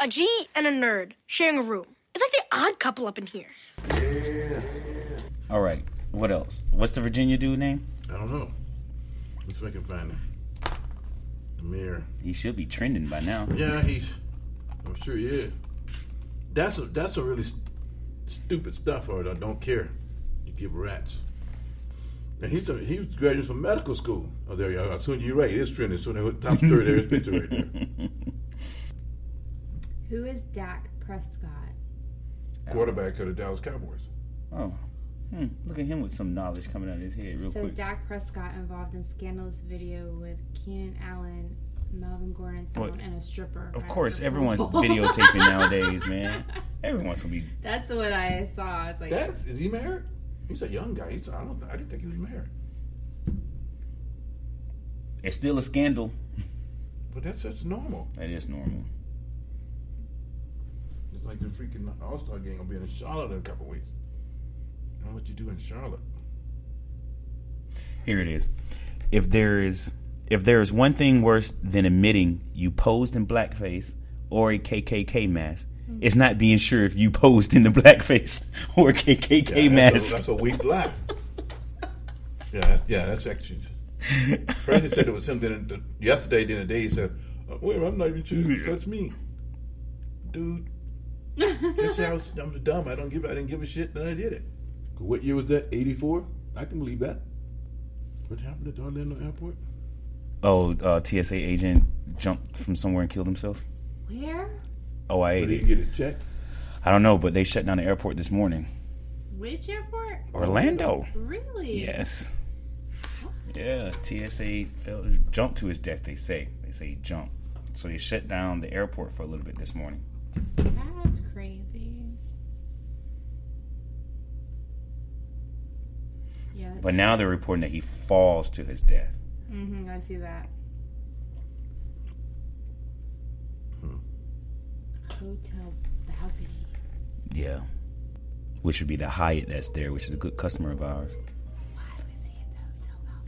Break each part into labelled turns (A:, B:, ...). A: A G and a nerd sharing a room. It's like the odd couple up in here.
B: All right. What else? What's the Virginia dude name?
C: I don't know. Let's see if I can find him. Amir.
B: He should be trending by now.
C: Yeah, he's. I'm sure he is. That's a, that's some really st- stupid stuff. Or I don't care. You give rats. And he's a, he was graduating from medical school. Oh, there you are. As soon as you're right, it's trending. Soon as top story there, his picture right there.
D: Who is Dak Prescott?
C: Quarterback of the Dallas Cowboys.
B: Oh. Hmm. Look at him with some knowledge coming out of his head real
D: So
B: quick.
D: Dak Prescott involved in scandalous video with Keenan Allen, Melvin Gordon's
B: Well,
D: phone, and a stripper.
B: Of
D: right
B: course,
D: after the
B: everyone's
D: Super Bowl.
B: videotaping nowadays, man. Everyone's gonna be
D: That's what I saw. I was like,
C: That's is he married? He's a young guy. He's, I don't. I didn't think he was married.
B: it's still a scandal.
C: But that's that's normal.
B: That is normal.
C: It's like the freaking All Star game gonna be in Charlotte in a couple weeks. I don't know what you do in Charlotte.
B: Here it is. If there is if there is one thing worse than admitting you posed in blackface or a KKK mask, it's not being sure if you posed in the blackface or a KKK
C: Yeah, that's, a,
B: mask.
C: that's a weak laugh. yeah, that- yeah, that's actually. President said it was him. Then the- yesterday, then the day he said, uh, "Wait, I'm not even choosing. That's me, dude." Just say I was, I'm dumb. I don't give. I didn't give a shit, and I did it. What year was that? '84. I can believe that. What happened at the Orlando airport?
B: Oh, uh, TSA agent jumped from somewhere and killed himself.
D: where?
B: Oh, I ate
C: But he
B: it.
C: didn't get it checked.
B: I don't know, but they shut down the airport this morning.
D: Which airport?
B: Orlando.
D: Really?
B: Yes. Yeah, TSA fell, jumped to his death. They say they say he jumped, so they shut down the airport for a little bit this morning.
D: That's crazy. Yeah.
B: But now they're reporting that he falls to his death.
D: hmm I see that. Hotel balcony.
B: Yeah, which would be the Hyatt that's there, which is a good customer of ours.
D: Why was he at the hotel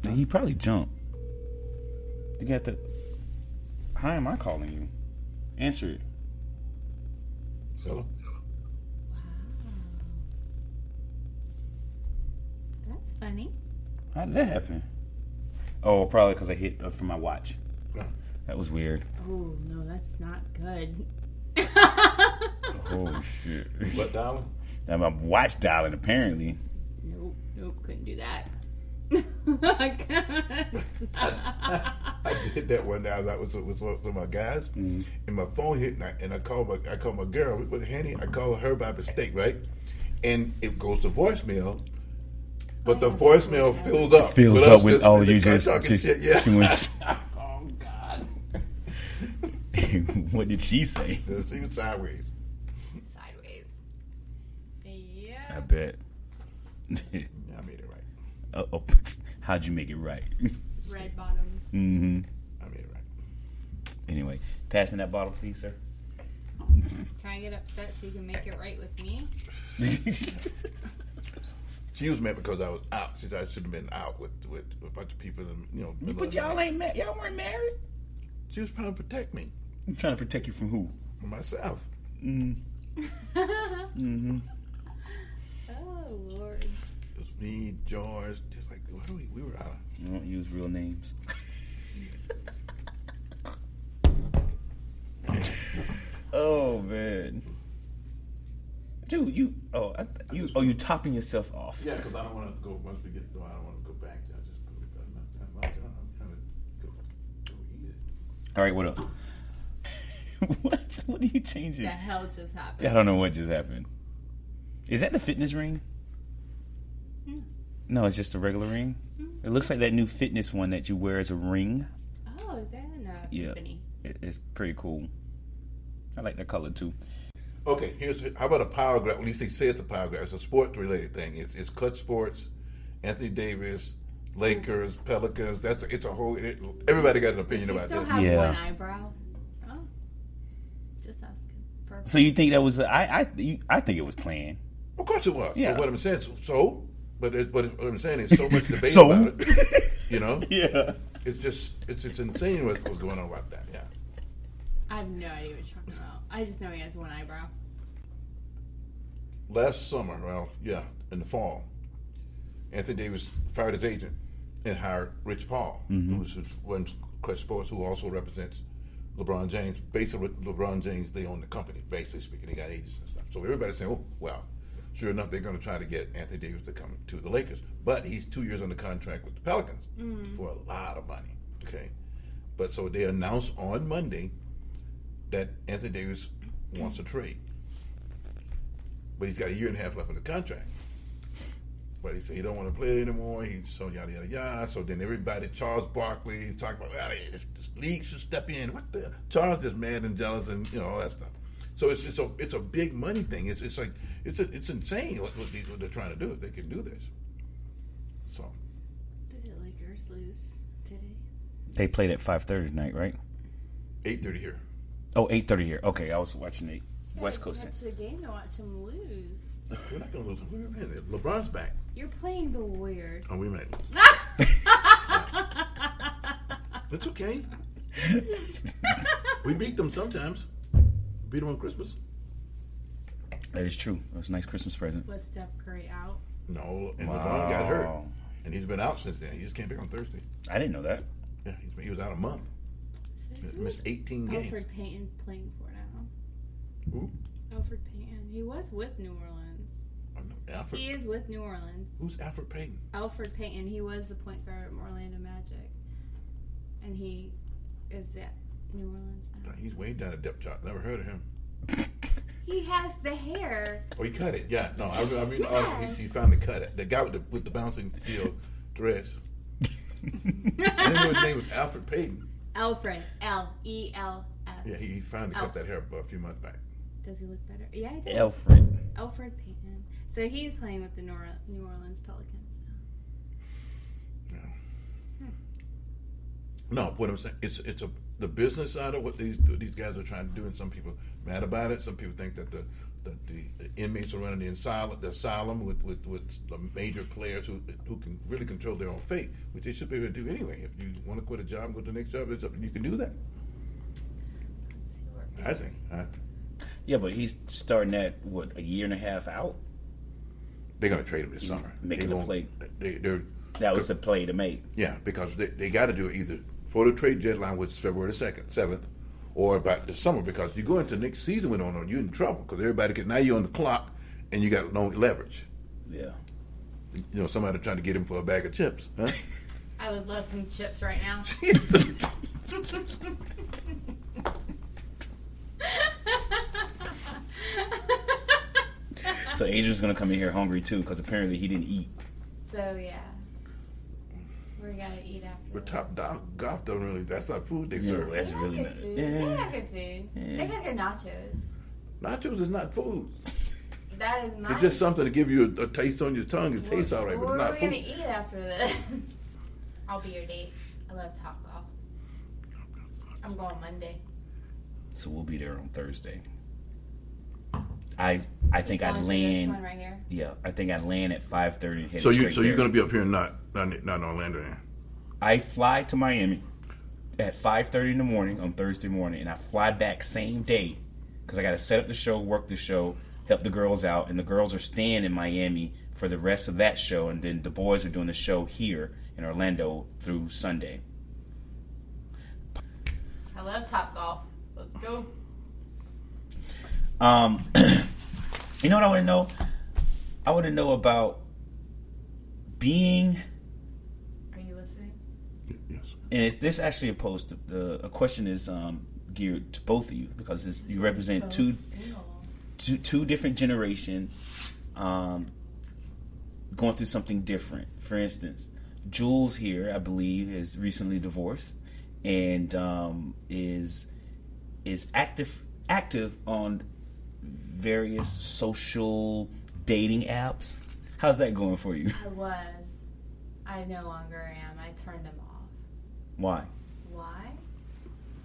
D: balcony?
B: He probably jumped. You got the. How am I calling you? Answer it.
C: Hello.
D: Wow. That's funny.
B: How did that happen? Oh, probably because I hit uh, from my watch. That was weird.
D: Oh no, that's not good.
B: Oh shit!
C: What darling?
B: Now my watch dialing apparently.
D: nope, nope, couldn't do that. I
C: I did that one now. That was with one of my guys,
B: Mm-hmm.
C: and my phone hit, and I, and I called my I called my girl with Henny. I called her by mistake, right? And it goes to voicemail, but the voicemail fills up.
B: fills
C: us
B: up with
C: listening
B: oh
C: to
B: you
C: the guy
B: just,
C: talking
B: just
C: shit, yeah.
B: too much.
C: oh God!
B: what did she say?
C: she was sideways.
D: sideways.
B: I
D: Yeah.
B: bet.
C: Yeah, I made it right.
B: Uh, oh, how'd you make it right?
D: Red bottoms.
B: hmm
C: I made it right.
B: Anyway, pass me that bottle, please, sir.
D: Can I get upset so you can make it right with me?
C: She was mad because I was out. She said I should have been out with, with a bunch of people. And, you know, middle of
B: but
C: the
B: y'all
C: night.
B: ain't met. Y'all weren't married.
C: She was trying to protect me
B: I'm trying to protect you from who?
C: from myself.
D: Oh lord.
C: It was me, George. Just like what are we? We were out.
B: I don't use real names. oh man, dude, you oh I, you oh you topping yourself off.
C: Yeah, because I don't want to go once we get. No, I don't want to go back. I just. I'm not. I'm, not, I'm trying to go, go eat it.
B: All right, what else? what? What are you changing?
D: The hell just happened?
B: I don't know what just happened. Is that the fitness ring? No, it's just a regular ring. It looks like that new fitness one that you wear as a ring.
D: Oh, is that no
B: Yeah.
D: Tiffany?
B: It, it's pretty cool. I like the color too.
C: Okay, here's how about a power grab? At least they say it's a power grab. It's a sport related thing. It's it's clutch sports. Anthony Davis, Lakers, Pelicans. That's it's a whole. It, everybody got an opinion
D: Mm-hmm. You
C: about
D: still
C: this.
D: have
B: Yeah.
D: one eyebrow. Oh. Just asking. For
B: So you think that was? I I you, I think it was planned.
C: of course it was.
B: Yeah.
C: But what I'm saying, so, so but it, but what I'm saying is so much debate
B: So?
C: about it. You know,
B: Yeah.
C: it's just it's it's insane what's what's going on about that. Yeah.
D: I have no idea what you're talking about. I just know he has one eyebrow.
C: Last summer, well, yeah, in the fall, Anthony Davis fired his agent and hired Rich Paul, who's who's one Crush Sports, who also represents LeBron James. Basically, with LeBron James, they own the company, basically speaking. They got agents and stuff. So everybody's saying, oh, well, sure enough, they're going to try to get Anthony Davis to come to the Lakers. But he's two years under contract with the Pelicans for a lot of money. Okay. But so they announced on Monday that Anthony Davis wants a trade. But he's got a year and a half left on the contract. But he said he don't want to play anymore. He so yada yada yada. So then everybody, Charles Barkley, he's talking about well, this, this league should step in. What the Charles is mad and jealous and you know all that stuff. So it's it's a it's a big money thing. It's it's like it's a, it's insane what what, these, what they're trying to do if they can do this. So
D: Did the Lakers lose today?
B: They played at five thirty tonight, right?
C: eight thirty here.
B: Oh, 8.30 here. Okay, I was watching the West Coast.
D: That's the game to watch them lose.
C: We're not gonna lose. We're gonna win. LeBron's back.
D: You're playing the Warriors.
C: Oh, we might. That's okay. We beat them sometimes. Beat them on Christmas.
B: That is true. That was a nice Christmas present.
D: Was Steph Curry out?
C: No, and LeBron got hurt,
B: Wow.
C: and he's been out since then. He just came back on Thursday.
B: I didn't know that.
C: Yeah, he's been, he was out a month.
D: So
C: He
D: who
C: missed
D: is
C: 18 games.
D: Alfred Payton playing for now?
C: Who?
D: Alfred Payton. He was with New Orleans.
C: Oh, no, Alfred.
D: He is with New Orleans.
C: Who's Alfred Payton?
D: Alfred Payton. He was the point guard at Orlando Magic, and he is at New Orleans. now.
C: No, he's way down the depth chart. Never heard of him.
D: He has the hair.
C: Oh, he cut it. Yeah, no, I, I mean, oh, he, he finally cut it. The guy with the with the bouncing heel dress. I didn't know his name was Alfred Payton.
D: Alfred. L E L F.
C: Yeah, he, he finally cut that hair up a few months back.
D: Does he look better? Yeah, he does.
B: Alfred.
D: Alfred Payton. So he's playing with the Nor- New Orleans Pelicans.
C: No, what I'm saying, it's it's a the business side of what these these guys are trying to do, and some people mad about it. Some people think that the that the inmates are running the asylum, the asylum with, with, with the major players who who can really control their own fate, which they should be able to do anyway. If you want to quit a job, go to the next job, it's up, you can do that.
D: Let's see where
C: I think. I,
B: Yeah, but he's starting at, what, a year and a half out?
C: they're going to trade him this
B: He's
C: summer.
B: making
C: they
B: a
C: won't-
B: play.
C: They, they're
B: That was the play to make.
C: Yeah, because they, they got to do it either for the trade deadline, which is February the second, seventh, or about the summer. Because you go into next season with on, you're in trouble because everybody can now you're on the clock and you got no leverage.
B: Yeah.
C: You know, somebody trying to get him for a bag of chips. Huh?
D: I would love some chips right now.
B: So Adrian's going to come in here hungry, too, because apparently he didn't eat.
D: so yeah, we gotta eat after.
C: but
D: this.
C: top dog golf don't really. That's not food they
B: Yeah,
C: serve.
B: that's
D: They got
B: really
D: good
B: not.
D: food. They
B: Yeah.
D: got good food.
B: Yeah.
D: They got good nachos.
C: Nachos is not food.
D: That is my.
C: It's just something to give you a, a taste on your tongue. It tastes all right, but
D: What
C: it's
D: are
C: not
D: we gonna
C: food.
D: eat after this? I'll be your date. I love taco. I'm going Monday.
B: So we'll be there on Thursday. I I think I
D: Going to This one
B: land.
D: right here.
B: Yeah, I think I land at 5.30 and head
C: So you
B: straight
C: so you're
B: there.
C: going to be up here, not not not in Orlando. Then.
B: I fly to Miami at 5:30 in the morning on Thursday morning, and I fly back same day because I got to set up the show, work the show, help the girls out, and the girls are staying in Miami for the rest of that show, and then the boys are doing the show here in Orlando through Sunday.
D: I love Top Golf. Let's go.
B: Um, you know what I want to know? I want to know about being,
D: Are you listening?
C: Yes.
B: and it's this actually opposed to the a question is um, geared to both of you because it's, you represent two
D: Single.
B: two, two different generation um, going through something different for instance jules here i believe is recently divorced and um, is is active active on various social dating apps how's that going for you
D: I was. I no longer am. I turned them off.
B: why
D: Why?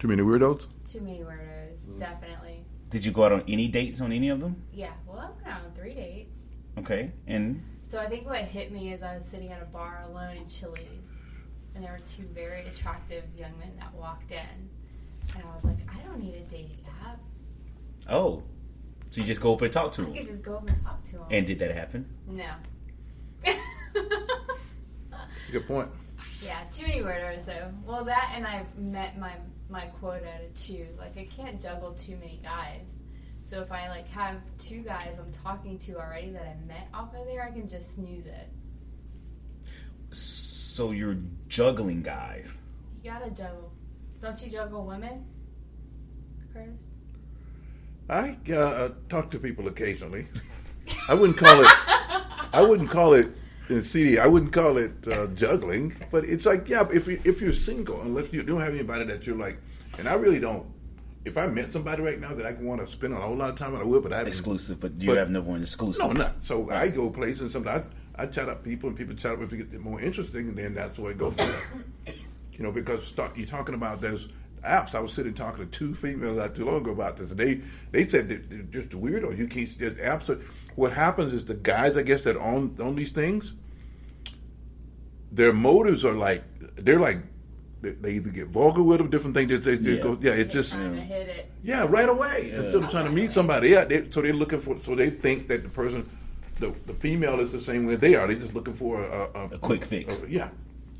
C: Too many weirdos.
D: Too many weirdos. Definitely.
B: did you go out on any dates on any of them
D: Yeah. Well, I'm going on three dates.
B: okay and
D: So I think what hit me is I was sitting at a bar alone in Chili's, and there were two very attractive young men that walked in, And I was like, I don't need a dating app.
B: Oh, so you just go up and talk to
D: I could
B: him?
D: just go over and talk to him.
B: And did that happen?
D: no.
C: It's a good point.
D: yeah, too many word orders though. Well, that and I met my my quota to two. Like I can't juggle too many guys. So if I like have two guys I'm talking to already that I met off of there, I can just snooze it.
B: So you're juggling guys.
D: You gotta juggle. Don't you juggle women, Curtis?
C: I uh, uh, talk to people occasionally. I wouldn't call it. I wouldn't call it in CD. I wouldn't call it uh, juggling, but it's like yeah. If you if you're single, unless you don't have anybody that you're like, and I really don't. If I met somebody right now that I want to spend a whole lot of time with, I would. But I haven't-
B: Exclusive, but you
C: But-
B: have no one exclusive.
C: No, not. So I go places and sometimes I, I chat up people and people chat up if you get more interesting, and then that's where it goes. from there. you know, because start, you're talking about there's apps. I was sitting talking to two females not too long ago about this, and they they said that they're just weird or you can't there's apps. that- What happens is the guys, I guess, that are on on these things, their motives are like they're like they- they either get vulgar with them, different things. They, they
B: Yeah.
C: go, yeah, it just
D: Trying to hit it.
C: yeah, right away. Instead of trying to meet somebody, yeah, they, so they're looking for. So they think that the person, the, the female, is the same way they are. They're just looking for a, a,
B: A quick fix.
C: a- yeah,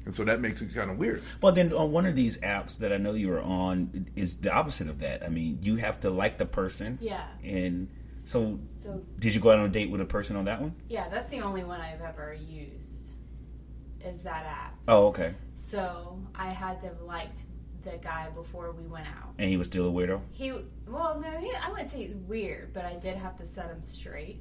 C: and so that makes it kind of weird.
B: Well, then on one of these apps that I know you are on is the opposite of that. I mean, you have to like the person.
D: Yeah.
B: And so,
D: So
B: did you go out on a date with a person on that one?
D: yeah, that's the only one I've ever used. Is that app?
B: Oh, okay.
D: So I had to have liked the guy before we went out.
B: And he was still a weirdo.
D: He, well, no, he, I wouldn't say he's weird, but I did have to set him straight.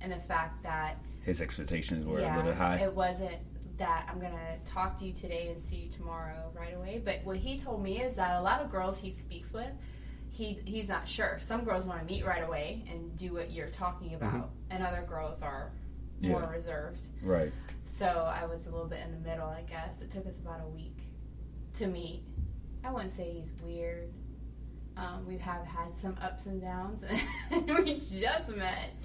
D: And the fact that,
B: His expectations were a little
D: yeah,
B: high.
D: it wasn't that I'm going to talk to you today and see you tomorrow right away. But what he told me is that a lot of girls he speaks with, he, he's not sure. Some girls want to meet right away and do what you're talking about, and other girls are more
B: Mm-hmm. Yeah.
D: reserved.
B: right.
D: So I was a little bit in the middle, I guess. It took us about a week to meet. I wouldn't say he's weird. Um, we have had some ups and downs, and we just met.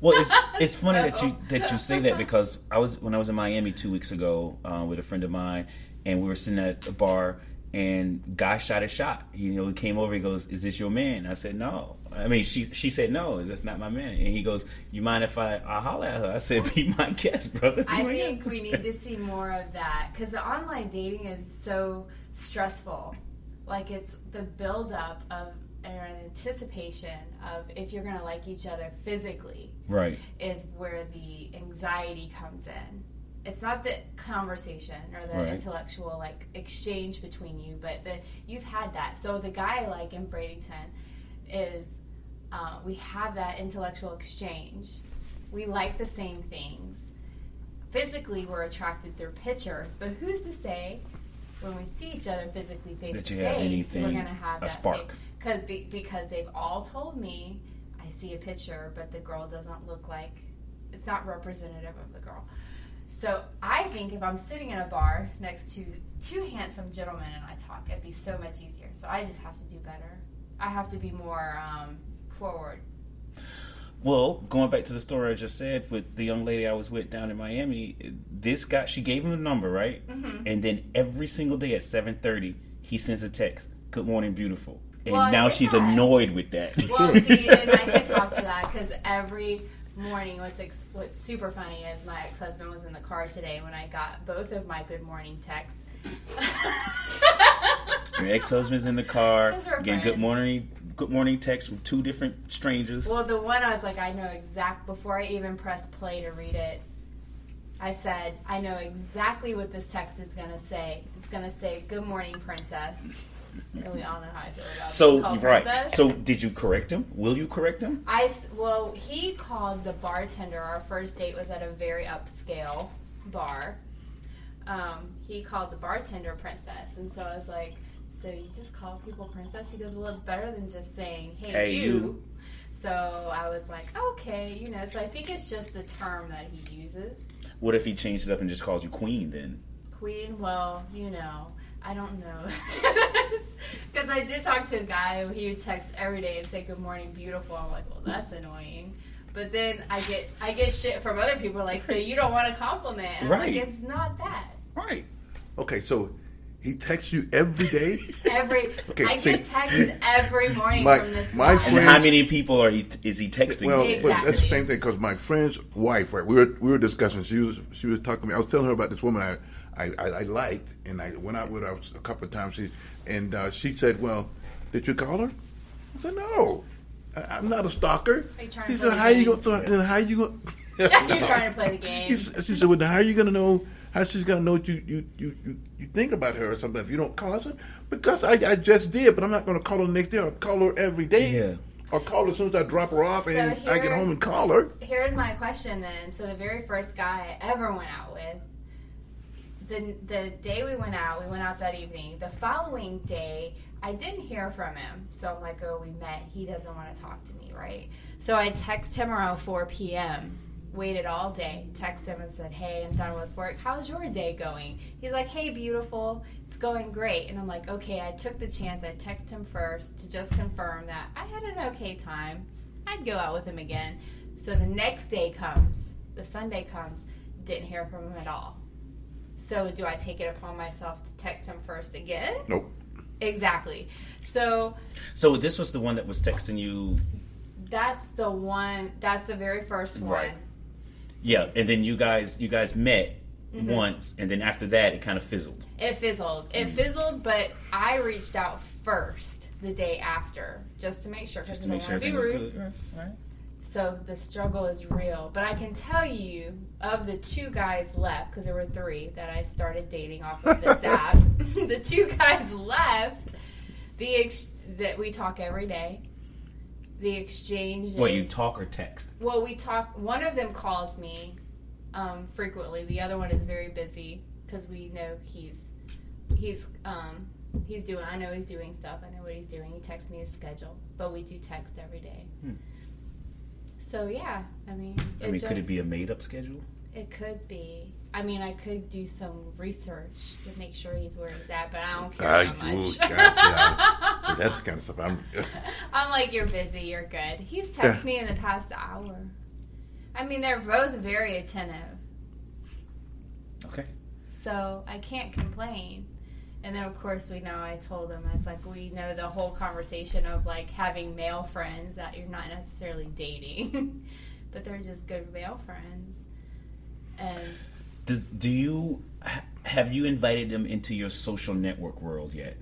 B: Well, it's it's funny that you
D: So-
B: that you say that because I was when I was in Miami two weeks ago uh, with a friend of mine, and we were sitting at a bar, and guy shot a shot. He, you know, he came over. He goes, "Is this your man?" I said, "No." I mean, she she said, "No, that's not my man." And he goes, "You mind if I I holler at her?" I said, "Be my guest, brother."
D: I
B: Be my
D: think
B: guest."
D: we need to see more of that because the online dating is so stressful. Like it's the buildup of or anticipation of if you're gonna like each other physically.
B: right.
D: is where the anxiety comes in. It's not the conversation or the
B: Right.
D: intellectual like exchange between you, but the you've had that. So the guy like in Bradenton is uh, we have that intellectual exchange. We like the same things. Physically, we're attracted through pictures, but who's to say when we see each other physically face
B: That
D: to
B: you have
D: face,
B: anything-
D: we're gonna have
B: a
D: that
B: spark.
D: Because be, because they've all told me I see a picture, but the girl doesn't look like it's not representative of the girl. So I think if I'm sitting in a bar next to two handsome gentlemen and I talk, it'd be so much easier. So I just have to do better. I have to be more um, forward.
B: Well, going back to the story I just said with the young lady I was with down in Miami, this guy she gave him the number, right? Mm-hmm. And then every single day at seven thirty, he sends a text, "Good morning, beautiful," and
D: Well, I
B: now
D: did
B: she's
D: that.
B: annoyed with that.
D: Well, see, and I can talk to that because every morning, what's ex- what's super funny is my ex husband was in the car today when I got both of my good morning texts.
B: Your ex husband's in the car,
D: Those are
B: getting
D: friends.
B: good morning, good morning text from two different strangers.
D: Well, the one I was like, I know exact. Before I even pressed play to read it, I said, I know exactly what this text is gonna say. It's gonna say, "Good morning, princess." And we all know how I feel about
B: so
D: being called
B: right,
D: princess.
B: so did you correct him? Will you correct him?
D: I s- well, he called the bartender. Our first date was at a very upscale bar. Um, he called the bartender princess, and so I was like, "So you just call people princess?" He goes, "Well, it's better than just saying hey,
B: Hey,
D: you.
B: you.
D: So I was like, "Okay, you know." So I think it's just a term that he uses.
B: What if he changed it up and just calls you queen then?
D: Queen, well, you know, I don't know. Because I did talk to a guy who he would text every day and say, Good morning, beautiful. I'm like, Well, that's annoying. But then I get I get shit from other people like, So you don't want a compliment. And I'm
B: Right.
D: like, It's not that.
B: Right.
C: Okay, so He texts you every day.
D: Every
C: Okay,
D: I
C: see.
D: get texts every morning
C: My-
D: from this
C: my
D: guy.
B: And
C: friend-
B: how many people are he is he texting?
C: Well,
D: Exactly.
C: but that's the same thing because my friend's wife, right? We were we were discussing. She was she was talking to me. I was telling her about this woman I I, I, I liked, and I went out with her a couple of times. She and uh, she said, "Well, did you call her?" I said, "No, I, I'm not a stalker."
D: Are you trying
C: She
D: to
C: said,
D: play
C: "How you
D: the
C: going? to Then how you going?"
D: You're trying to play the game.
C: She said, "Well, then how are you going to know? How she's going to know what you you, you you you think about her or something if you don't call?" I said, "Because I, I just did, but I'm not going to call her the next day. I'll call her every day.
B: Yeah.
C: I'll call her as soon as I drop her off and
D: So
C: I get
D: here-
C: home and call her."
D: Here's my question then. So the very first guy I ever went out with, the the day we went out, we went out that evening. The following day, I didn't hear from him. So I'm like, oh, we met. He doesn't want to talk to me, right? So I text him around 4 p.m. Waited all day, text him and said, Hey, I'm done with work. How's your day going? He's like, Hey, beautiful. It's going great. And I'm like, Okay, I took the chance. I texted him first to just confirm that I had an okay time. I'd go out with him again. So the next day comes, the Sunday comes, didn't hear from him at all. So do I take it upon myself to text him first again?
C: Nope.
D: Exactly. So
B: so this was the one that was texting you,
D: that's the one, that's the very first one.
B: Right. yeah. And then you guys you guys met once, and then after that it kind of fizzled.
D: Mm-hmm. It fizzled. It
B: Mm.
D: fizzled, but I reached out first the day after just to make sure
B: Just
D: because
B: to
D: I
B: make sure
D: don't want to be
B: everything was
D: rude.
B: good. Right.
D: So the struggle is real. But I can tell you, of the two guys left, because there were three that I started dating off of this app, the two guys left, the ex- that we talk every day, the exchange.
B: Well, you talk or text.
D: well, we talk. One of them calls me um, frequently. The other one is very busy because we know he's he's um, he's doing. I know he's doing stuff. I know what he's doing. He texts me his schedule, but we do text every day.
B: Hmm.
D: So yeah, I mean,
B: I mean, could
D: just-
B: it be a made up schedule?
D: It could be. I mean, I could do some research to make sure he's where he's at, but I don't care
C: I,
D: that
C: ooh,
D: much.
C: gosh, yeah. See, that's the kind of stuff I'm.
D: I'm like, you're busy, you're good. He's texted
C: Yeah.
D: me in the past hour. I mean, they're both very attentive,
B: Okay.
D: so I can't complain. And then, of course, we know I told him, it's like, we know the whole conversation of like having male friends that you're not necessarily dating, but they're just good male friends. And
B: Does, do you ha- have you invited them into your social network world yet?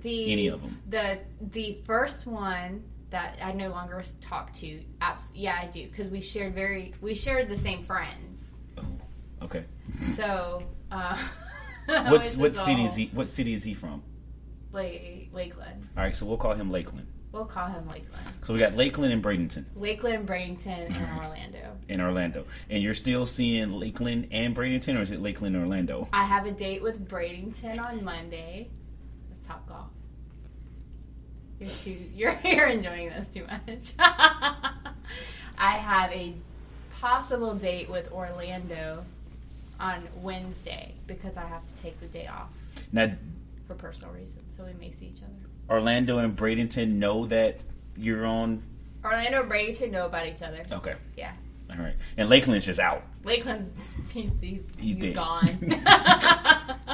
D: the
B: Any of 'em.
D: The the first one that I no longer talk to. Abs- yeah, I do because we shared very we shared the same friends.
B: Oh, okay.
D: So uh,
B: What's
D: which
B: what
D: is
B: city
D: all
B: is he? What city is he from?
D: Lake, Lakeland.
B: All right, so we'll call him Lakeland.
D: We'll call him Lakeland.
B: So we got Lakeland and Bradenton
D: Lakeland, Bradenton, and
B: Mm-hmm.
D: Orlando.
B: in Orlando, and you're still seeing Lakeland and Bradenton, or is it Lakeland and Orlando?
D: I have a date with Bradenton on Monday. Let's talk golf. You're too. You're you're enjoying this too much. I have a possible date with Orlando on Wednesday because I have to take the day off
B: Now,
D: for personal reasons, so we may see each other.
B: Orlando and Bradenton know that you're on.
D: Orlando and Bradenton know about each other.
B: Okay,
D: Yeah,
B: all right, and Lakeland's just out.
D: Lakeland's he's he's,
B: He's
D: he's
B: dead.
D: gone.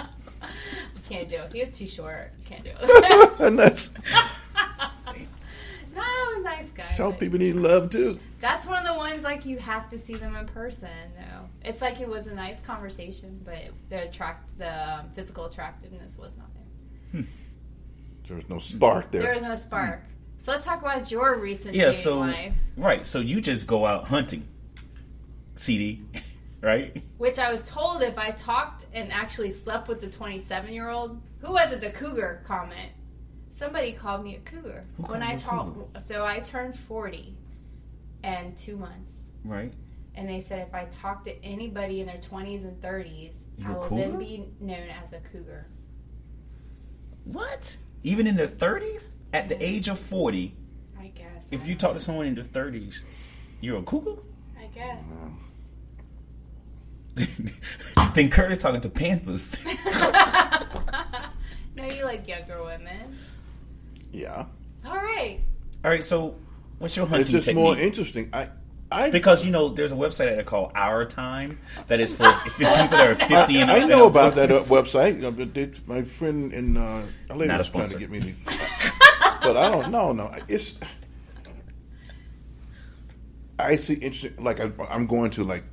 D: Can't do it. He was too short. Can't do it.
C: and that's
D: No, nice guy.
C: some
D: but
C: people need love too.
D: That's one of the ones like you have to see them in person. Though it's like it was a nice conversation, but the attract the um, physical attractiveness was not there.
C: There's no spark there.
D: There was no spark. So let's talk about your recent
B: Yeah,
D: dating
B: so
D: life,
B: right, so you just go out hunting, CD, right?
D: which I was told if I talked and actually slept with the 27 year old, who was it? The cougar comment. Somebody called me a cougar
B: Who
D: when
B: calls
D: I
B: you a
D: talked. So I turned 40 and two months.
B: Right.
D: and they said if I talked to anybody in their 20s and 30s,
B: You're
D: I
B: a
D: will
B: cougar?
D: then be known as a cougar.
B: What? Even in their 30s? At the age of 40,
D: I guess.
B: if you talk to someone in their 30s, you're a cougar?
D: I guess.
B: then Curtis talking to Panthers.
D: no, you like younger women.
C: yeah,
D: All right.
B: All right, so what's your
C: it's
B: hunting
C: just
B: technique?
C: more interesting. I I
B: Because you know, there's a website out there called Our Time that is for if people that are 50 and
C: I
B: up.
C: know about that uh, website. Uh, but they- My friend in uh, LA
B: Not a
C: was trying
B: sponsor.
C: to get me, to, but I don't know. No, it's. I see interesting. Like I, I'm going to like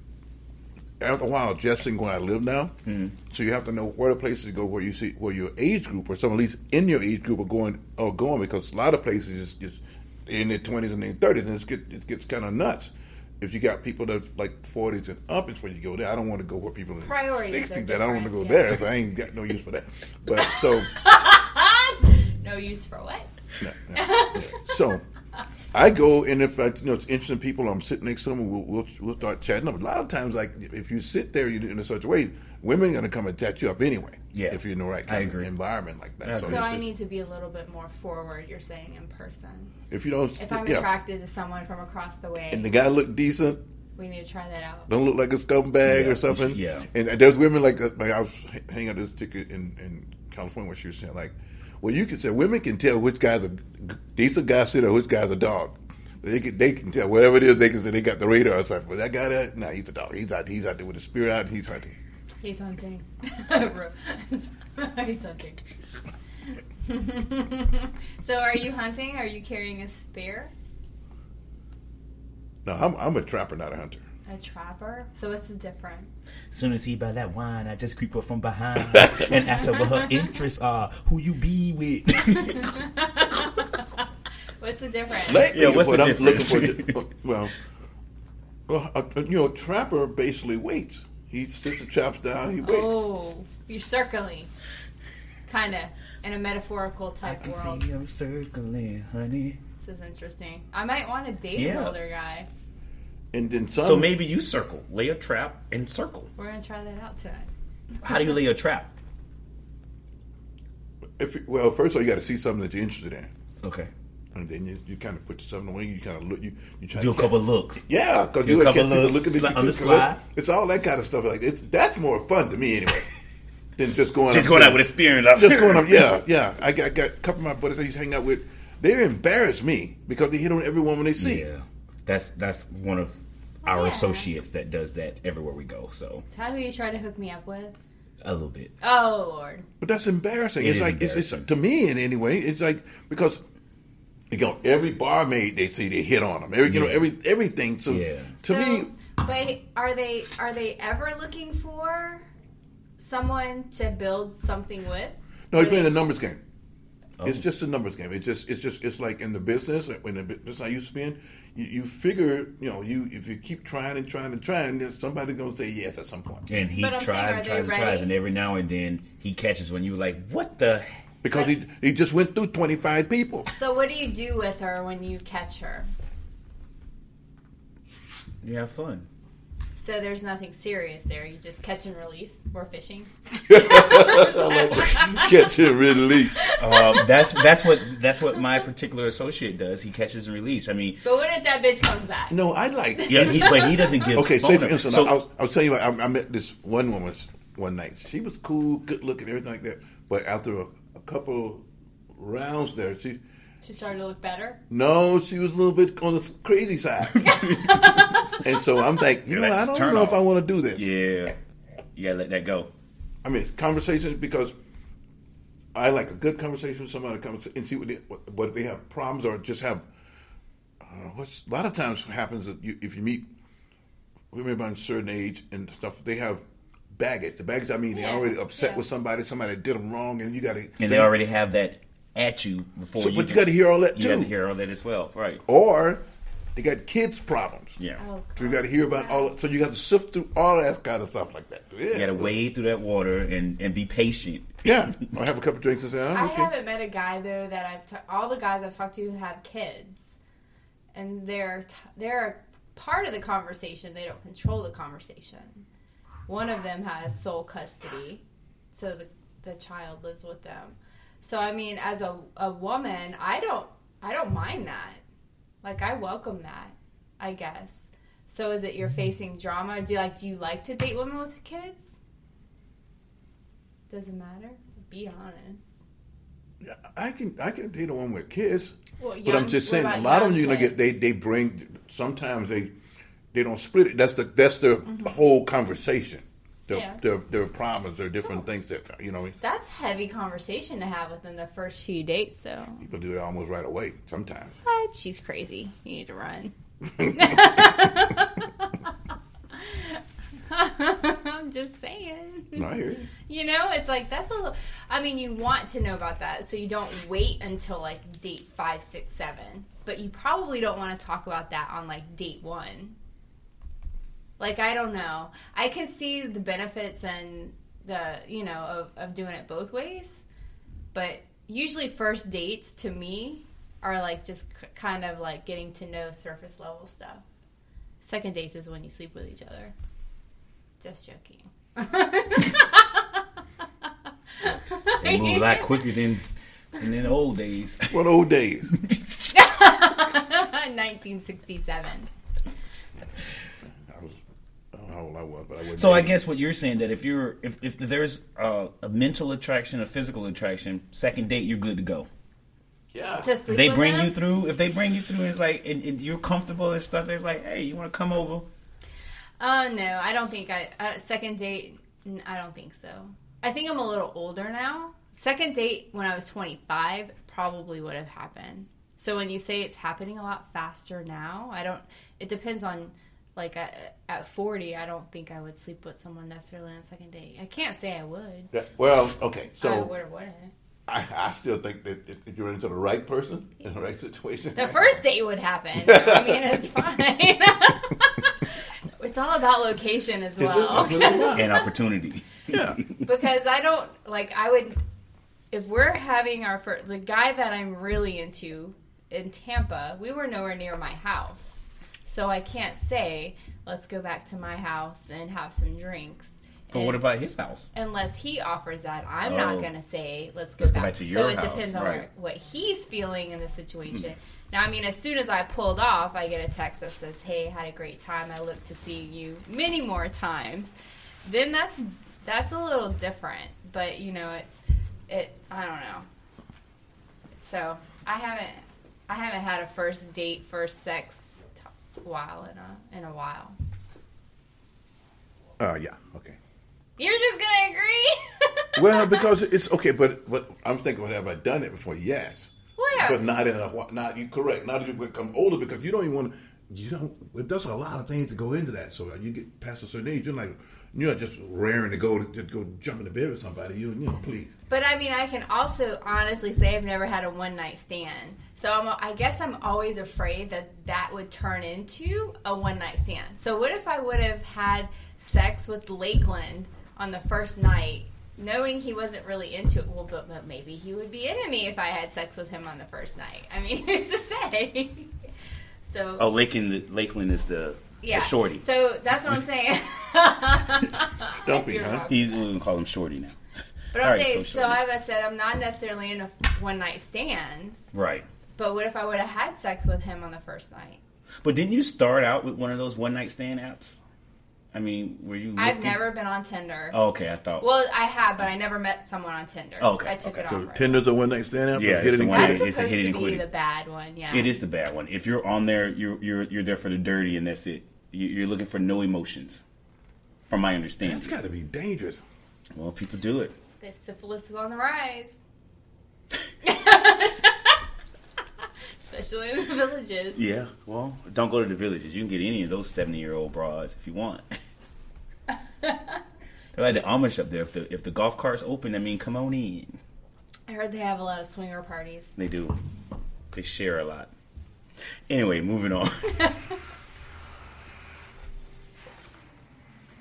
C: after a while adjusting where I live now. So you have to know where the places to go where you see where your age group or some at least in your age group are going are going because a lot of places is just in their twenties and their thirties and it's get, it gets kind of nuts. If you got people that's like forties and up, it's where you go there. I don't want to go where people are
D: Priorities are
C: sixties. That I don't want to go
D: different, yeah.
C: there. So I ain't got no use for that. But so.
D: Ah! no use for what?
C: So I go, and if I, you know, it's interesting people, I'm sitting next to them, and we'll, we'll, we'll start chatting up. A lot of times, like, if you sit there you, in a such a way, women are going to come and chat you up anyway.
B: Yeah.
C: If you're in the right
B: I
C: kind of
B: agree.
C: environment like that.
B: I
C: so
B: agree.
D: So
C: it's
D: I
C: just-
D: need to be a little bit more forward. You're saying in person.
C: if you don't,
D: If I'm
C: yeah.
D: attracted to someone from across the way,
C: And the guy look decent,
D: we need to try that out.
C: don't look like a scumbag
B: Yeah,
C: or something.
B: yeah.
C: And, and there's women like, that- like I was h- hanging out with this chick in, in California where she was saying, like, well, you can say women can tell which guy's a g- decent guy sit or which guy's a dog. They can, they can tell whatever it is. They can say they got the radar or something. But that guy, that nah, he's a dog. He's out. He's out there with his spirit out. and He's hunting.
D: He's hunting. Bro. He's hunting. so are you hunting? Are you carrying a spear?
C: No, I'm I'm a trapper, not a hunter.
D: A trapper? So what's the difference?
B: Soon as he buy that wine, I just creep up from behind and ask her what her interests are, who you be with.
D: What's the difference?
C: Lately,
B: Yeah, what's
C: what
B: the
C: I'm
B: difference?
C: looking for, well, well, a, a- you know, a trapper basically waits. He sits the chops down. He waits.
D: Oh, you're circling. Kind of. In a metaphorical type world.
B: I'm circling, honey.
D: This is interesting. I might want to date an
B: Yeah.
D: older guy.
C: And then some.
B: So maybe you circle, lay a trap, and circle.
D: We're going to try that out tonight.
B: How do you lay a trap?
C: If, well, first of all, you got to see something that you're interested in,
B: Okay,
C: and then you, you kind of put yourself in the wing. You kind of look. You, you try
B: do a
C: to
B: couple looks.
C: Yeah, because
B: Do a
C: you catch
B: couple
C: people
B: looks,
C: looking at you
B: slide on the
C: too,
B: slide.
C: It's all that kind of stuff. Like it's that's more fun to me anyway than just going
B: Just
C: up
B: going
C: to-
B: out with a spear and
C: just going up. Yeah, yeah. I got, got a couple of my buddies I used to hang out with. They embarrass me because they hit on every woman they see.
B: Yeah, that's that's one of our
D: Yeah.
B: associates that does that everywhere we go. So
D: Is that who you tried to hook me up with?
B: a little bit.
D: Oh, Lord.
C: But that's embarrassing. it's
B: is
C: like It's,
B: embarrassing.
C: it's to me in any way. It's like because you know every barmaid they see they hit on them. Every you know
B: Yeah.
C: every everything. So
B: Yeah.
C: to me,
D: but are they are they ever looking for someone to build something with?
C: no,
D: Are
C: you're playing
D: they-
C: a numbers game.
B: Oh.
C: It's just a numbers game. It's just it's just it's like in the business when the business I used to be in, you, you figure you know you if you keep trying and trying and trying, then somebody's gonna say yes at some point
B: and he
D: But I'm
B: tries,
D: saying, are
B: tries,
D: they
B: tries,
D: ready?
B: tries, and every now and then he catches one. You were like, what the?
C: because he he just went through twenty five people.
D: So what do you do with her when you catch her?
B: You have fun.
D: So there's nothing serious there. You just catch and release. We're fishing.
C: Catch and release.
B: Um, that's that's what that's what my particular associate does. He catches and release. I mean,
D: But what if that bitch comes back?
C: No, I like.
B: yeah, he, but he doesn't give.
C: Okay,
B: phone
C: say for
B: numbers.
C: instance,
B: So-
C: I, was, I was telling you, I, I met this one woman one night. She was cool, good looking, everything like that. But after a, a couple rounds there, she
D: She started to look better.
C: No, she was a little bit on the crazy side. and so I'm like, you
B: Yeah,
C: know, I
B: that's
C: don't
B: a
C: know
B: turnoff.
C: if I want to do this.
B: yeah, yeah, let that go.
C: I mean, it's conversations because I like a good conversation with somebody conversa- and see what, they, what, what if they have problems or just have. Uh, what's, a lot of times what happens that you, if you meet women about a certain age and stuff, they have baggage. The baggage, I mean, they're
D: Yeah,
C: already upset
D: yeah.
C: with somebody, somebody did them wrong, and you got to.
B: And they already have that at you before.
C: So,
B: you
C: but you
B: can-
C: got to hear all that
B: You got
C: too.
B: to hear all that as well, right?
C: Or they got kids' problems.
B: Yeah,
D: Oh,
C: So you got to hear about all. So you got to sift through all that kind of stuff like that. Yeah.
B: you got to wade through that water and and be patient.
C: Yeah. I have a couple drinks and say, oh,
D: I
C: okay.
D: haven't met a guy though that I've ta- all the guys I've talked to have kids, and they're t- they're a part of the conversation. They don't control the conversation. One of them has sole custody, so the the child lives with them. So I mean, as a a woman, I don't I don't mind that. Like I welcome that, I guess. So is it you're facing drama? Do you like do you like to date women with kids? Doesn't matter. Be honest.
C: I can I can date a woman with kids,
D: Well,
C: but
D: young-
C: I'm just saying
D: what
C: a
D: about
C: lot of them
D: young
C: you know
D: kids?
C: get they they bring sometimes they They don't split it. That's the that's the whole conversation. The,
D: Mm-hmm. Yeah.
C: their, their problems or different things that you know
D: That's heavy conversation to have within the first few dates, though.
C: people do it almost right away sometimes.
D: What? She's crazy. You need to run. I'm just saying.
C: No, I hear you.
D: You know, it's like that's a little. I mean, you want to know about that, so you don't wait until like date five, six, seven. But you probably don't want to talk about that on like date one. Like I don't know. I can see the benefits and the you know of, of doing it both ways, but usually first dates to me are like just k kind of like getting to know surface level stuff. Second dates is when you sleep with each other. Just joking.
B: They move a lot quicker than than in the old days.
C: What old days?
D: 1967.
C: I was I don't know how old I was, but I was.
B: So I guess what you're saying that if you're if, if there's uh, a mental attraction, a physical attraction, second date you're good to go.
C: yeah.
D: To sleep
B: They
D: with
B: bring
D: them?
B: you through. If they bring you through, and it's like and, and you're comfortable and stuff. It's like, hey, you want to come over?
D: Oh no, I don't think I uh, second date. n- I don't think so. I think I'm a little older now. Second date when I was 25 probably would have happened. So when you say it's happening a lot faster now, I don't. It depends on like at, at 40. I don't think I would sleep with someone necessarily on second date. I can't say I would.
C: That- well, okay.
D: I
C: So
D: would or wouldn't.
C: I, I still think that if if you're into the right person in the right situation,
D: The first date would happen. I mean, it's fine. it's all about location as
C: Is it?
D: well.
C: That's what it was.
B: An opportunity.
C: yeah.
D: because I don't like I would if we're having our first the guy that I'm really into in Tampa, we were nowhere near my house. So I can't say let's go back to my house and have some drinks.
B: But
D: And-
B: what about his house?
D: unless he offers that, I'm
B: Oh.
D: not going to say let's go
B: Let's
D: back. to your so it
B: house,
D: depends on
B: right.
D: what he's feeling in the situation. Now, I mean, as soon as I pulled off, I get a text that says, "Hey, had a great time. I look to see you many more times." Then that's that's a little different, but you know, it's it. I don't know. So I haven't I haven't had a first date, first sex t- while in a in a while.
C: Uh, yeah. Okay.
D: You're just gonna agree.
C: Well, because it's okay, but but I'm thinking, well, have I done it before? Yes.
D: Where?
C: But not in a wh- not you correct. Not if you become older because you don't even want to. You don't. well, There's a lot of things to go into that. So uh, you get past a certain age, you're like you're not just raring to go to, to go jump in the bed with somebody. You you know, please.
D: But I mean, I can also honestly say I've never had a one night stand. So I'm, I guess I'm always afraid that that would turn into a one night stand. So what if I would have had sex with Lakeland on the first night, knowing he wasn't really into it? Well, but, but maybe he would be into me if I had sex with him on the first night. I mean, who's to say? so
B: Oh, Lakeland. Lakeland is the,
D: yeah,
B: the shorty.
D: So that's what I'm saying.
C: Stumpy,
D: You're
C: huh?
D: wrong.
B: He's we gonna call him Shorty now.
D: But I'm
B: All right,
D: saying,
B: so
D: so,
B: shorty.
D: I've said I'm not necessarily into one night stands.
B: Right.
D: But what if I would have had sex with him on the first night?
B: But didn't you start out with one of those one night stand apps? I mean, were you?
D: I've
B: looking-
D: never been on Tinder.
B: Oh, okay, I thought.
D: Well, I have, but I never met someone on Tinder.
B: Oh, okay,
D: I took
B: okay.
D: it
C: So
D: off.
C: Tinder's a one night stand up.
B: Yeah,
C: hit
B: it's
C: it
B: a
C: and
B: one-night
C: quit
D: That's
C: it.
B: It's a
D: supposed
B: hit it
D: to
B: and quit
D: be
B: it.
D: the bad one, yeah.
B: It is the bad one. If you're on there, you're you're you're there for the dirty, and that's it. You- You're looking for no emotions, from my
C: That's
B: understanding.
C: got to be dangerous.
B: Well, people do it.
D: The syphilis is on the rise. Especially in the villages.
B: Yeah. Well, don't go to the villages. You can get any of those seventy year old broads if you want. They're like the Amish up there. If the if the golf cart's open, I mean, come on in.
D: I heard they have a lot of swinger parties.
B: They do. They share a lot. Anyway, moving on.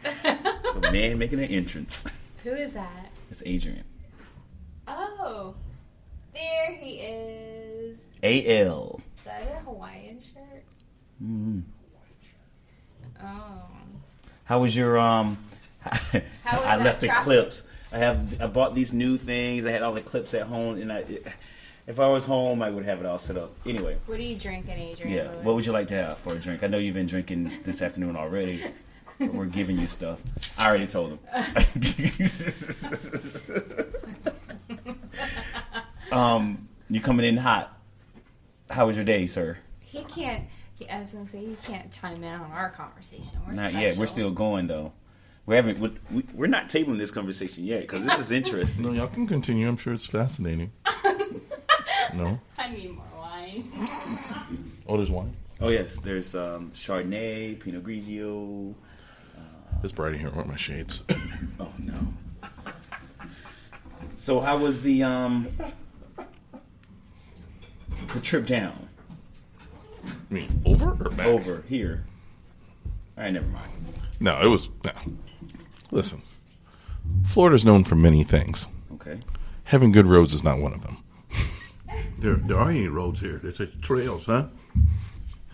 B: the man making an entrance.
D: Who is that?
B: It's Adrian.
D: Oh, there he is.
B: A L.
D: Is that a Hawaiian shirt?
B: Mm.
D: Oh.
B: How was your um?
D: was
B: I
D: that
B: left the
D: traffic?
B: clips. I have. I bought these new things. I had all the clips at home, and I, if I was home, I would have it all set up. Anyway,
D: What are you drinking, Adrian?
B: yeah. What would you like to have for a drink? I know you've been drinking this afternoon already. But we're giving you stuff. I already told him. um, you coming in hot? How was your day, sir?
D: He can't. Yeah, I was gonna say you can't chime in on our conversation. We're
B: Not yet. We're
D: special.
B: still going though. We haven't. we- we- We're not tabling this conversation yet because this is interesting.
E: No, y'all can continue. I'm sure it's fascinating. no.
D: I need more wine.
E: Oh, there's wine.
B: Oh yes, there's um, Chardonnay, Pinot Grigio.
E: It's bright in here. Where are my shades?
B: Oh no. So how was the um the trip down
E: I mean, over or back?
B: over here? All right, never mind.
E: No, it was. No. Listen, Florida's known for many things.
B: Okay.
E: Having good roads is not one of them.
C: There, there aren't any roads here. There's just trails, huh?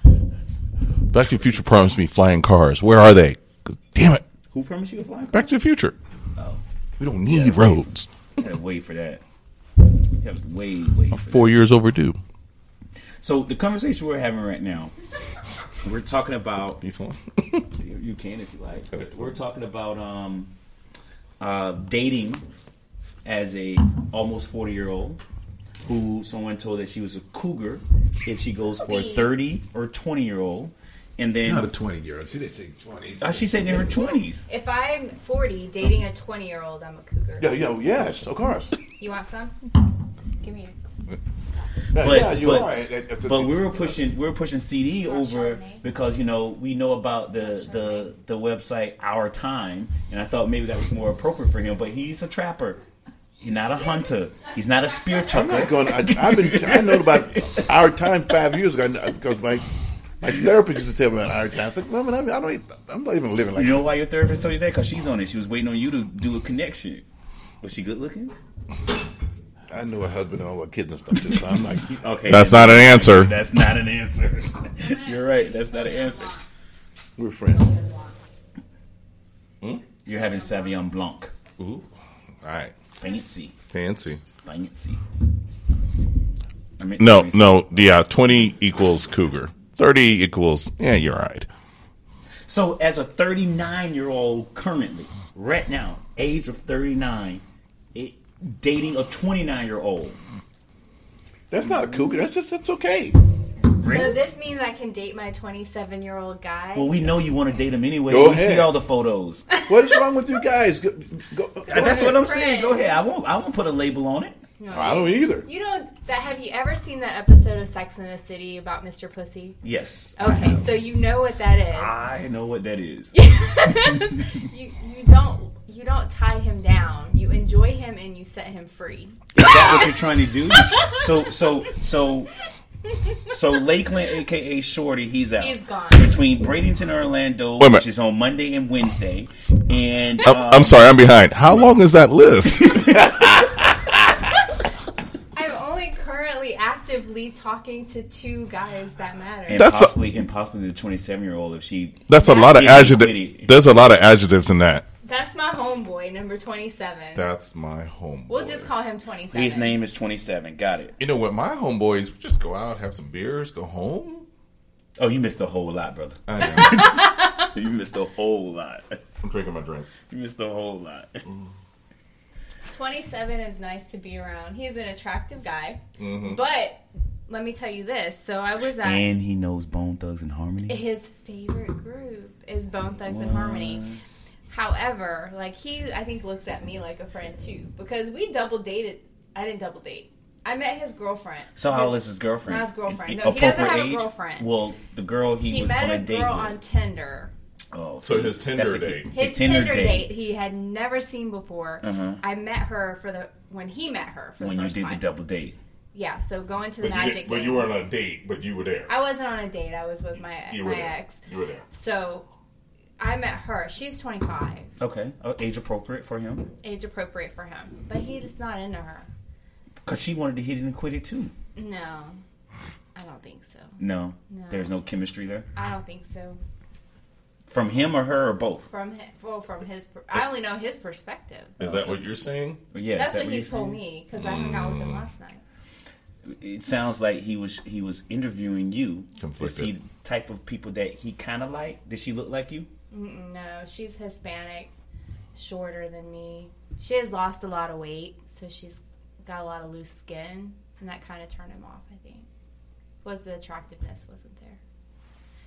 E: Back to the Future promised me flying cars. Where are they? 'Cause Damn it.
B: Who promised you a flying car?
E: Back to the Future.
B: Oh,
E: We don't need roads.
B: I gotta wait for that. That was way, way. For that.
E: Four years overdue.
B: So the conversation we're having right now, we're talking about
E: These one.
B: You you can if you like. We're talking about um, uh, dating as a almost forty year old who someone told that she was a cougar if she goes for a thirty or twenty year old, and
C: Not a
B: then
C: 20 year old. She didn't say 20s.
B: uh, she said in her twenties.
D: If I'm 40, dating a 20 year old, I'm a cougar.
C: Yeah, yeah, yes, of course.
D: You want some? Give me.
C: Yeah,
B: But-
C: yeah, you
B: but-
C: are. At- at the-
B: But we were pushing we were pushing CD over
D: Chardonnay?
B: because you know we know about the the the website Our Time, and I thought maybe that was more appropriate for him. But he's a trapper. He's not a hunter. He's not a spear
C: I'm not
B: chucker.
C: going. I, I've been. I know about our time five years ago because my my therapist used to tell me about our time. I said, "Woman, I, I don't. even- I'm not even living like
B: You
C: that."
B: know why your therapist told you that? Because she's on it. She was waiting on you to do a connection. Was she good looking?
C: I knew a husband and all my kids and stuff too. So I'm like,
B: Okay.
E: That's not an answer.
B: That's not an answer. You're right. That's not an answer.
C: we're friends.
B: You're having Savion Blanc.
E: Ooh. All right.
B: Fancy.
E: Fancy.
B: Fancy. I mean,
E: No,
B: fancy.
E: no. Yeah, 20 equals cougar. 30 equals, yeah, you're right.
B: So, as a 39 year old currently, right now, age of 39, it, dating a 29 year old.
C: That's not a cougar. That's just that's okay.
D: So this means I can date my 27 year old guy.
B: Well, we know you want to date him anyway.
C: Go
B: we see
C: ahead.
B: all the photos.
C: What is wrong with you guys? Go, go, go
B: That's
C: ahead.
B: what I'm saying. Go ahead. I won't. I won't put a label on it.
D: No,
C: I don't either.
D: You don't. That have you ever seen that episode of Sex and the City about Mr. Pussy?
B: Yes.
D: Okay, so you know what that is.
B: I know what that is.
D: You you don't you don't tie him down. You enjoy him and you set him free.
B: Is that what you're trying to do? So so so so Lakeland, aka Shorty, he's out.
D: He's gone.
B: Between Bradenton and Orlando,
E: a minute.
B: which is on Monday and Wednesday, and
E: I'm,
B: uh,
E: I'm sorry, I'm behind. How long is that list?
D: I'm only currently actively talking to two guys that matter.
B: and
E: That's a-
B: possibly and possibly the 27 year old if she.
E: That's a lot of
B: Yeah,
E: adjectives.
B: witty.
E: There's a lot of adjectives in that.
D: That's my homeboy, number 27.
E: That's my homeboy.
D: We'll just call him 27.
B: His name is 27. Got it.
E: You know what? My homeboys we just go out, have some beers, go home.
B: Oh, you missed a whole lot, brother.
E: I know.
B: You missed a whole lot.
E: I'm drinking my drink.
B: You missed a whole lot.
D: 27 is nice to be around. He's an attractive guy. But let me tell you this. So I was at
B: And he knows Bone Thugs and Harmony.
D: his favorite group is Bone Thugs and Harmony. However, like he I think looks at me like a friend too because we double dated. I didn't double date. I met his girlfriend.
B: So how old
D: His-
B: is his girlfriend?
D: Not his girlfriend.
B: The
D: No, he doesn't
B: appropriate
D: have a girlfriend.
B: Well, the girl he,
D: He
B: was
D: met
B: on
D: a
B: a date
D: girl
B: with.
D: on Tinder.
B: Oh,
E: So his Tinder
B: that's a-
E: date.
D: His,
B: Tinder, date, Uh-huh.
D: he had never seen before. I met her for the when he met her for
B: when
D: the
B: you
D: first
B: did the
D: time.
B: double date.
D: yeah, so going to the magic. game.
E: weren't on a date, but you were there.
D: I wasn't on a date. I was with my my ex.
E: You were there.
D: So I met her. She's 25,
B: Okay, uh, age appropriate for him
D: age appropriate for him, but he's not into her.
B: because she wanted to hit it and quit it too.
D: No, I don't think so.
B: No,
D: No.
B: there's no chemistry there
D: I don't think so.
B: from him or her or both.
D: From his, well, from his, per- I only know his perspective.
E: Is that what you're saying?
B: Yeah, is
D: That's
B: that
D: what he
B: you're saying?
D: told me because I hung out with him last night.
B: It sounds like he was he was interviewing you to
E: Conflicted.
B: see the type of people that he kind of liked. Did she look like you?
D: No, she's Hispanic, shorter than me. She has lost a lot of weight, so she's got a lot of loose skin, and that kind of turned him off. I think was the attractiveness wasn't there.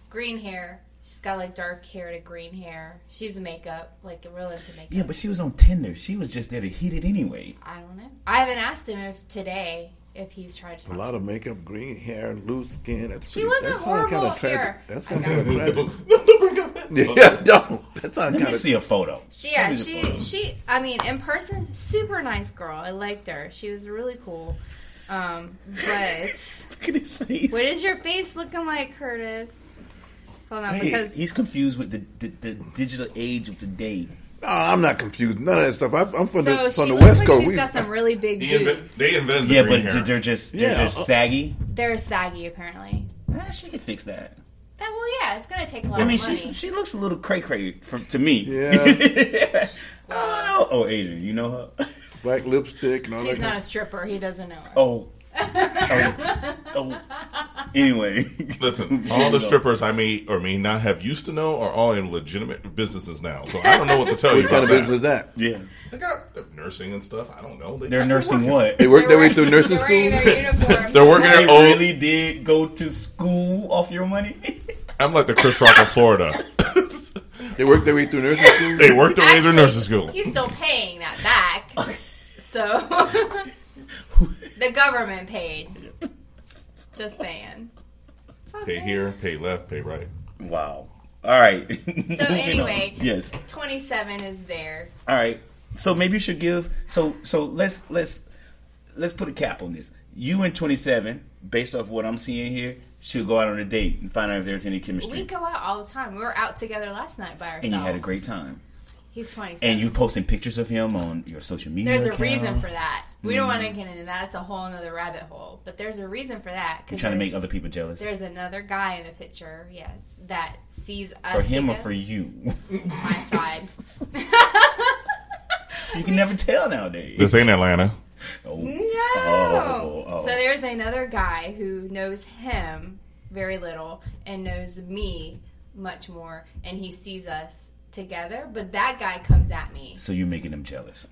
D: green hair. She's got like dark hair to green hair. She's a makeup, like real into makeup.
B: Yeah, but she was on Tinder. She was just there to hit it anyway.
D: I don't know. I haven't asked him if today if he's tried to.
C: A
D: Talk.
C: lot of makeup, green hair, loose skin. That's
D: She
C: pretty-
D: wasn't
C: that sound
D: horrible
C: kinda tragic.
D: here.
C: That
D: I
C: sounds
D: got
C: kind of tragic. yeah, don't. That sounds
B: Let me
C: kind
B: see
C: of.
B: a photo.
D: She, yeah,
B: Show me
D: she,
B: the photo.
D: she. I mean, in person, super nice girl. I liked her. She was really cool. Um, but
B: Look at his face.
D: what is your face looking like, Curtis? Hold on,
C: Hey,
D: because
B: He's confused with the, the, the digital age of today.
C: No, I'm not confused. None of that stuff. I'm, I'm from
D: so
C: the from
D: she
C: the
D: looks
C: West
D: like
C: Coast.
D: she's
C: We-
D: got some really big
F: They,
D: boobs.
F: invent, they invented the
B: Yeah,
F: green
B: but
F: hair.
B: they're just they're
C: Yeah,
B: just
C: uh,
B: saggy.
D: They're saggy, apparently.
B: Nah, she can fix that.
D: That well, yeah, it's gonna take a lot
B: I mean,
D: of money.
B: she she looks a little cray cray to me.
C: Yeah.
B: oh no! Oh, Adrian, you know her?
C: black lipstick and all
D: She's
C: that.
D: not a stripper. He doesn't know her.
B: Oh. oh, oh. Anyway,
F: Listen, all the strippers I may or may not have used to know are all in legitimate businesses now. So I don't know what to tell you
C: what kind
F: about
C: of business is
F: that.
C: that?
B: yeah,
F: They got the nursing and stuff. I don't know. They,
B: they're nursing what?
C: They Oh, work their way through nursing
D: They're wearing
C: school.
D: their uniform.
F: They're working
B: They
F: their own.
B: really did go to school off your money.
F: I'm like the Chris Rock of Florida.
C: They work their way through nursing school.
F: they work their way through
D: Actually,
F: nursing school.
D: He's still paying that back. so the government paid. Just saying. It's
F: Pay
D: okay.
F: here, pay left, pay right.
B: wow. All right. So
D: anyway-
B: yes.
D: Twenty-seven is there.
B: All right. So maybe you should give. So so let's let's let's put a cap on this. You and twenty seven, based off what I'm seeing here, should go out on a date and find out if there's any
D: We
B: chemistry.
D: go out all the time. We were out together last night by ourselves.
B: And you had a great time.
D: He's twenty-seven.
B: And you posting pictures of him on your social media.
D: There's a
B: account.
D: reason for that. We don't
B: Mm-hmm.
D: want to get into that. It's a whole another rabbit hole. But there's a reason for that. 'cause
B: You're trying to
D: there-
B: make other people jealous.
D: There's another guy in the picture, yes, that sees us.
B: For him or
D: together.
B: for you.
D: my God.
B: you can never tell nowadays.
F: This ain't Atlanta.
B: Oh.
D: No.
B: Oh, oh.
D: So there's another guy who knows him very little and knows me much more, and he sees us together. But that guy comes at me.
B: So you're making them jealous.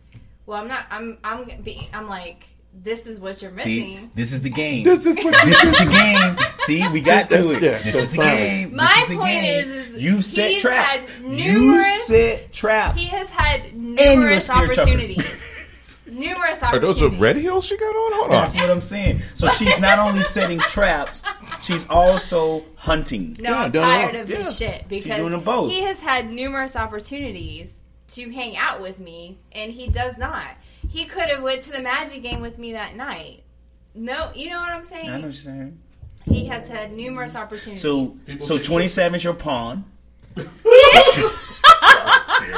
D: Well, I'm not. I'm. I'm. Being, I'm like, this is what you're
B: See,
D: missing.
B: this is the game.
C: This is what
B: this is the game. See, we got to it.
C: Yeah,
B: this
C: so
B: is the
C: finally-
B: game. This
D: My
B: is the
D: point
B: game.
D: is- is
B: you've set
D: he's
B: traps.
D: had
B: You
D: numerous-
B: set traps.
D: He has had
B: and you're a
D: numerous
B: spear chucker.
D: opportunities. numerous
F: Are
D: opportunities.
F: those the red heels she got on? Hold
B: That's
F: on.
B: what I'm saying. So she's not only setting traps, she's also hunting.
D: No,
C: Yeah,
D: I'm
C: done a
D: tired
C: lot.
D: of this
C: Yeah.
D: shit because
B: doing them both.
D: he has had numerous opportunities to hang out with me, and he does not. He could have went to the Magic game with me that night. No, you know what I'm saying.
B: I know what you're saying.
D: He has had numerous opportunities.
B: So, so 27 is your pawn,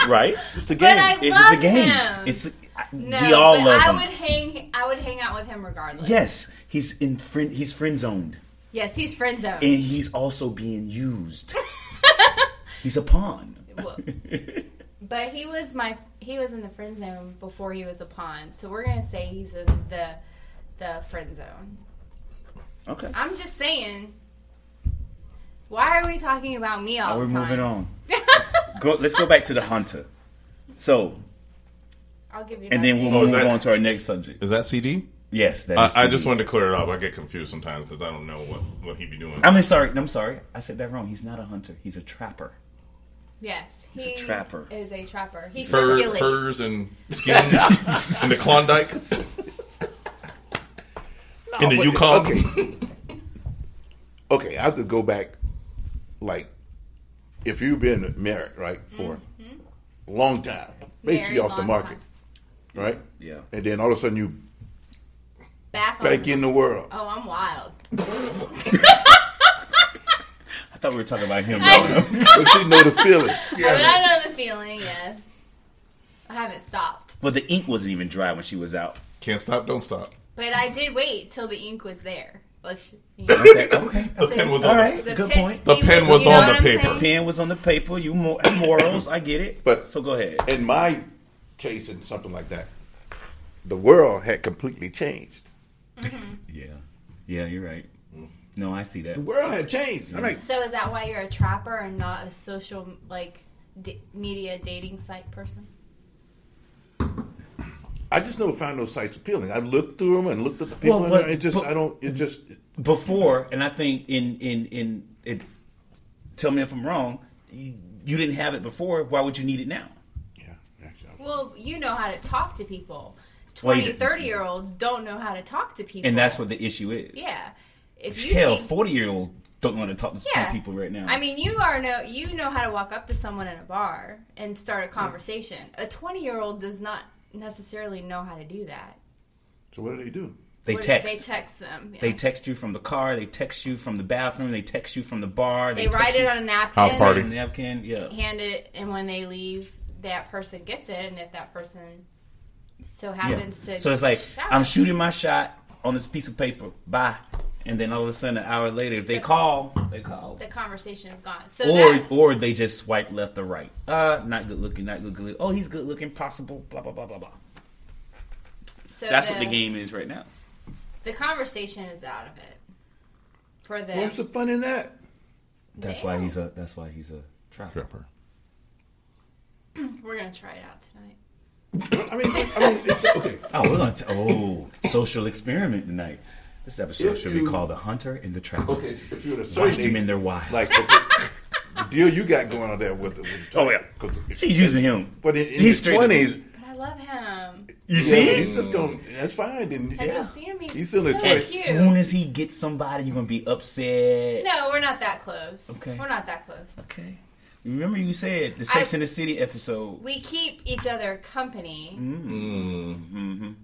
B: right?
C: It's the game.
D: but I
B: It's
D: love
B: a game.
D: Him.
B: It's I-
D: no,
B: we all
D: but
B: love
D: I
B: him.
D: would hang. I would hang out with him regardless.
B: Yes, he's in friend. He's friend zoned,
D: Yes, he's friend zoned.
B: and he's also being used. he's a pawn.
D: Well, but he was my he was in the friend zone before he was a pawn. So we're gonna say he's in the the friend zone.
B: Okay.
D: I'm just saying. Why are we talking about me all
B: We're
D: the time?
B: moving on. go, let's go back to the hunter. So,
D: I'll give you.
B: and
D: my
B: then
D: date.
B: we'll
F: Oh, is
B: move
F: that-
B: on to our next subject.
F: Is that CD?
B: Yes, that
F: I,
B: is
F: I
B: CD.
F: just wanted to clear it up. I get confused sometimes because I don't know what, what he be doing.
B: I mean, sorry. I'm sorry. I said that wrong. He's not a hunter. He's a trapper.
D: yes,
B: He's a
D: he
B: trapper.
D: Is a trapper. He
F: Fur,
D: circulates.
F: furs and skins in the Klondike. in the
C: But-
F: Yukon.
C: Okay. okay, I have to go back. Like, if you've been married, right, for a long time, basically
D: Mm-hmm. Married
C: off the
D: long
C: market,
D: time.
C: right?
B: Yeah.
C: And then all of a sudden you
D: Back on.
C: back in the world.
D: Oh, I'm wild.
B: I thought we were talking about him.
C: but you know the feeling.
D: I mean, I know the feeling. Yes, I haven't stopped,
B: but the ink wasn't even dry when she was out.
F: Can't stop, don't stop.
D: but I did wait till the ink was there. Let's. You
B: Okay. okay.
F: The pen was
B: All
F: on the-
B: right. Good
D: pen-
B: point.
F: The
D: he
F: pen was
D: you know
F: on the
D: what I'm
F: paper.
D: saying?
B: Pen was on the paper. You mor- morals. I get it.
C: But-
B: so go ahead.
C: In my case, and something like that, the world had completely changed.
B: Yeah. Yeah, you're right. No, I see that.
C: The world had changed. I'm like,
D: So is that why you're a trapper and not a social like d- media dating site person?
C: I just never found those sites appealing. I looked through them and looked at the people.
B: Well,
C: and
B: but-
D: Mm-hmm.
C: it just,
B: but-
C: I don't, it just,
B: Before, and I think in in in it, tell me if I'm wrong. You, you didn't have it before. Why would you need it now?
C: Yeah, actually.
D: Well, you know how to talk to people.
B: Well, you
D: 20,
B: do.
D: 30 year olds don't know how to talk to people.
B: And that's what the issue is.
D: Yeah. If you
B: Hell,
D: see-
B: forty year old don't want to talk to
D: yeah.
B: some people right now.
D: I mean, you are no, you know how to walk up to someone in a bar and start a conversation. A 20 year old does not necessarily know how to do that.
C: So what do they do?
B: they
D: What-
B: text.
D: They text them. yeah.
B: They text you from the car. They text you from the bathroom. They text you from the bar.
D: They
B: text
D: write
B: you
D: it on a napkin.
E: House party.
B: a napkin. Yeah.
D: Hand it, and when they leave, that person gets it. And if that person so happens
B: Yeah.
D: to,
B: so it's like
D: shout-
B: I'm shooting my shot on this piece of paper. Bye. And then all of a sudden, an hour later, if they call, they call.
D: The conversation is gone. So
B: Or
D: that,
B: or they just swipe left or right. Uh, not good looking, not good, good looking. Oh, he's good looking, possible. Blah blah blah blah blah.
D: so
B: That's what the game is right now.
D: The conversation is out of it for them.
C: What's the fun in that?
B: That's
D: Damn.
B: why he's a. That's why he's a trapper.
E: Trapper.
D: We're gonna try it out tonight.
C: I mean, I mean, it's, okay.
B: Oh, we're gonna t- oh social experiment tonight. This episode
C: If
B: should
C: you-
B: be called "The Hunter and the Trapper."
C: Okay, if you're at a
B: Watch
C: certain
B: them
C: age,
B: in their wives.
C: like okay, the deal you got going on there with the. With the
B: Oh, yeah.
C: 'cause if-
B: She's using him.
C: But in, in
B: He's
C: his
B: straight
C: twenties,
D: But I love him.
B: You
C: yeah,
B: see?
C: he's just going. That's fine. Then
D: Have
C: yeah,
D: you seen him? He's,
C: he's still in
D: so
C: his
B: As
C: twenties.
D: cute.
B: soon as he gets somebody, you're gonna be upset.
D: No, we're not that close.
B: Okay.
D: We're not that close.
B: Okay. Remember you said the Sex
D: I-
B: in the City episode.
D: We keep each other company.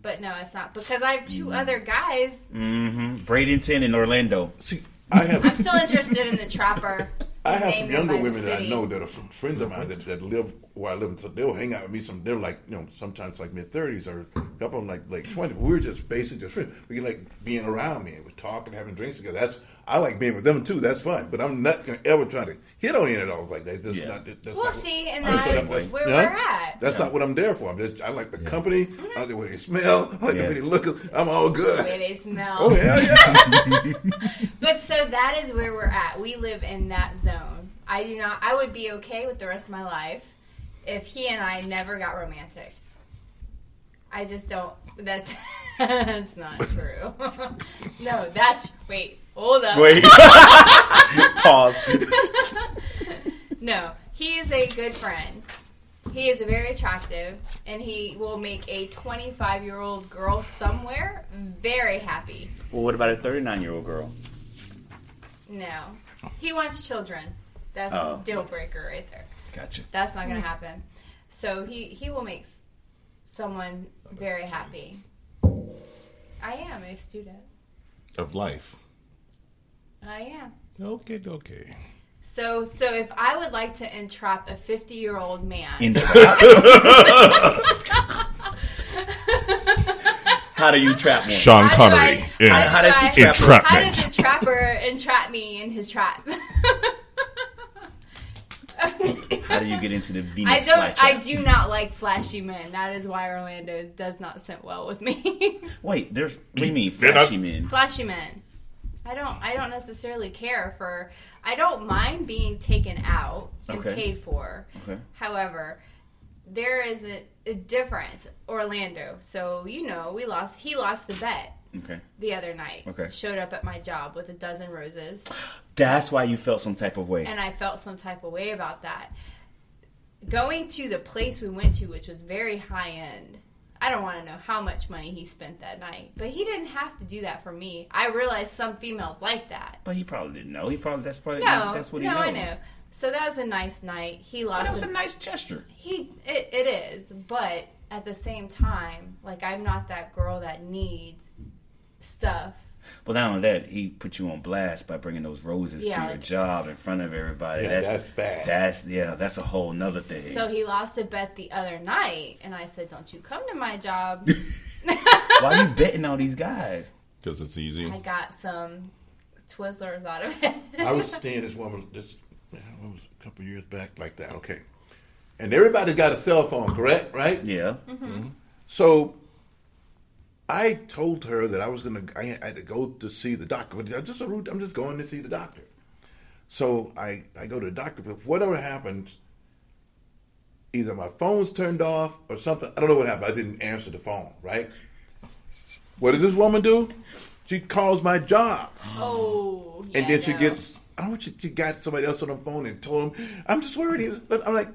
D: But no, it's not because I have 2 other guys.
B: Mm-hmm. Bradenton and Orlando.
C: See, I have
D: I'm still interested in the trapper.
C: I have
D: Named
C: some
D: him
C: younger
D: by the
C: women that I
D: city.
C: know that are from friends of mine that, that live where I live, and so they'll hang out with me. Some they're like you know sometimes like mid thirties or a couple of them like like twenty. We're just basically just friends. We like being around me. We're talking, having drinks together. That's I like being with them too. That's fun. But I'm not gonna ever try to hit on any of those like that. That's
B: Yeah.
C: not, that- that's
D: We'll
C: not
D: see,
C: what-
D: and
B: I'm the
D: that's
B: same
D: where
B: way.
C: Yeah?
D: we're at.
C: That's not what I'm there for. I'm just I like the company. I like the way they smell. I like the way they look. I'm all
D: The way
C: good.
D: they smell.
C: Oh hell yeah!
D: But so that is where we're at. We live in that zone. I do not. I would be okay with the rest of my life if he and I never got romantic. I just don't. That's that's not true. no, that's wait. Hold up.
B: Wait. Pause.
D: No, he is a good friend. He is very attractive, and he will make a 25 year old girl somewhere very happy.
B: Well, what about a 39 year old girl?
D: No, he wants children. That's
B: Oh.
D: a deal breaker right there.
B: Gotcha.
D: That's not going to happen. So he he will make s- someone very happy. I am a student.
F: of life.
D: I am.
E: Okay, okay.
D: So so if I would like to entrap a 50 year old man,
B: Entrap. How do you trap one?
E: Sean
D: how do I-
E: Connery in
D: how,
B: How
D: do
B: does he
D: I-
B: trap her?
D: How does
E: Entrapment.
D: a trapper entrap me in his trap?
B: How do you get into the Venus
D: I don't. I
B: flytrap?
D: do not like flashy men. That is why Orlando does not sit well with me.
B: Wait, there's. What do you mean,
F: They're not-
B: flashy men?
D: flashy men. I don't I don't necessarily care for I don't mind being taken out and
B: Okay.
D: paid for.
B: Okay.
D: However, there is a, a difference. Orlando. So you know, we lost he lost the bet
B: Okay.
D: the other night.
B: Okay.
D: Showed up at my job with a dozen roses
B: That's why you felt some type of way.
D: and I felt some type of way about that. Going to the place we went to, which was very high end, I don't want to know how much money he spent that night, but he didn't have to do that for me. I realized some females like that.
B: But he probably didn't know. He probably that's probably
D: No,
B: that's what
D: no,
B: he knows.
D: I know. So that was a nice night. He
B: That
D: lost.
B: was a
D: a-
B: nice gesture.
D: he it, it is, but at the same time, like I'm not that girl that needs stuff.
B: Well, not only that, he put you on blast by bringing those roses
D: Yeah,
B: to your
D: like-
B: job in front of everybody.
C: Yeah,
B: that's,
C: that's bad.
B: That's yeah, that's a whole nother thing.
D: So he lost a bet the other night, and I said, "Don't you come to my job."
B: Why you betting on these guys?
F: Because it's easy.
D: I got some Twizzlers out of it.
C: I was seeing this woman this yeah, what was it, a couple years back like that. Okay, and everybody got a cell phone, correct? Right?
B: Yeah,
C: So I told her that I was gonna I had I had to go to see the doctor. But I just a route. I'm just going to see the doctor. So I I go to the doctor, but whatever happens, either my phone's turned off or something. I don't know what happened. I didn't answer the phone. Right? What does this woman do? She calls my job,
D: oh, yeah,
C: and then she
D: no.
C: gets I don't want you to got somebody else on the phone and told him, I'm just worried. He was, but I'm like,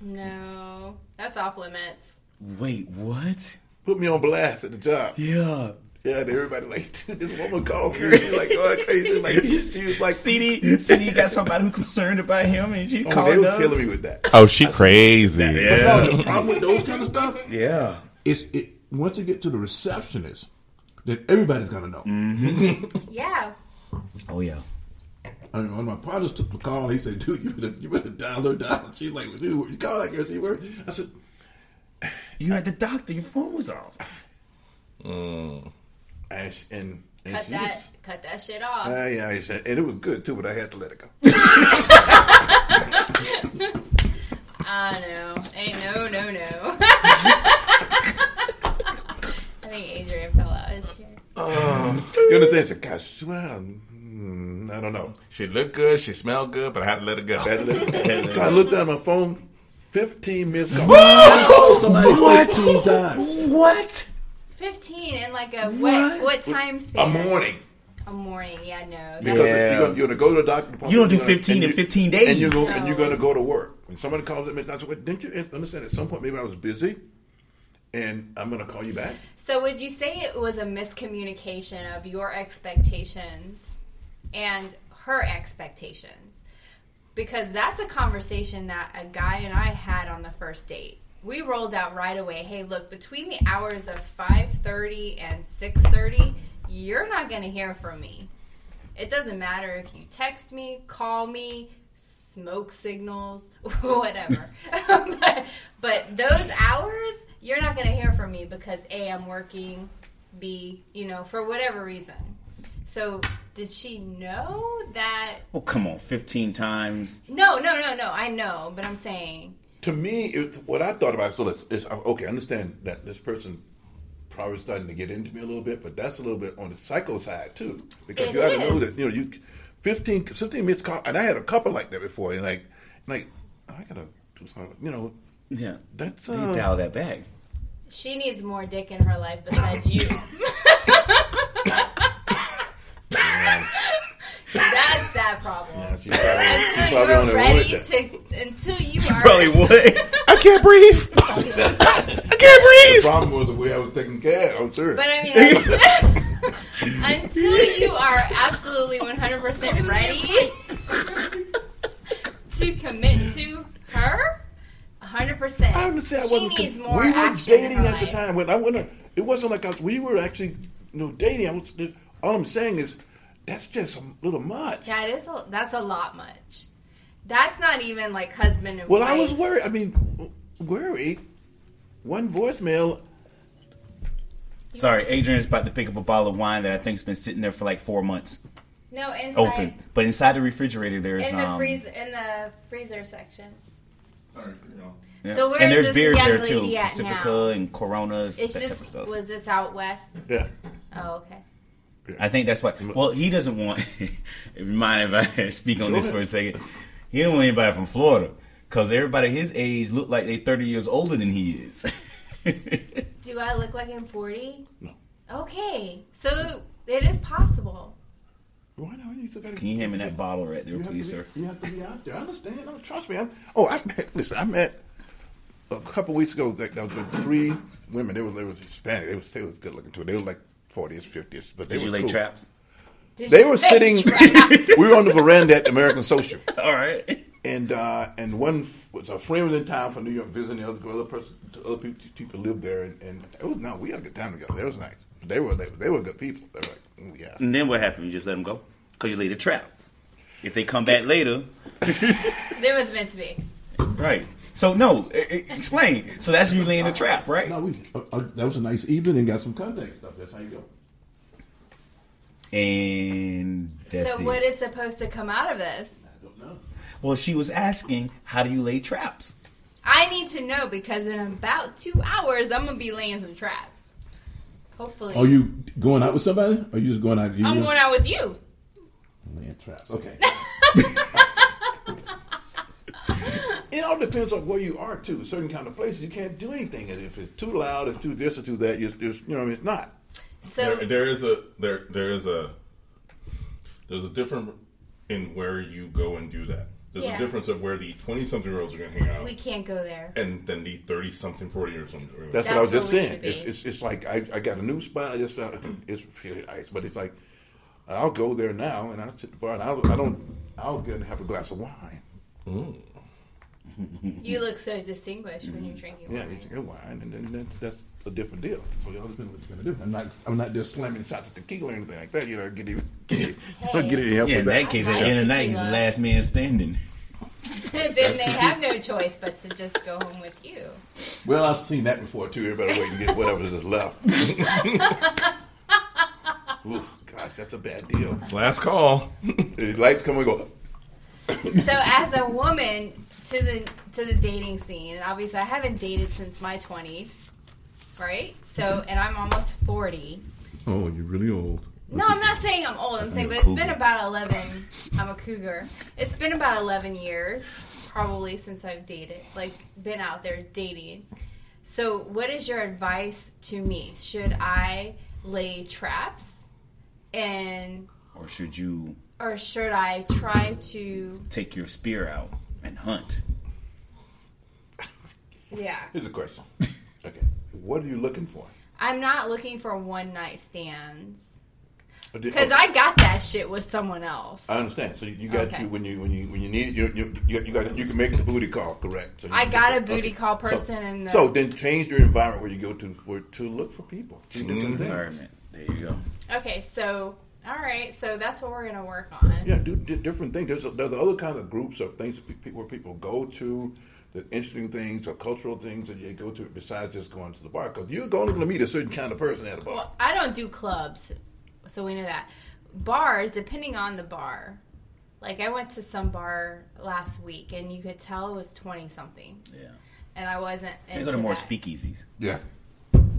D: No, that's off limits.
B: Wait, what?
C: put me on blast at the job.
B: Yeah.
C: Yeah, and everybody like, dude, this woman called me. She's like, oh, crazy. Like, she was like,
B: CD, CD got somebody who's concerned about him, and she
C: oh, they
B: called
C: were
B: us.
C: killing me with that.
E: Oh, she crazy.
C: But no, the problem with those kind of stuff
B: Yeah.
C: is it once you get to the receptionist, then everybody's gonna know.
D: Yeah.
B: Oh yeah.
C: I mean, when my partner took the call, he said, "Dude, you better, you better dial her down." She's like, "Dude, you call like this? You were?" I said,
B: You at the doctor. Your phone was off.
C: and she, and, and
D: Cut
C: she
D: that.
C: was-
D: Cut that shit off.
C: Ah, yeah, I said, and it was good too, but I had to let it go.
D: I know. Ain't no, no, no. I think Adrian fell out of his chair.
C: you understand? I said, "Gosh, well, mm, I don't know."
F: She looked good. She smelled good, but I had to let it go.
C: I had to let it go. So I looked down at my phone. Fifteen missed calls. I called somebody fifteen times.
B: What?
D: Fifteen in like a what? What time
C: A
D: span?
C: morning.
D: A morning. Yeah, no.
C: Because
B: Yeah.
C: you're, gonna, you're gonna go to the doctor.
B: You don't do
C: you're gonna-
B: 15
C: and
B: in
C: you-
B: 15 days.
C: And you're, gonna, and you're gonna go to work. When somebody calls at midnight, I said, "Wait, didn't you understand? At some point, maybe I was busy, and I'm gonna call you back.
D: So would you say it was a miscommunication of your expectations and her expectations? Because that's a conversation that a guy and I had on the first date. We rolled out right away, hey, look, between the hours of 5:30 and 6:30, you're not going to hear from me. It doesn't matter if you text me, call me, smoke signals, whatever. but, but those hours, you're not going to hear from me because A, I'm working, B, you know, for whatever reason. So did she know that?
B: Oh come on, fifteen times.
D: No, no, no, no. I know, but I'm saying,
C: to me, it, what I thought about so let's, it's uh, okay. I understand that this person probably starting to get into me a little bit, but that's a little bit on the psycho side too, because
D: It
C: you got to know
D: is.
C: that you know you 15, 15 missed call, and I had a couple like that before, and like, like I gotta do something, you know.
B: Yeah.
C: That's
B: You
C: uh,
B: dial that back.
D: she needs more dick in her life besides you. That's that problem.
C: yeah, she's probably, she's
D: Until
C: probably on
D: you're
C: her
D: ready
C: way.
D: to, until you are
B: Probably would.
E: I can't breathe. I
C: The
E: can't breathe.
C: problem was the way I was taking care. I'm sure.
D: But I mean, until you are absolutely 100% ready to commit to her, 100%.
C: I understand. I
D: She
C: wasn't
D: needs
C: con-
D: more
C: we
D: action
C: were
D: in
C: dating
D: her
C: at the
D: life.
C: time when I went. on- It wasn't like I was, we were actually, you know, dating. I was, all I'm saying is that's just a little much.
D: That is a, that's a lot much. That's not even like husband and
C: Well,
D: wife.
C: I was worried. I mean, worried. One voicemail.
B: Sorry, Adrian's about to pick up a bottle of wine that I think's been sitting there for like four months,
D: No, inside.
B: open. But inside the refrigerator, there's
D: In the
B: um,
D: freezer, in the freezer section.
F: Sorry, you know.
B: yeah.
D: So where
B: and
D: is
B: there's
D: this
B: beers
D: young
B: there
D: lady
B: too,
D: at
B: Pacifica
D: now?
B: and Coronas,
D: Is
B: that
D: this
B: type of stuff.
D: was this out west?
C: Yeah.
D: Oh, okay.
B: I think that's why. Well, he doesn't want. mind if I speak on
C: Go
B: this
C: ahead.
B: for a second? He don't want anybody from Florida because everybody his age look like they thirty years older than he is.
D: Do I look like I'm 40?
C: No.
D: Okay, so it is possible.
C: Why not? You still gotta-
B: Can you hand me that bottle right there,
C: You have to
B: please,
C: be-
B: sir?
C: You have to be out there. I understand. Oh, trust me. I'm, oh, I met. Listen, I met a couple weeks ago. Like, I was with three women. They were they was Hispanic. They was they was good looking too. They were like forties, fifties. But they
B: Did
C: were
B: you lay
C: cool.
B: traps?
D: Did
C: They
D: you
C: were
D: say
C: sitting.
D: trap?
C: we were on the veranda at the American Social.
B: All right.
C: and uh, and one f- was a friend was in town from New York visiting the other other person, other people, people lived there, and, and it was no, we had a good time together. It was nice. They were they, they were good people. They were like, "Ooh, yeah,
B: And then what happened? You just let them go because you laid a trap. If they come back later,
D: There was meant to be.
B: right? So no, e- e- explain. So that's you laying a trap, right?
C: no, we uh, uh, that was a nice evening. and Got some contact stuff. That's how you go.
B: And that's
D: so
B: it.
D: what is supposed to come out of this?
C: I don't know.
B: well, she was asking, how do you lay traps?
D: I need to know because in about two hours I'm gonna be laying some traps. Hopefully.
C: Are you going out with somebody? Or are you just going out? You
D: I'm going out with you.
C: Man, traps. Okay. It all depends on where you are too. Certain kind of places you can't do anything, and if it's too loud, it's too this or too that. You, you know, what I mean, it's not.
D: So
F: There, there is a there there is a there's a different in where you go and do that. There's
D: Yeah.
F: a difference of where the 20 something year olds are going to hang out
D: We can't go there.
F: and then the 30 something, 40 year olds. are gonna-
C: That's, what I was
D: That's
C: just
D: where we
C: saying.
D: should be.
C: It's, it's it's like I, I got a new spot. I just found it's really nice, but it's like I'll go there now and I'll sit at the bar and I'll I don't I'll get and have a glass of wine.
D: You look so distinguished when you're drinking
C: Yeah, you
D: wine.
C: drink your wine and then that's, that's a different deal. So y'all depend what you're gonna do. I'm not I'm not just slamming shots at tequila or anything like that. You know, get even get,
D: Hey.
C: get any help
B: Yeah, in
C: with
B: that
C: that.
B: case, at the end of the night, he's the last man standing.
D: then they have no choice but to just go home with you.
C: Well, I've seen that before too. Everybody wait and get whatever's just left. Ooh, gosh, that's a bad deal.
F: Last call.
C: The lights come and go.
D: So as a woman to the to the dating scene, and obviously I haven't dated since my twenties, right? So and I'm almost forty.
C: Oh, you're really old.
D: No, I'm not saying I'm old. I'm saying, but it's been about eleven. I'm a cougar. It's been about eleven years, probably since I've dated, like been out there dating. So, what is your advice to me? Should I lay traps, and
B: Or should you
D: or should I try to?
B: take your spear out and hunt?
D: Yeah,
C: Here's a question. Okay, what are you looking for?
D: I'm not looking for one night stands
C: Or did-
D: because
C: okay, Uh,
D: I got that shit with someone else.
C: I understand. So you- you got
D: Okay.
C: you when you when you when you need it, you you, you, you got you can make the booty call, correct? So you
D: I
C: can
D: got
C: get
D: a
C: the-
D: booty call person
C: So,
D: in the-
C: so then change your environment where you go to for to look for people. Do different things.
B: Environment. There you go.
D: Okay, so all right, so that's what we're gonna work on.
C: Yeah, do, do different things. There's, there's other kinds of groups of things that pe- pe- where people go to, the interesting things or cultural things that you go to besides just going to the bar. Because you're only going to meet a certain kind of person at a bar.
D: Well, I don't do clubs, so we know that. Bars, depending on the bar. Like I went to some bar last week, and you could tell it was twenty something,
B: Yeah.
D: and I wasn't.
B: They
D: Into
B: go to more
D: that.
B: speakeasies.
C: yeah.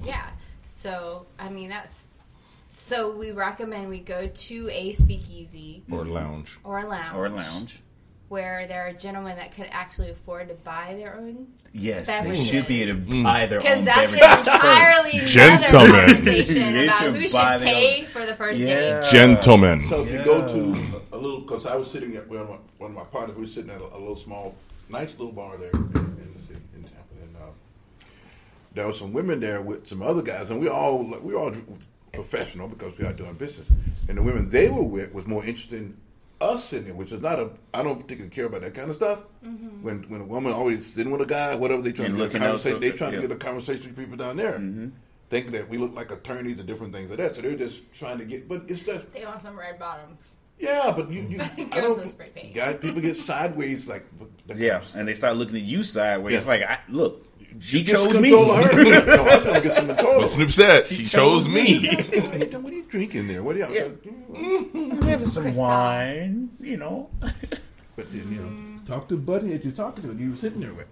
D: Yeah. So I mean that's. So we recommend we go to a speakeasy
F: Or lounge.
D: or a lounge,
B: Or a lounge.
D: where there are gentlemen that could actually afford to buy their own.
B: Yes, they
D: Beverages.
B: should be at a,
C: Mm.
B: either
D: Because
B: on
D: that's
B: beverages
D: an
B: first.
D: entirely
F: Gentlemen.
D: another conversation
B: They
D: about
B: should
D: who
B: buy
D: should
B: their
D: pay
B: own-
D: for the first date.
F: Uh,
B: Yeah.
F: Gentlemen.
C: So if you go to a, a little, because I was sitting at one of, my, one of my partners, we were sitting at a, a little small, nice little bar there in, in the city, in Tampa, and uh, there were some women there with some other guys, and we all we all professional because we are doing business, and the women they were with was more interested in us sitting there, which is not a I don't particularly care about that kind of stuff. When when a woman always sitting with a guy, whatever they trying
B: And
C: to get a
B: looking out
C: conversation, they
B: for-
C: trying to
B: yeah. Mm-hmm.
C: get a conversation with people down there. Thinking that we look like attorneys and different things like that, so they're just trying to get. But it's just
D: They want some red bottoms.
C: yeah, but you, you I
D: Girls
C: don't,
D: with spray paint.
C: guys, people get sideways like, like
B: Yeah, and they start looking at you sideways.
C: Yeah.
B: It's like, I, look, she
C: Get some
B: chose me.
C: control of her. no, I'm trying to get some control.
F: What
C: of her.
F: Snoop said, she, chose, me.
C: What are you drinking there? What are uh, you?
B: Having some wine, you know.
C: But then you know, talk to Buddy as you're talking to him. You were sitting there with.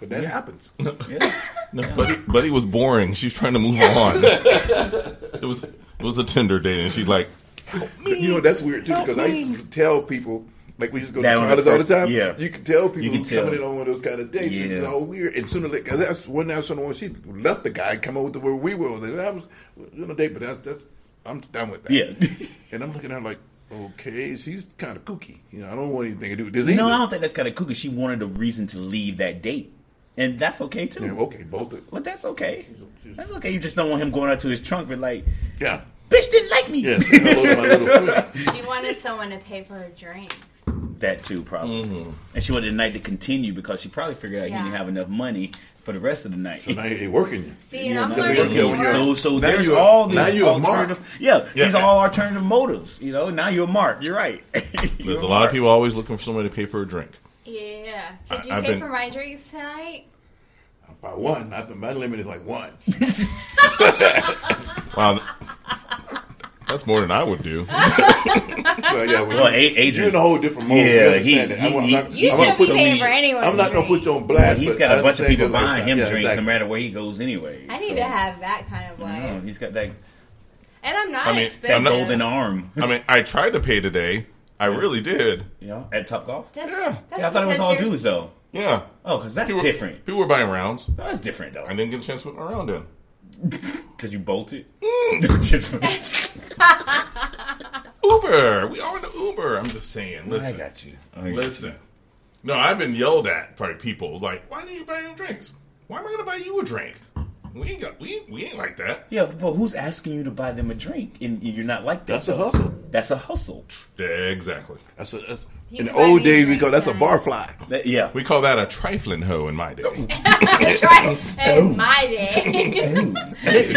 C: But that happens.
B: Yeah.
F: No, Buddy, Buddy was boring. She's trying to move on. it was it was a Tinder date, and she's like,
C: But, you know that's weird too because I used to tell people like we just go to
B: That was
C: Charlie's
B: the
C: all the
B: first-
C: time.
B: yeah.
C: you can tell people
B: You can
C: who's
B: tell.
C: coming in on one of those kind of dates. It's
B: Yeah.
C: just all weird. And sooner or later, 'cause that's one night, someone she left the guy and come over to where we were. And I was on a date, but that's, that's I'm done with that.
B: Yeah.
C: and I'm looking at her like, okay, she's kind of kooky. You know, I don't want anything to do with this either.
B: No, I don't think that's kind of cool because she wanted a reason to leave that date. And that's okay, too.
C: Yeah, okay, both. Of,
B: But that's okay. That's okay. You just don't want him going out to his trunk and like,
C: yeah,
B: bitch didn't like me.
C: yeah. say hello to my little friend.
D: She wanted someone to pay for her drinks.
B: That too, probably.
C: Mm-hmm.
B: And she wanted the night to continue because she probably figured out
D: Yeah.
B: he didn't have enough money for the rest of the night.
C: So now you're working. you.
D: See, and
B: Yeah,
D: I'm
B: now
C: you're
D: learning
B: you're
C: working.
D: more.
B: working. So, so
C: Now
B: there's
C: you're-
B: all
C: now
B: these
C: you're a mark.
B: alternative. Yeah, these
F: Yeah.
B: are all alternative motives. You know, now you're a mark. You're right. You're
F: "There's a lot
B: mark.
F: of people always looking for somebody to pay for a drink."
D: Yeah. Could
F: I-
D: you
F: I've
D: pay
F: been-
D: for my drinks tonight?
C: By one, I, my limit is like one.
F: Wow, that's more than I would do.
C: Well, yeah, well,
B: Well, A- Adrian's
C: you're in a whole different mode.
B: Yeah,
C: you
B: he-
C: understand that. I
B: he-
C: want- I'm
B: he-
C: not-
D: You
C: I'm
B: gonna
C: not
D: should be
B: put
D: paying
B: me-
D: for anyone's
C: I'm not gonna
D: drink.
C: put you on blast.
B: He's
C: but
B: got
C: I
B: a bunch of
C: understand
B: people
C: your
B: buying him
C: lifestyle. Yeah,
B: drinks
C: exactly.
B: no matter where he goes anyway.
D: I need
B: So, Mm.
D: to have that kind of life.
B: no, he's got that,
D: And I'm not
F: I mean,
D: expensive.
B: that
F: I'm not-
B: golden arm.
F: I mean, I tried to pay today. I really did.
B: You know, at Top Golf.
D: That's,
F: Yeah.
D: that's
B: Yeah, I thought it was
D: because
B: all
D: you're-
B: dudes though.
F: Yeah,
B: Oh, because that's
F: people were,
B: different.
F: People were buying rounds.
B: That was different though.
F: I didn't get a chance to put my round in.
B: Mm. Because you bolted. Just-
F: Uber. We are in the Uber. I'm just saying. Listen,
B: I got you. I got
F: Listen. No, I've been yelled at by people like, "Why didn't you buy no drinks? Why am I going to buy you a drink? We ain't got we ain't, we ain't like that."
B: Yeah, but who's asking you to buy them a drink and you're not like that?
C: That's a
B: though?
C: hustle.
B: That's a hustle.
F: Yeah, exactly.
C: That's a, that's,
D: You
C: in the
D: can buy
C: old
D: me
C: days we
D: drinks,
C: go. That's a
D: uh,
C: bar fly.
B: That- yeah.
F: We call that a trifling hoe in my day.
D: That's right.
B: Oh.
D: In my day.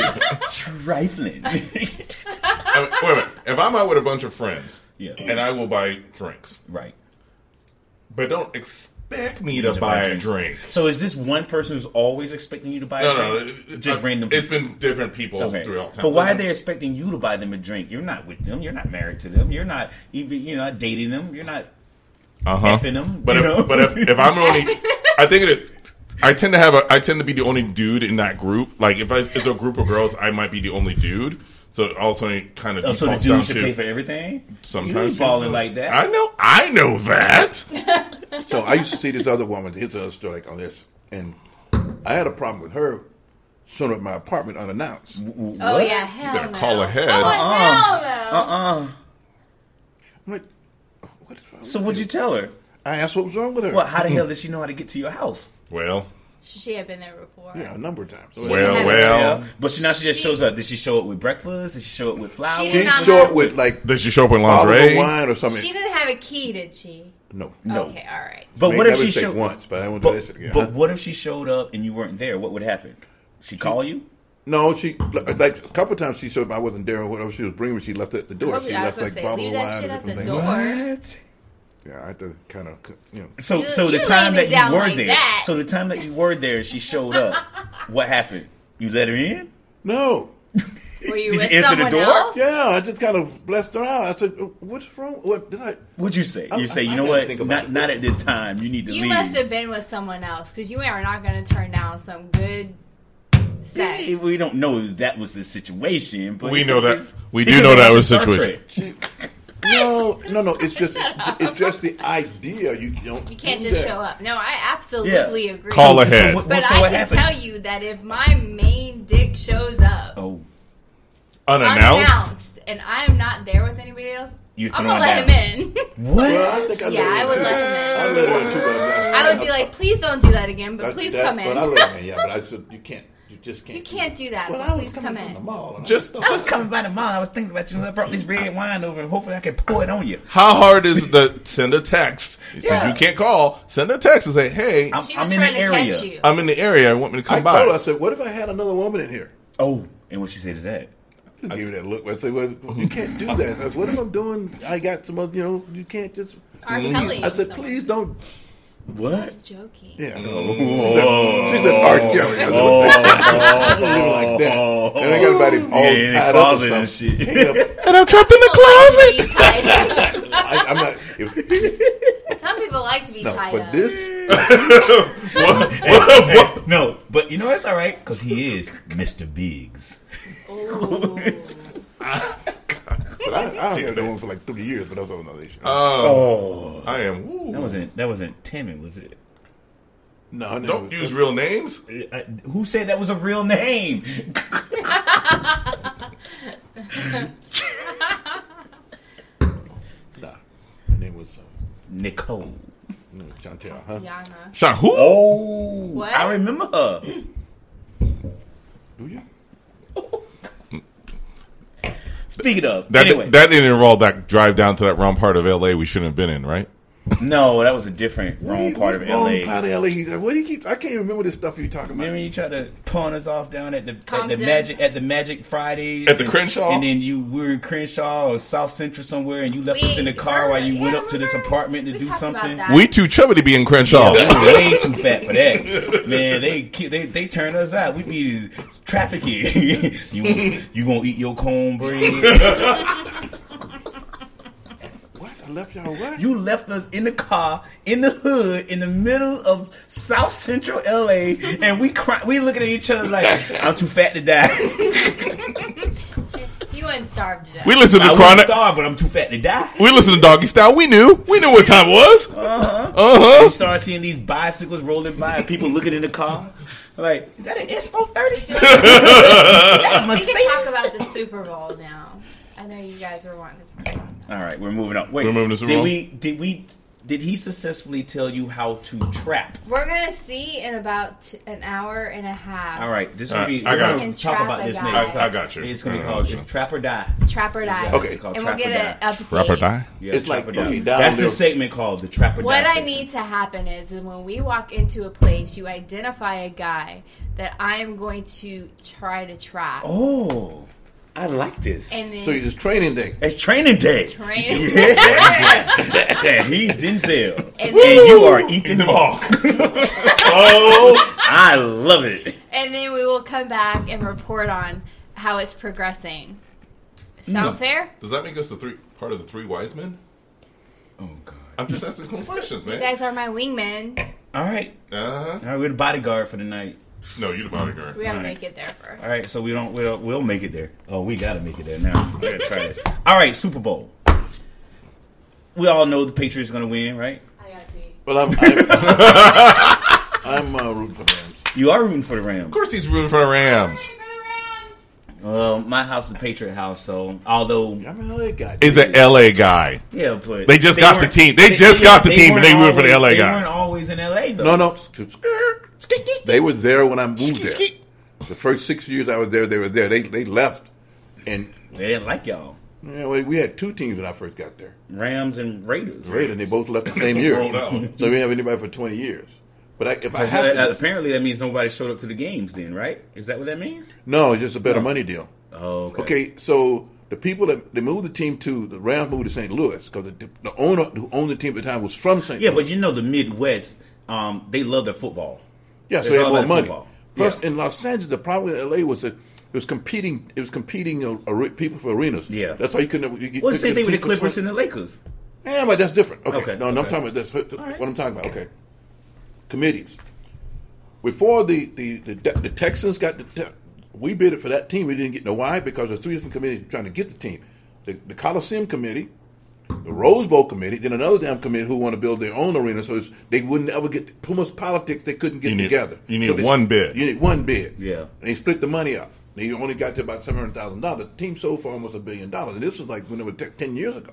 B: Trifling.
F: I mean, wait a minute. If I'm out with a bunch of friends,
B: Yeah.
F: and I will buy drinks,
B: right.
F: but don't expect me to, buy, a drink.
B: So is this one person who's always expecting you to buy a
F: No, no,
B: drink?
F: it- it-
B: Just
F: I-
B: random
F: It's been different people
B: Okay.
F: throughout time.
B: But why are they expecting you to buy them a drink? You're not with them. You're not married to them. You're not even you're not dating them. You're not
F: uh-huh.
B: effing them,
F: But
B: you
F: if,
B: know?
F: but if, if I'm the only, I think it is. I tend to have a. I tend to be the only dude in that group. Like if I, it's a group of girls, I might be the only dude. So it also it kind of
B: oh, so the
F: defaults
B: dude
F: down
B: should
F: to
B: pay for everything?
F: sometimes
B: you balling like that.
F: I know. I know that.
C: So I used to see this other woman, his other story like on this, and I had a problem with her showing up at my apartment unannounced. I'm
D: Oh
B: What?
D: yeah, hell
F: Better
D: no.
F: call ahead.
D: Oh
B: Uh-uh.
D: hell no.
C: like, what is wrong
B: So
C: with
B: what'd you tell her?
C: I asked what was wrong with her.
B: Well, how the hell does she know how to get to your house?
F: Well,
D: She had been there before.
C: yeah, a number of times.
F: well,
D: had-
F: well.
B: Yeah. But she now she just
D: She-
B: shows up. Did she show up with breakfast? Did she show up with flowers?
D: She
C: she
D: did not
C: show up
D: have-
C: with like
F: Did she show up in
C: bottles of
F: lingerie?
C: wine or something.
D: She didn't have a key, did she?
C: no,
B: No.
D: Okay, all right.
B: but
C: Made
B: what if
C: that
B: she
C: mistake
B: showed
C: once, but I won't do
B: but,
C: that shit again.
B: but what if she showed up and you weren't there? What would happen? She call you?
C: no, she like a couple of times she showed up. I wasn't there or whatever she was bringing. She left it at the door.
D: Okay,
C: she
D: I
C: left
D: was gonna
C: like
D: say,
C: bottle of
D: leave that
C: wine
D: shit
C: and
D: at the
C: different things.
D: door.
C: Yeah, I had to kind of you know.
B: So
D: You-
B: so the
D: you
B: time
D: laid
B: that
D: it
B: you
D: down
B: were
D: like
B: there,
D: that.
B: so the time that you were there, she showed up. what happened? You let her in?
C: No,
D: Were you
B: Did
D: with
B: you answer the
D: someone
B: door?
D: else?
C: yeah, I just kind of blessed her out. I said, "Oh, "What's wrong? What did I?"
B: What'd you say?
C: I-
B: You say,
C: I-
B: you
C: I
B: know
C: gotta
B: what?
C: think about
B: Not
C: it."
B: not at this time. You need to
D: You
B: leave.
D: must have been with someone else because you are not going to turn down some good sex.
B: Eh, We don't know if that was the situation, but
F: We know that- we
B: It
F: do
B: could
F: know
B: have
F: that
B: been
F: was the
B: Star
F: situation.
B: Trek.
C: She- no, no, no. It's just it's just the idea. You don't.
D: You can't
C: do
D: just
C: that.
D: show up. No, I absolutely
B: Yeah.
D: agree.
F: Call
B: So
F: ahead.
B: what-
D: But
B: so
D: I
B: what
D: can
B: happened?
D: tell you that if my main dick shows up
B: Oh,
F: Unannounced.
D: unannounced and I am not there with anybody else,
B: You
D: I'm
B: throwing
D: gonna let
B: down.
D: him in.
C: Well, I
B: what?
C: think I
D: Yeah,
C: let
D: I
C: him in,
D: would
C: too.
D: let him
C: I let him in too, but I'm-
D: I would be like, please don't do that again, but
C: That-
D: please
C: that's-
D: come in.
C: But I let him in. Yeah, but I said you can't. You just can't.
D: You can't do that,
C: Well,
D: but
C: I was
D: please
C: coming from
D: come in.
C: the mall. And
F: Just-
C: I
B: I was coming by the mall. I was thinking about you. I brought this red wine over, and hopefully I can pour it on you.
F: How hard is the send a text? Since
B: Yeah.
F: you can't call, send a text and say, "Hey,
B: I'm,
D: She
B: I'm
D: was
B: in
D: trying
B: the
D: to
B: area.
D: catch you.
F: I'm in the area. I want me to come
C: I
F: by."
C: told her. I said, "What if I had another woman in here?"
B: Oh, and what she said to that?
C: She gave me that look. I said, "Well,
B: Mm-hmm.
C: you can't do that." I said, "What if I'm doing? I got some other. You know, you can't just."
D: R. Kelly.
C: I said, "Please don't."
D: I
B: What?
D: was joking.
C: Yeah. She
B: Oh.
C: said, "R. Kelly." I said, "What the I don't live like that. And I got everybody all
B: Yeah, in the
C: tied up
B: closet and
C: and stuff.
B: shit.
C: Hang up.
E: And I'm trapped in the
D: Oh, People like to be tied up.
C: I, I'm not. If,
D: Some people like to be
C: no,
D: tied
C: but
D: up.
C: this.
B: No, but you know it's all right because he is Mr. Biggs.
C: But I, I only had that one for like three years, but that was another issue.
B: Oh,
F: I am. Ooh.
B: that wasn't that wasn't Timmy, was it?
C: no, I never-
F: Don't use real names.
B: I, who said that was a real name?
C: Nah. Her name was um,
B: Nicole.
C: Chantel, huh?
D: Yana.
F: Sean, who?
B: Oh,
D: What?
B: I remember her.
C: Do you?
B: Speaking of,
F: That,
B: anyway,
F: that didn't involve that drive down to that wrong part of L.A. we shouldn't have been in, right?
B: no, that was a different
C: What do
B: wrong
C: you-
B: part
C: what
B: of
C: Wrong
B: LA.
C: part of LA. He said, What do you keep? I can't remember this stuff you talking about.
B: Remember you tried to pawn us off down at the at the
D: Compton.
B: magic at the Magic Fridays
F: At the
B: and-
F: Crenshaw?
B: and then you we were in Crenshaw or South Central somewhere, and you left us in the
D: We-
B: car while you
D: yeah,
B: went up to this
D: remember?
B: apartment to
D: We
B: do
D: talked about
B: something.
D: that.
F: We too chubby to be in Crenshaw.
B: We were way too fat for that, man. They ki- they they turn us out. We be trafficking. you you gonna eat your cornbread?
C: What? I left y'all what?
B: you left us in the car in the hood in the middle of South Central L.A. and we cry. We looking at each other like I'm too fat to die.
D: You wouldn't starve to death.
F: we listened
B: I
F: to
B: want to
F: Chronic.
B: starve, but I'm too fat to die.
F: We listened to Doggy Style. We knew. We knew what time it was.
B: Uh-huh.
F: Uh-huh.
B: You start seeing these bicycles rolling by and people looking in the car. Like, is that an S four thirty? That a
D: we can talk
B: Mercedes?
D: about the Super Bowl now. I know you guys were wanting to talk about that.
B: All right, we're moving on. Wait,
F: We're moving to Super
B: did
F: Bowl?
B: we? Did we? Did he successfully tell you how to trap?
D: We're gonna see in about t- an hour and a half.
B: All right, this
F: All
B: will
F: right,
B: be.
F: I
B: We're
F: got
B: gonna
D: you.
B: talk about this
D: Trap or
B: next.
D: die.
F: I got you.
B: It's gonna be
F: I
B: called
F: got
B: just
F: you.
B: trap or die.
D: Trap or die.
B: Okay,
C: Okay.
B: it's called
D: And we'll
B: trap or
D: get an
B: die.
D: update.
E: Rap or die.
B: Yeah,
C: It's
B: trap
C: like
B: or die.
C: okay, down
B: That's
C: there.
B: the segment called the trap or
D: What
B: die.
D: I
B: section.
D: need to happen is, is when we walk into a place, you identify a guy that I am going to try to trap,
B: Oh, I like this.
D: and then
C: So it's training day.
B: It's training day.
D: train.
B: and he's Denzel,
D: and
B: and
D: then,
B: you are Ethan
F: Ethan
B: Hawke.
F: Hawke. oh,
B: I love it.
D: and then we will come back and report on how it's progressing. Sound fair?
F: does that make us the three part of the three wise men?
B: Oh God.
F: I'm just asking some questions,
D: You
F: man.
D: guys are my wingmen.
B: All right,
F: Uh-huh.
B: all right. We're the bodyguard for the night.
F: No, you the bodyguard.
D: We gotta
B: Right.
D: make it there first.
B: All right, so we don't we don't we'll make it there. Oh, we gotta make it there now. We gotta try this. All right, Super Bowl. We all know the Patriots gonna win, right?
C: Well, I'm I'm, I'm uh, rooting for Rams.
B: You are rooting for the Rams.
F: Of course, he's rooting for the Rams.
B: Well, my house is a Patriot house, so although
C: I mean, LA guy.
F: He's an LA guy.
B: yeah, but
F: They just got the
B: weren't-
F: team. They just got the team, and
B: weren't
F: they rooting for the LA
B: always-
F: guy.
B: They weren't always in LA though.
C: No, no. They were there when I moved there. The first six years I was there, they were there. They they left, and
B: they didn't like y'all.
C: yeah, we, we had two teams when I first got there.
B: Rams and Raiders.
C: Great, and they both left the same year.
F: Rolled out.
C: So we didn't have anybody for twenty years. But I, if I
B: Uh,
C: have to,
B: apparently, that means nobody showed up to the games. Then, right? Is that what that means?
C: no, it's just a better money deal.
B: Oh, okay.
C: Okay, so the people that they moved the team to the Rams moved to St. Louis because the, the owner who owned the team at the time was from St.
B: Yeah,
C: Louis.
B: but you know the Midwest, um, they love their football.
C: yeah, so
B: it's
C: they had
B: all
C: more
B: about
C: money.
B: football.
C: Plus,
B: Yeah.
C: in Los Angeles, the problem in LA was that it was competing. It was competing uh, are- people for arenas.
B: Yeah.
C: that's why you couldn't. You, you
B: Well,
C: couldn't
B: the same
C: get
B: thing
C: a
B: with the
C: team for
B: Clippers and
C: 20
B: the Lakers.
C: Yeah, Eh, but that's different. Okay.
B: Okay,
C: No, no, I'm
B: okay.
C: talking about this. What
B: right.
C: I'm talking about. Okay. Committees. Before the the, the, the Texans got the te- we bid it for that team. We didn't get no why because there's three different committees trying to get the team. The, the Coliseum committee, the Rose Bowl committee, then another damn committee who want to build their own arena. So it's, they wouldn't ever get too much politics. They couldn't get
F: You need-
C: together.
F: you need
C: So they-
F: one bid.
C: You need one bid.
B: Yeah.
C: And they split the money up. They only got to about seven hundred thousand dollars. The team sold for almost a billion dollars, and this was like when it was te- ten years ago.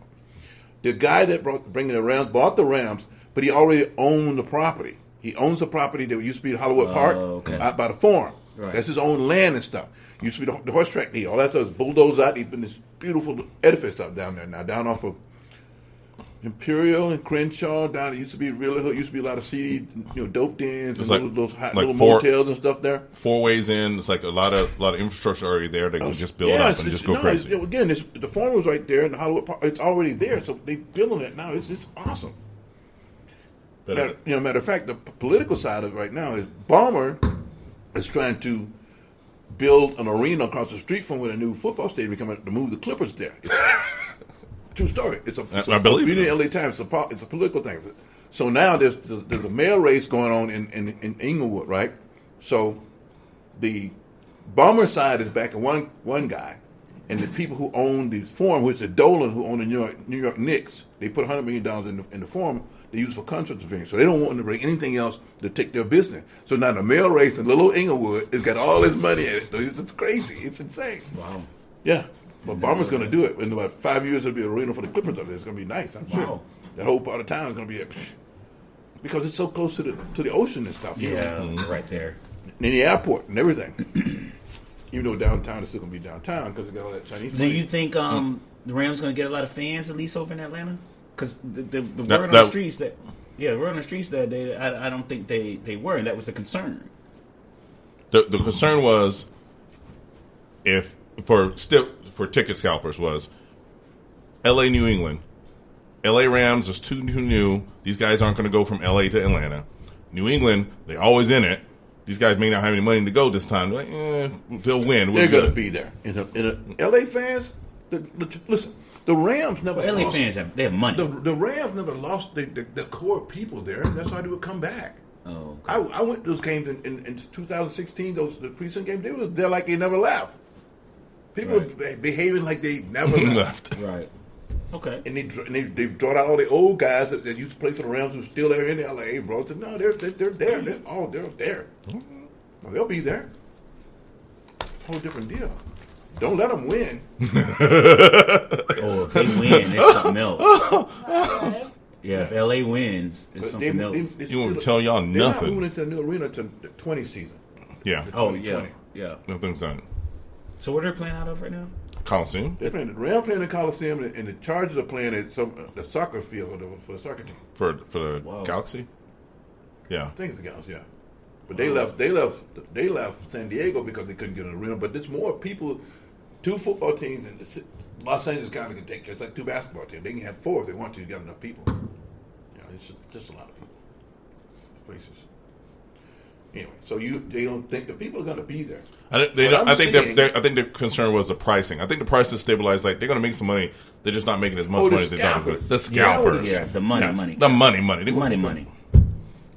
C: The guy that brought bringing the Rams bought the Rams, but he already owned the property. He owns the property that used to be Hollywood Park
B: Oh, okay.
C: out by the farm.
B: Right.
C: That's his own land and stuff. Used to be the, the horse track. He all that stuff is bulldozed out. He's been this beautiful edifice up down there now, down off of Imperial and Crenshaw. Down it used to be really it used to be a lot of seedy, you know, dope dens and
F: It's like-
C: little, those hot
F: like
C: little
F: four-
C: motels and stuff there.
F: Four ways in. It's like a lot of lot of infrastructure already there.
B: Oh,
F: They can Oh, just build up
C: it's-
F: and
C: it's-
F: just go
C: no, it's-
F: crazy.
C: again, it's, the farm was right there, and the Hollywood Park, it's already there, so they building it now. It's, it's awesome. Matter, you know, matter of fact, the p- political side of it right now is Bomber is trying to build an arena across the street from where the new football stadium is coming to move the Clippers there. True story. It's a
F: I-
C: it's
F: I believe
C: a,
F: it.
C: in LA Times. It's a, po- it's a political thing. So now there's there's there's a mayor race going on in in, in Inglewood, right? So the bomber side is backing one one guy, and the people who own the forum, which is Dolan, who own the New York New York Knicks, they put hundred million dollars in the in the forum. They use for contract interference, so they don't want to bring anything else to take their business. So now the mayor race in Little Inglewood has got all this money in it. So It's, it's crazy. It's insane.
B: Wow.
C: Yeah, but Bomber's going to do it in about five years. It'll be an arena for the Clippers up there. It's going to be nice. I'm sure
B: Wow.
C: that whole part of town is going to be a, because it's so close to the to the ocean and stuff. you know?
B: Yeah, right there.
C: in the airport and everything. Even though downtown is still gonna be downtown because they got all that Chinese.
B: Do you think um, the Rams going to get a lot of fans at least over in Atlanta? Because the, the, the word
F: That-
B: on the
F: that-
B: streets that yeah, the word on the streets that they I, I don't think they they were, and that was the concern.
F: the, the concern was if for still for ticket scalpers was L.A. New England, L.A. Rams is too too new. These guys aren't going to go from L.A. to Atlanta. New England, they always in it. These guys may not have any money to go this time. Like, eh, they'll win. We're
C: They're gonna
F: good.
C: be there. In a, in a, LA fans, the, the, listen. The Rams never.
B: But LA
C: lost,
B: fans have they have money.
C: The, the Rams never lost the, the, the core people there. That's why they would come back.
B: oh, okay.
C: I, I went to those games in, in, in 2016. Those the preseason games. They were there like they never left. People
B: Right.
C: be- behaving like they never left.
F: left.
B: right. Okay.
C: and they dr- and they they brought out all the old guys that, that used to play for the Rams who still there in LA, bro. I said, no, they're they're, they're there. They're all they're there. Well, they'll be there. Whole different deal. Don't let them win.
B: Oh, if they win, it's something else.
D: Right?
B: Yeah, if LA wins, it's
C: But
B: something
C: they-
B: else.
C: they- they
F: You won't
C: still-
F: tell y'all
C: they're
F: nothing.
C: Not moving into a new arena to the 20 season.
F: Yeah.
B: oh yeah,
C: 2020.
B: yeah.
F: Nothing's done.
B: So what are they playing out of right now?
F: Coliseum.
C: They're playing the Rams playing the Coliseum and, and the Chargers are playing at some uh, the soccer field or the, for the soccer team.
F: for for the
B: Whoa.
F: Galaxy. Yeah,
C: I think it's the Gals, yeah. But they left. They left. They left San Diego because they couldn't get an arena. But there's more people. Two football teams in the ci- Los Angeles County can take care. It's like two basketball teams. They can have four if they want to. You got enough people. Yeah, it's just, just a lot of people, places. Anyway, so you they don't think the people are going to be there.
F: I, don't- they
C: What
F: don't,
C: I'm
F: I think
C: seeing-
F: that that- I think the concern was the pricing. I think the price is stabilized. Like they're going to make some money. They're just not making as much
C: Oh, the
F: money as they thought. they would. The
C: scalpers. Yeah,
F: scalpers,
B: Yeah, the money,
F: Yeah,
B: money,
F: the money, money, They
B: money,
F: want-
B: money.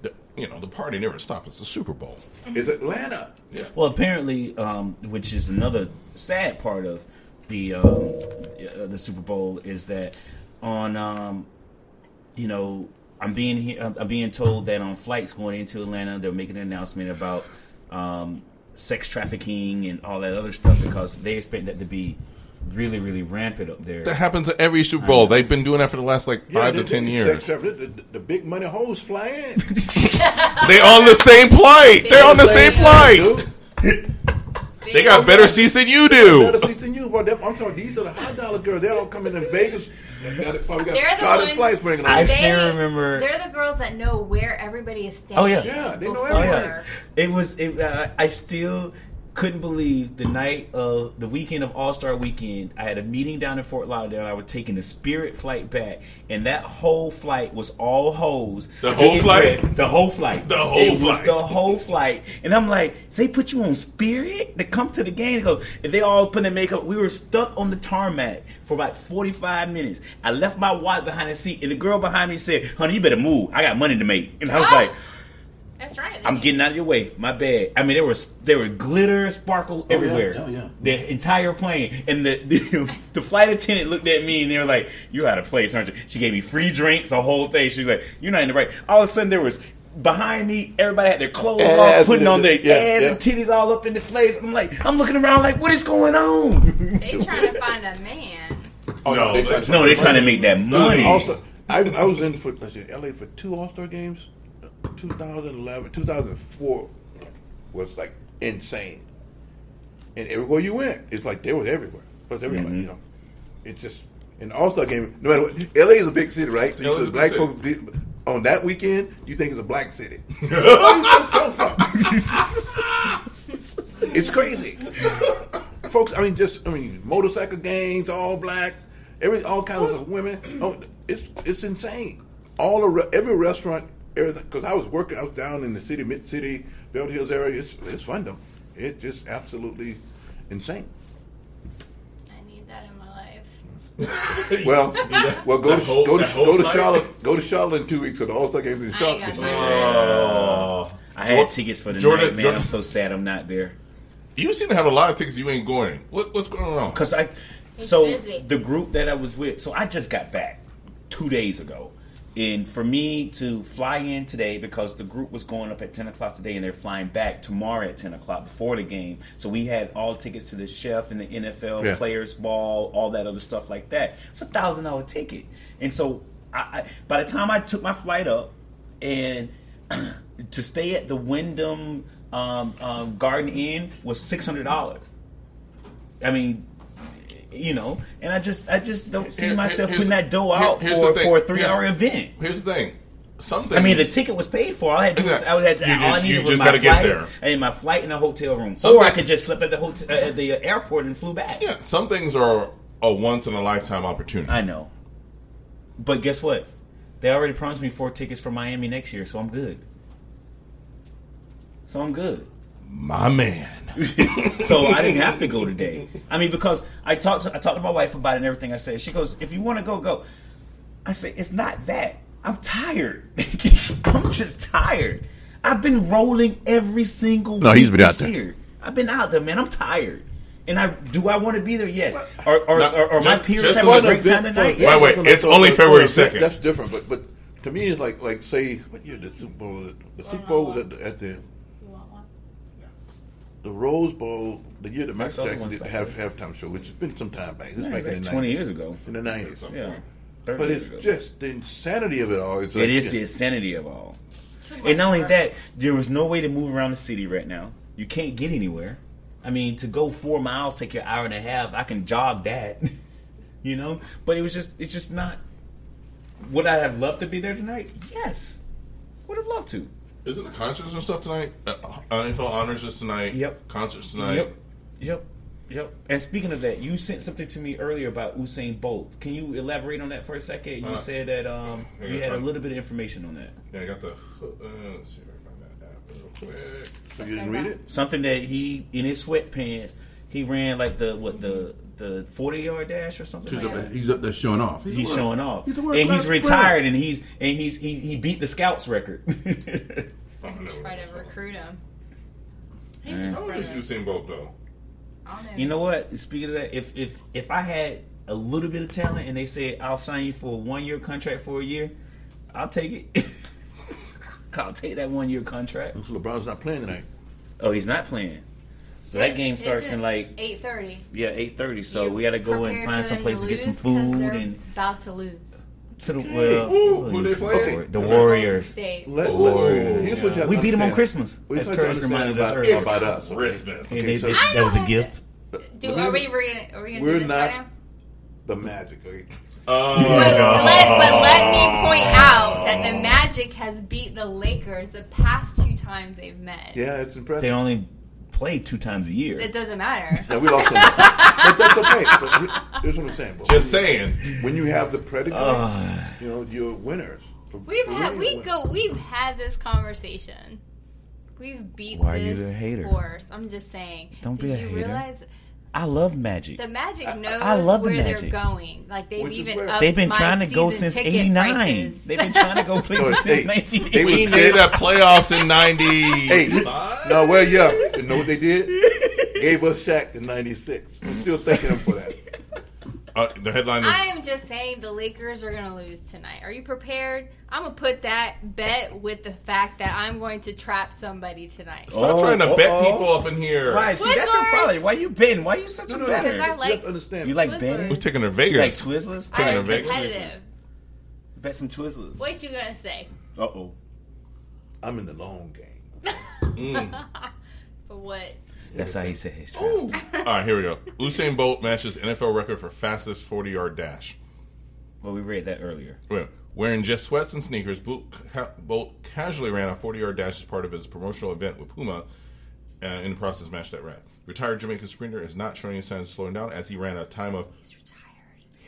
F: the- you know, the party never stops. It's the Super Bowl.
D: Mm-hmm.
C: It's Atlanta.
F: Yeah,
B: Well, apparently, um, which is another sad part of the um, uh, the Super Bowl is that on um, you know I'm being he- I'm I'm being told that on flights going into Atlanta they're making an announcement about um, sex trafficking and all that other stuff because they expect that to be really really rampant up there.
F: that happens at every Super Bowl. They've been doing that for the last like
C: Yeah,
F: five
C: they-
F: to ten
C: they-
F: years.
C: except The, the, the big money hoes fly in.
F: They're on the same flight. They're on the same flight.
C: Dude,
F: They got better seats than you do.
C: better seats than you, bro. Them- I'm talking. These are the high dollar girls. They all coming in Vegas. They got it- probably got
D: They're the
C: chartered
D: ones-
C: flights bringing them.
B: I
C: in.
B: see. still remember-
D: They're the girls that know where everybody is staying.
B: Oh, yeah.
C: Yeah, they know
D: before.
B: Oh,
C: everything.
B: yeah. It was. It, I, I still couldn't believe the night of the weekend of All Star Weekend. I had a meeting down in Fort Lauderdale. I was taking the Spirit flight back, and that whole flight was all hoes.
F: The whole
B: Getting
F: flight?
B: dressed- The whole flight.
F: The whole
B: It was
F: flight.
B: the whole flight, and I'm like, they put you on Spirit to come to the game. And go. And they all put their makeup. We were stuck on the tarmac for about 45 minutes. I left my wallet behind the seat, and the girl behind me said, "Honey, you better move. I got money to make." And I was
D: Ah!
B: like.
D: That's right.
B: I'm getting out of your way. My bad. I mean, there was there were glitter, sparkle everywhere.
C: oh, yeah.
B: The entire plane, and the, the the flight attendant looked at me, and they were like, "You're out of place, aren't you?" She gave me free drinks, the whole thing. She was like, "You're not in the right." All of a sudden, there was behind me. Everybody had their clothes
C: Ass
B: off, putting
C: and-
B: on their
C: yeah,
B: ass
C: yeah.
B: and titties all up in the place. I'm like, I'm looking around, like, what is going on?
D: They trying to find a man.
C: Oh,
F: No,
C: they tried
B: no, they're trying to make that money.
C: Also, I, I was in for let's see, LA for two All Star games. 2011, 2004 was like insane, and everywhere you went, it's like they were everywhere. Plus everybody, you know, it's just an All Star game. No matter what, LA is a big city, right? So you
F: LA
C: said
F: is a big
C: black
F: city.
C: folks be, on that weekend, you think it's a black city. Where do these folks come from? it's crazy, folks. I mean, just I mean, motorcycle gangs, all black, every all kinds of women. Oh, it's it's insane. All the every restaurant, everything. Because I was working, I was down in the city, mid city, Beverly Hills area. It's it's fun though. It's just absolutely insane.
D: I need that in my life.
C: Well, well, go to,
F: That whole-
C: go to
F: that whole
C: go to
F: flight?
C: Charlotte. Go to Charlotte in two weeks for the All Star games in
D: I
C: Charlotte.
D: ain't got
C: It's-
F: Oh.
B: I had tickets for the
F: Jordan-
B: night, man.
F: Jordan-
B: I'm so sad I'm not there.
F: You seem to have a lot of tickets. You ain't going. What, what's going on?
B: Cause I, so
D: busy.
B: the group that I was with, so I just got back two days ago, and for me to fly in today because the group was going up at ten o'clock today, and they're flying back tomorrow at ten o'clock before the game. So we had all tickets to the chef and the NFL
C: Yeah.
B: players ball, all that other stuff like that. It's a thousand dollar ticket, and so I, I, by the time I took my flight up and to stay at the Wyndham um, um, Garden Inn was six hundred dollars. I mean, you know, and I just I just don't see
F: Here- here-
B: myself
F: here's-
B: putting that dough
F: here-
B: out
F: here's
B: for,
F: the thing.
B: for a three hour
F: Here's-
B: event.
F: Here's the thing. Some things.
B: I mean, the ticket was paid for. All I had to do was, I would have
F: You
B: all I
F: just- you
B: needed was
F: just
B: my
F: gotta
B: flight
F: get there.
B: and my flight and a hotel room,
F: Some
B: or I
F: thing-
B: could just slept at the hotel uh, at the airport and flew back.
F: Yeah, some things are a once in a lifetime opportunity.
B: I know, but guess what? They already promised me four tickets for Miami next year, so I'm good. So I'm good.
F: My man.
B: so I didn't have to go today. I mean, because I talked to I talked to my wife about it and everything. I said, she goes, "If you want to go, go." I said, "It's not that. I'm tired. I'm just tired. I've been rolling every single
C: No,
B: week
C: he's been
B: this
C: out there.
B: year. I've been out there, man. I'm tired." And I do I want to be there? Yes. Or or,
F: Now,
B: or, or my
F: just-
B: peers
F: just
B: having a
F: for
B: great time
C: for-
B: tonight?
C: for-
B: Yes.
F: By the way,
C: for- for-
F: it's
C: for-
F: only
C: for-
F: February
C: for- that-
F: 2nd.
C: That's different, but but to me, it's like like say what year the Super Bowl the Super Bowl was at the, at the
D: You want one?
C: the Rose Bowl, the year that Michael
B: That's the
C: Jackson
B: other
C: did
B: one
C: have halftime show, which has been some time back. This is back in the
B: 20
C: 90s,
B: years ago.
C: In the nineties.
B: Yeah. 30
C: But
B: years
C: it's
B: ago.
C: just the insanity of it all. It's like,
B: It is
C: yeah,
B: the insanity of all. And not only that, there was no way to move around the city right now. You can't get anywhere. I mean, to go four miles take you an hour and a half. I can jog that, you know. But it was just, it's just not. Would I have loved to be there tonight? Yes, would have loved to.
F: Isn't the concerts and stuff tonight? Uh, NFL honors is tonight.
B: Yep.
F: Concerts tonight.
B: Yep, yep, yep. And speaking of that, you sent something to me earlier about Usain Bolt. Can you elaborate on that for a second? You
F: Uh,
B: said that um,
F: yeah,
B: you had a
F: um,
B: little bit of information on that.
F: Yeah, I got the. Uh, let's see if I can find that app real quick.
C: So you didn't read it?
B: something that he in his sweatpants he ran like the what the the 40 yard dash or something
E: He's
B: like
E: up,
B: that.
E: there, he's up there showing off.
B: he's
E: a-
B: showing off
E: He's a
B: and
E: world-class
B: he's
E: player.
B: retired and he's and he's he, he beat the scouts record
F: I don't know
D: Try
F: where
D: to
F: it's from.
D: recruit him. He's
B: Man.
D: a
F: How old is
D: spreader.
F: Usain Bolt though?
D: I don't
B: you know what speaking of that if if if i had a little bit of talent and they said i'll sign you for a one year contract for a year i'll take it i'll take that one year contract
C: So LeBron's not playing tonight.
B: oh he's not playing so that game starts in like
D: eight thirty.
B: yeah 8.30 so we gotta go and find some place to get some food and
D: about to lose.
B: to the well, oh,
F: Ooh, who
B: who
F: they
B: is-
F: playing?
B: the Warriors.
D: State.
C: Let,
F: Oh.
C: let- here's what you have
B: We
C: to
B: beat 'em on
C: understand.
B: Christmas,
C: What you
B: as
C: have to
B: Curtis
C: understand
B: reminded us
C: about,
B: earlier.
C: about us. okay?
F: Christmas.
B: And
C: Okay,
B: they,
C: so-
B: they,
D: I
B: that was a
D: don't
B: gift.
D: Do are we? We're gonna. Are we gonna
C: We're
D: do this
C: not-
D: right now?
C: The magic. Okay?
D: But,
F: Oh,
D: let, but let me point out that the Magic has beat the Lakers the past two times they've met.
C: Yeah, it's impressive.
B: They only play two times a year.
D: It doesn't matter.
C: Yeah, we lost some. but that's okay. But he- here's what I'm saying. Bo.
F: Just saying.
C: When you have the predicate,
B: Ah.
C: you know, you're winners. For-
D: We've
C: for
D: had
C: real,
D: we
C: you're
D: go. We've had this conversation. We've beat
B: Why are you
D: this
B: the hater?
D: horse. I'm just saying.
B: Don't
D: Did
B: be a
D: you
B: hater.
D: realize
B: I love Magic.
D: the Magic knows
B: I love the
D: where they're
B: Magic.
D: going? Like they've
C: Which is
D: even
C: where-
D: upped
B: They've been
D: my
B: trying to go
D: season
B: since
D: ticket
B: '89.
D: prices.
B: They've been trying to go places
C: No,
B: since
C: they-
B: 1980.
C: they
F: We
C: was
F: made
C: dead.
F: a playoffs in '90.
C: Hey, no, well, yeah. You know what they did? Gave us Shaq in '96. I'm still thanking them for that.
F: Uh, the headline is
D: I am just saying the Lakers are going to lose tonight. Are you prepared? I'm going to put that bet with the fact that I'm going to trap somebody tonight.
F: Stop trying to bet
B: uh-oh.
F: people up in here.
B: Right, see, that's your
D: Twizzlers.
B: problem. Why you been? Why you such a
D: Because I
B: better?
D: like-
C: Let's understand.
B: You like
D: Twizzlers.
F: We're
B: betting?
F: taking her to
B: You like
F: Vegas.
B: Twizzlers?
D: I am
F: Turn it back.
D: competitive.
B: Bet some Twizzlers. Uh
D: What you going to say?
B: oh.
C: I'm in the long game.
D: But what?
B: That's how he said his trap.
F: All right, here we go. Usain Bolt matches NFL record for fastest 40-yard dash.
B: Well, we read that earlier.
F: Wait, Wearing just sweats and sneakers, Bolt, ca- Bolt casually ran a 40-yard dash as part of his promotional event with Puma. Uh, in the process, matched that rat. Retired Jamaican sprinter is not showing any signs of slowing down as he ran a time of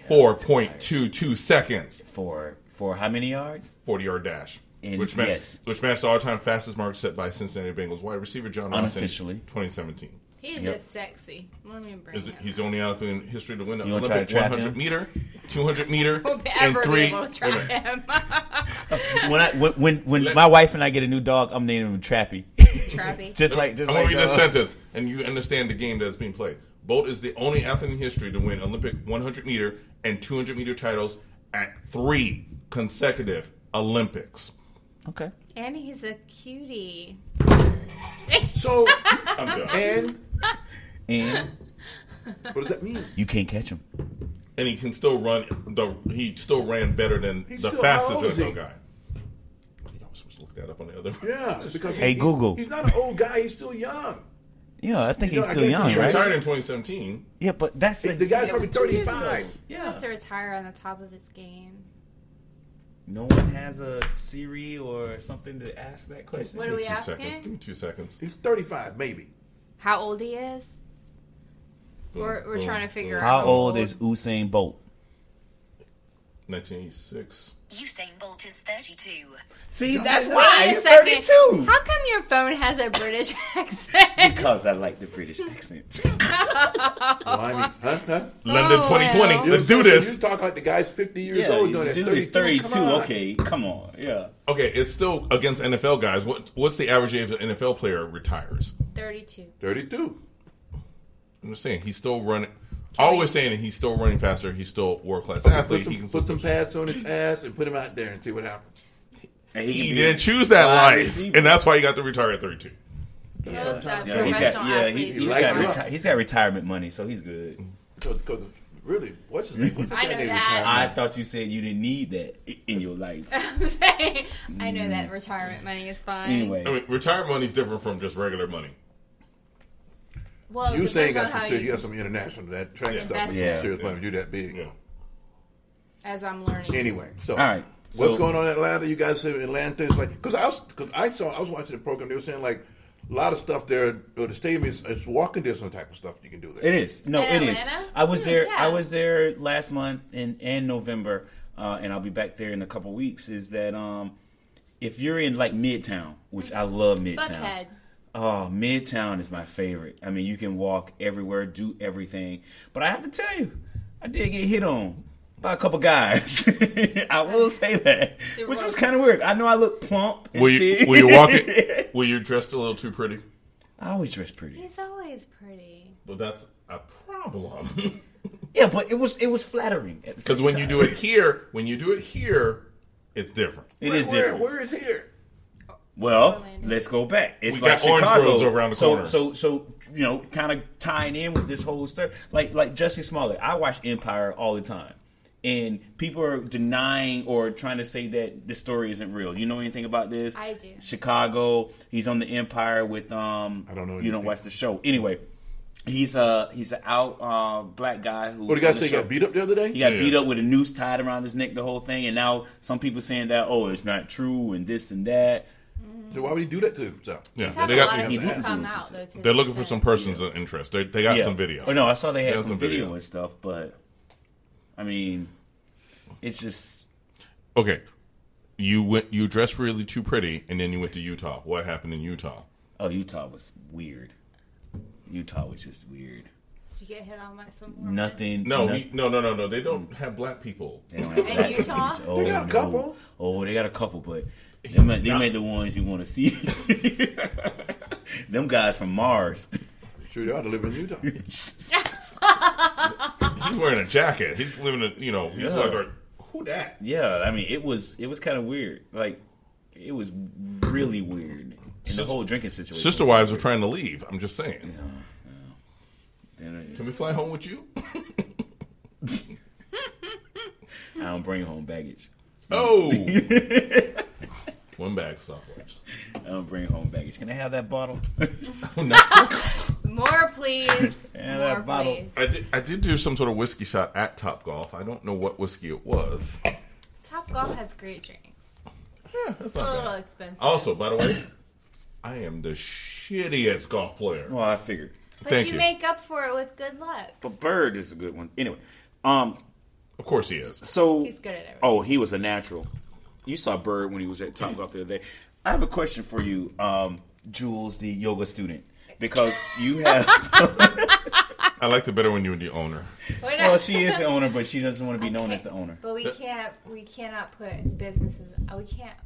F: 4.22 seconds.
B: For for how many yards?
F: 40 yard dash.
B: And
F: which matched,
B: yes.
F: which matched the all time fastest mark set by Cincinnati Bengals wide receiver John Robinson
B: Unofficially.
F: 2017.
D: He's
B: Yep.
D: just sexy. Let me bring
F: Is,
D: him.
F: he's the only athlete in history to win the
B: You wanna try
F: Olympic
B: to trap
F: 100
B: him?
F: meter, 200 meter,
D: Won't
F: and
D: ever
F: three.
D: be able to trap him.
B: when I when when, when
F: Let-
B: my wife and I get a new dog, I'm naming him Trappy.
D: Trappy.
B: just like just
F: I'm
B: like
F: gonna read this
B: uh,
F: sentence, and you understand the game that's being played. Bolt is the only athlete in history to win Olympic 100 meter and 200 meter titles at three consecutive Olympics.
B: Okay.
D: and he's a cutie.
C: So,
F: I'm done.
C: and
B: And
C: what does that mean?
B: you can't catch him.
F: and he can still run. The he still ran better than
C: He's
F: the
C: still-
F: fastest
C: how old is
F: NFL
C: he?
F: guy. I was supposed to look that up on the other.
C: Yeah, because
B: Hey,
C: he-
B: Google.
C: He's not an old guy. He's still young.
B: Yeah, I think
C: You know,
B: he's
C: I
B: still
C: can't
B: young,
F: He
C: Right.
F: retired in 2017.
B: Yeah, but that's
C: The, the guy's probably 35.
D: He wants to retire on the top of his game.
B: No one has a Siri or something to ask that question.
D: What do we
F: Two
D: ask
F: seconds. Give
D: him?
F: me two seconds.
C: He's 35, maybe.
D: How old he is? We're, we're
F: Boom,
D: trying to
F: boom,
D: figure
F: boom.
D: out
B: How old is Usain Bolt?
F: 1986.
G: Usain Bolt is 32.
B: See, that's
D: Wait a second. How come your phone has a British accent?
B: Because I like the British accent.
C: Blimey. Huh? Huh?
F: London
D: well.
F: 2020.
D: You
F: Let's do
C: You
F: this.
C: talk like the guy's 50 years
B: yeah,
C: old.
B: you
C: doing that.
B: dude is 32.
C: Come on.
B: okay, come on. Yeah.
F: Okay, it's still against NFL guys. What what's the average age of an NFL player retires?
D: 32.
C: 32.
F: I'm just saying he's still running. Always saying that he's still running faster. He's still world class athlete.
C: Put
F: He
C: some,
F: can
C: put some pads on his ass and put him out there and see what happens.
B: And he
F: He
B: can be-
F: didn't choose that
B: Wide
F: life,
B: receiver.
F: and that's why he got to retire at 32.
D: Those stuff,
C: Yeah,
B: He's got,
D: professional
B: yeah,
D: athletes.
B: he's, he's
D: you're
C: like
B: got
D: fine.
C: that.
B: reti- he's got retirement money, so he's good.
C: Because, because really, what's his name? What's his
D: I know
C: name?
D: that.
B: I thought you said you didn't need that i- in your life.
D: I'm saying, I know that retirement money is fine.
B: Mm. Anyway,
F: I mean, retirement money is different from just regular money.
D: well, it
C: You saying
D: depends on
C: got some
D: how
C: serious, you
D: you,
C: got some international that track
F: Yeah.
C: stuff.
D: That's
C: is
B: it.
C: serious
F: Yeah.
C: money. You that big.
F: Yeah.
D: as I'm learning.
C: Anyway, so
B: All right,
C: what's
B: so-
C: going on in Atlanta? You guys say Atlanta is like because I was because I saw I was watching the program. They were saying like a lot of stuff there. Or the stadium is it's walking distance type of stuff you can do there.
B: it is. No,
D: In
B: it is.
D: Atlanta?
B: I was
D: Hmm,
B: there.
D: yeah.
B: I was there last month in and November, uh, and I'll be back there in a couple weeks. Is that um, if you're in like Midtown, which I love Midtown.
D: Buckhead.
B: Oh, Midtown is my favorite. I mean, you can walk everywhere, do everything. But I have to tell you, I did get hit on by a couple guys. I will say that,
D: Super
B: which was
D: rough.
B: kind of weird. I know I look plump. And
F: Were you,
B: thin.
F: were you walking? Were you dressed a little too pretty?
B: I always dress pretty.
D: He's always pretty.
F: Well, that's a problem.
B: Yeah, but it was it was flattering at the
F: Because
B: same
F: when you
B: time.
F: do it here, when you do it here, it's different.
B: it is
C: where,
B: different.
C: Where is here?
B: Well,
D: Orlando.
B: let's go back. It's
F: We
B: like
F: got orange
B: Chicago.
F: groves over around the
B: so,
F: corner.
B: So, so you know, kind of tying in with this whole story, like like Jesse Smollett. I watch Empire all the time, and people are denying or trying to say that this story isn't real. You know anything about this?
D: I do.
B: Chicago. He's on the Empire with um.
C: I don't know
B: You don't
C: anything.
B: watch the show anyway. He's a he's an out uh, black guy who.
C: What the guy say? Got beat up the other day?
B: He got
F: Yeah.
B: beat up with a noose tied around his neck, the whole thing, and now some people saying that oh, it's not true and this and that.
C: So why would he do that to himself?
F: Yeah,
D: He's had a
F: they
D: lot
F: got.
D: of
C: they-
D: people
C: they-
D: come out though. To
F: They're looking for some persons of interest. They, they got some video.
B: Oh no, I saw they had
F: They had
B: some,
F: some
B: video.
F: video.
B: and stuff, but I mean, it's just
F: Okay, you went. You dressed really too pretty, and then you went to Utah. What happened in Utah?
B: oh, Utah was weird. Utah was just weird.
D: Did you get hit on by some? Mormon?
B: Nothing.
F: No,
B: no-
F: we, no, no, no, no. They don't have black people.
B: they don't have
D: In
B: black
D: Utah?
B: people. Oh,
C: They got a
B: no.
C: couple.
B: Oh, they got a couple, but they made, they made the ones you want to see. Them guys from Mars.
C: Sure, they ought to live in Utah.
F: He's wearing a jacket. He's living a. You know, he's
B: Yeah.
F: like, a, who that?
B: Yeah, I mean, it was it was kind of weird. Like, it was really weird. And the whole drinking situation.
F: Sister wives are trying to leave. I'm just saying.
B: And
F: Can we fly home with you?
B: I don't bring home baggage.
F: Oh, one bag stopwatch.
B: I don't bring home baggage. Can I have that bottle?
D: More, please.
B: Yeah,
D: More,
B: that bottle.
D: please.
F: I did, I did do some sort of whiskey shot at Top Golf. I don't know what whiskey it was.
D: Top Golf has great drinks.
F: That's
D: It's a
F: not
D: little
F: bad.
D: expensive.
F: Also, by the way, I am the shittiest golf player.
B: Well, I figured.
D: but
F: thank
D: you,
F: you.
D: make up for it with good luck.
B: But Bird is a good one. Anyway, um,
F: Of course he is.
B: so
D: He's good at everything.
B: oh, he was a natural. You saw Bird when he was at Top Golf the other day. I have a question for you, um, Jules, the yoga student, because you have.
F: I liked it better when you were the owner.
D: We're not-
B: Oh. well, she is the owner, but she doesn't want to be known as the owner.
D: But we can't. We cannot put businesses. uh, We can't.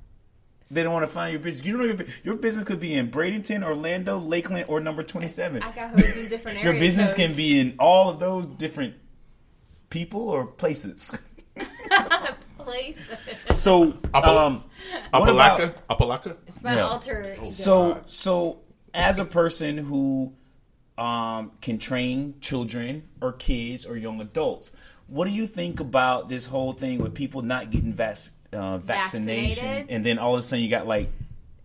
B: They don't want to find your business. You don't know your, bu- your business could be in Bradenton, Orlando, Lakeland, or number twenty-seven.
D: I got hosed in different
B: Your
D: areas.
B: business
D: so
B: can be in all of those different people or places.
D: it's Place.
B: So,
F: Apple-
B: um, what about-
F: Apalaka? Apalaka?
D: It's my
B: Yeah.
D: alter. ego.
B: So so as a person who um, can train children or kids or young adults, what do you think about this whole thing with people not getting vac- uh, vaccination,
D: Vaccinated?
B: and then all of a sudden you got like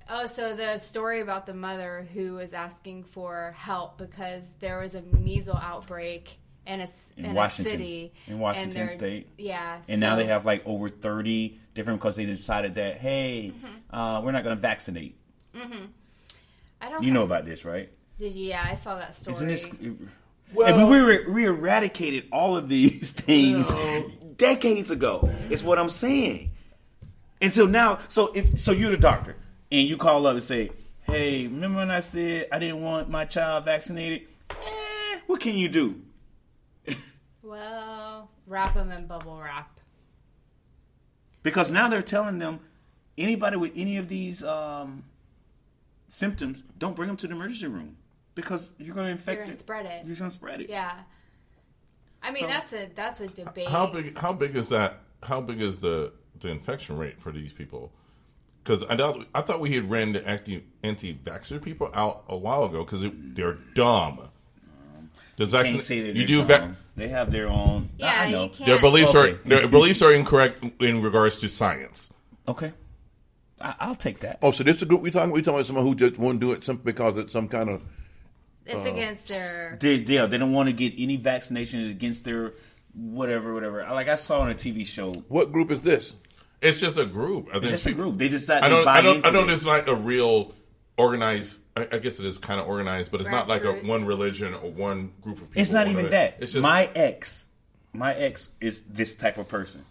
D: Oh, so the story about the mother who was asking for help because there was a measle outbreak in a, s-
B: In
D: in a
B: Washington.
D: city
B: In Washington
D: they're-
B: State.
D: Yeah,
B: and now
D: so-
B: they have like over 30 different because they decided that hey uh, we're not going to vaccinate
D: I don't
B: you know about this right
D: Did you? Yeah, I saw that story.
B: isn't this
C: Well-
B: I mean, we, were, we eradicated all of these things decades ago. Is what I'm saying. Until now, so if so, you're the doctor, and you call up and say, "Hey, remember when I said I didn't want my child vaccinated? Eh, what can you do?
D: Well, wrap them in bubble wrap.
B: Because now they're telling them anybody with any of these um, symptoms, don't bring them to the emergency room because you're going to infect
D: You're gonna
B: it.
D: spread it.
B: You're going to spread it.
D: Yeah. I mean,
B: So-
D: that's a that's a debate.
F: How big? How big is that? How big is the the infection rate for these people? because I doubt, I thought we had ran the anti anti vaxxer people out a while ago because they're dumb. Does vaccine,
B: Can't say that they're
F: you do
B: wrong.
F: vac-
B: they have their own. I-
D: Yeah,
B: I know.
D: you can't.
F: their beliefs
B: Okay.
F: are their beliefs are incorrect in regards to science.
B: Okay, I, I'll take that.
C: Oh, so this is a group we talking. We talking about someone who just won't do it simply because it's some kind of.
D: It's against their.
B: They, yeah, they don't want to get any vaccinations against their whatever, whatever. I- Like I saw on a TV show,
C: What group is this?
F: It's just a group. I think
B: just a
F: people-
B: group. They decide
F: I
B: they
F: don't.
B: buy
F: I don't.
B: into
F: I don't.
B: this.
F: It's like a real organized. I, I guess it is kind of organized, but it's not like a
D: Grassroots.
F: one religion or one group of people.
B: It's not
F: or
B: even
F: whatever.
B: that.
F: It's just
B: my ex, my ex is this type of person.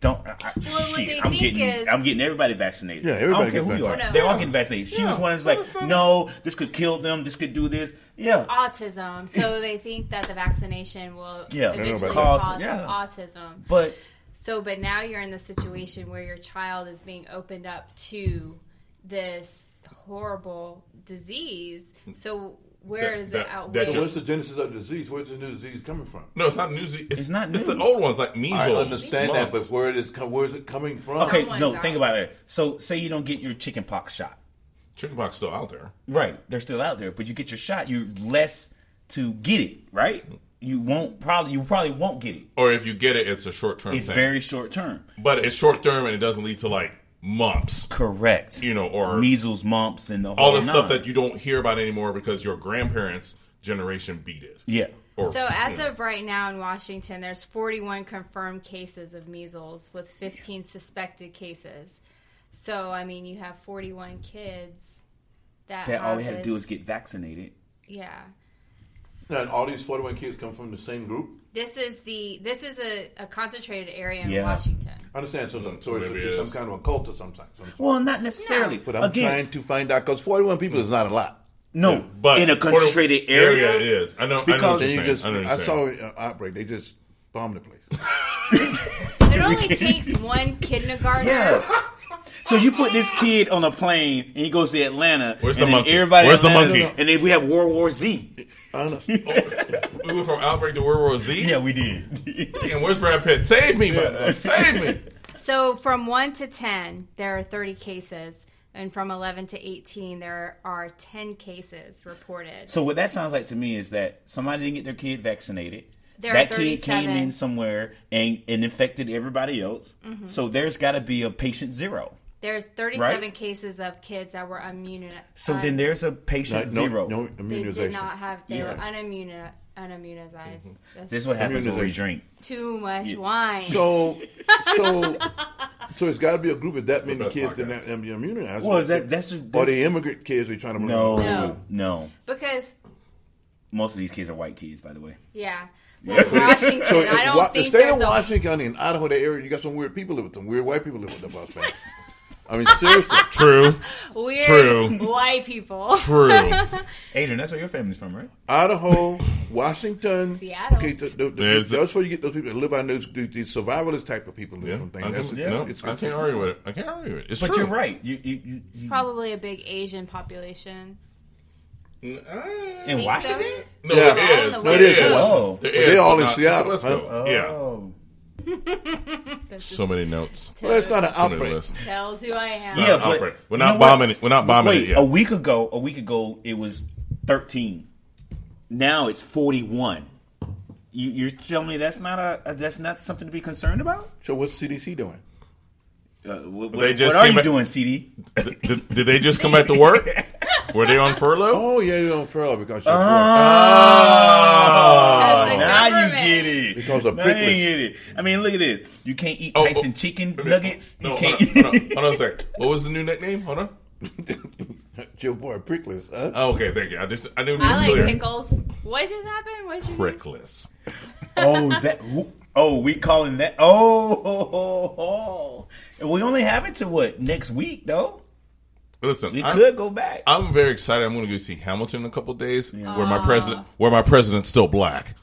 B: Don't I, I,
D: what
B: shit,
D: they
B: I'm
D: think
B: getting
D: is-
B: I'm getting everybody vaccinated.
C: Yeah, everybody
B: I don't care
C: gets
B: who you are.
C: vaccinated.
B: They're all
D: No.
B: getting vaccinated. She was one that's
D: Yeah.
B: like, no, this could kill them. This could do this. Yeah,
D: autism. So they think that the vaccination will
B: Yeah.
D: eventually
B: Cause-
D: cause,
B: yeah.
D: autism.
B: but
D: So, but now you're in the situation where your child is being opened up to this horrible disease. So where
F: Mm. That-
D: is
F: that-
D: it out?
F: that-
C: So
D: with?
C: what's the genesis of the disease? Where's the new disease coming from?
F: no. It's not new. It's,
B: It's not
F: It's the
B: new.
F: old ones like measles.
C: I understand that,
F: mumps.
C: but where it is, com- where is it coming from?
B: okay,
D: Someone's
B: no,
D: out.
B: think about it. So say you don't get your chickenpox shot.
F: chickenpox still out there.
B: Right. They're still out there, but you get your shot, you're less to get it, right? You won't probably you probably won't get it.
F: Or if you get it, it's a short term.
B: It's very short term.
F: but it's short term and it doesn't lead to like mumps.
B: Correct.
F: You know, or
B: measles, mumps, and the whole
F: all the stuff
B: nine.
F: that you don't hear about anymore because your grandparents' generation beat it.
B: Yeah.
F: Or,
D: So as
F: you know.
D: of right now in Washington, there's 41 confirmed cases of measles with 15 suspected cases. So I mean, you have 41 kids that,
B: That all they had to
D: this-
B: do is get vaccinated.
D: yeah.
C: And all these 41 kids come from the same group?
D: This is the this is a, a concentrated area in
B: Yeah.
D: Washington.
C: I understand. So, so it's,
F: Maybe
C: it's
F: it
C: some
F: is.
C: kind of a cult or something.
B: Well, not necessarily.
C: But I'm trying to find out because 41 people is not a lot.
B: no,
F: but
B: but in a
F: for the
B: concentrated area,
F: it is. I know. I know
B: Because-
F: what
C: Then you
F: you're
C: just,
F: saying. I, know what
C: I,
F: you're
C: saw
F: saying.
C: an outbreak. They just bombed the place.
D: It only takes one kindergarten.
B: Yeah. So you put this kid on a plane and he goes to Atlanta.
F: Where's
B: and
F: the
B: then
F: monkey?
B: Everybody in
F: Where's the
B: Atlanta-
F: monkey?
B: And then we have World War Z.
C: I don't know.
F: Oh. we went from outbreak to World War Z.
B: we did.
F: And where's Brad Pitt? Save me, motherfucker. Save me.
D: So from one to ten, there are 30 cases, and from 11 to 18, there are 10 cases reported.
B: So what that sounds like to me is that somebody didn't get their kid vaccinated.
D: There are
B: that kid came
D: 37.
B: in somewhere and, and infected everybody else.
C: Mm-hmm.
B: So there's got to be a patient zero.
D: There's 37
B: Right.
D: cases of kids that were immune. uh,
B: So then there's a patient
C: Like, Uh, no,
B: zero.
C: no
D: They
C: immunization.
D: did not have. They were
C: Yeah.
D: unimmunized. Unimmunized. That's
B: This is what happens when we drink.
D: too much wine.
C: So, so, so it's got to be a group of that many
F: best
C: kids that
F: podcast.
C: not be immunized.
B: Well, that- that's a-
C: or the immigrant kids we're trying to bring
B: No,
C: over.
B: no,
D: No. because
B: Most of these kids are white kids, by the way.
D: yeah, well, Washington.
C: So
D: I
C: if
D: don't
C: wa- the
D: think
C: state of
D: there's a
C: Washington and Idaho, that area, you got some weird people live with them. Weird white people live with them. boss man. I mean, seriously.
F: True.
D: weird
F: True.
D: white people.
F: True.
B: Adrian, that's where your family's from, right?
C: Idaho, Washington,
D: Seattle.
C: Okay, th- th- th-
F: There's a-
C: that's where you get those people that live on those the, the survivalist type of people. Live
F: Yeah.
C: from things.
F: I,
C: That's
F: can,
C: it.
F: no,
C: It's-
F: I can't argue with it. I can't argue with it. It's
B: But
F: true.
B: you're right. You, you, you, you-
D: Probably a big Asian population.
F: Uh,
B: in Washington?
F: No,
C: Yeah.
F: it is.
D: No,
C: it is.
B: Oh.
F: There
C: But
F: is,
C: they all
F: but
C: in
F: not-
C: Seattle,
F: let's
C: huh?
F: go. Yeah.
B: Oh.
F: So many notes.
C: well, it's not an
F: So many
C: outbreak.
F: lists.
D: Tells who I am.
B: Yeah,
F: Not
B: but
F: outbreak. We're
B: you
F: not
B: know what?
F: bombing it- we're not bombing
B: Wait,
F: it yet.
B: a week ago, a week ago it was 13. Now it's 41. You, you're telling me that's not a, a that's not something to be concerned about?
C: So what's CDC doing?
B: Uh, what
F: They
B: what, what
F: just
B: are
F: came
B: you
F: back-
B: doing, CD?
F: Did, did- did they just come back to work? Were they on furlough? Oh.
C: Oh yeah, you're on furlough because you're
B: Uh-huh.
D: That's the
B: now you
D: government.
B: get it.
C: Because of
B: now you
C: prickless-
B: get it. I mean, look at this. You can't eat
F: Oh, oh.
B: Tyson chicken nuggets.
F: No,
B: you
F: hold
B: can't.
F: on, hold on, hold on a sec. What was the new nickname? Hold on.
C: Joe boy prickless. Huh?
F: Oh, okay, thank you. I just I knew.
D: I like
F: clear.
D: pickles. What just happened? What you
F: Prickless.
B: oh, that. who- Oh, we calling that. Oh, And we only have it to what next week though.
F: Listen,
B: We
F: I'm,
B: could go back.
F: I'm very excited. I'm going to go see Hamilton in a couple days, where my president, where my president's still black.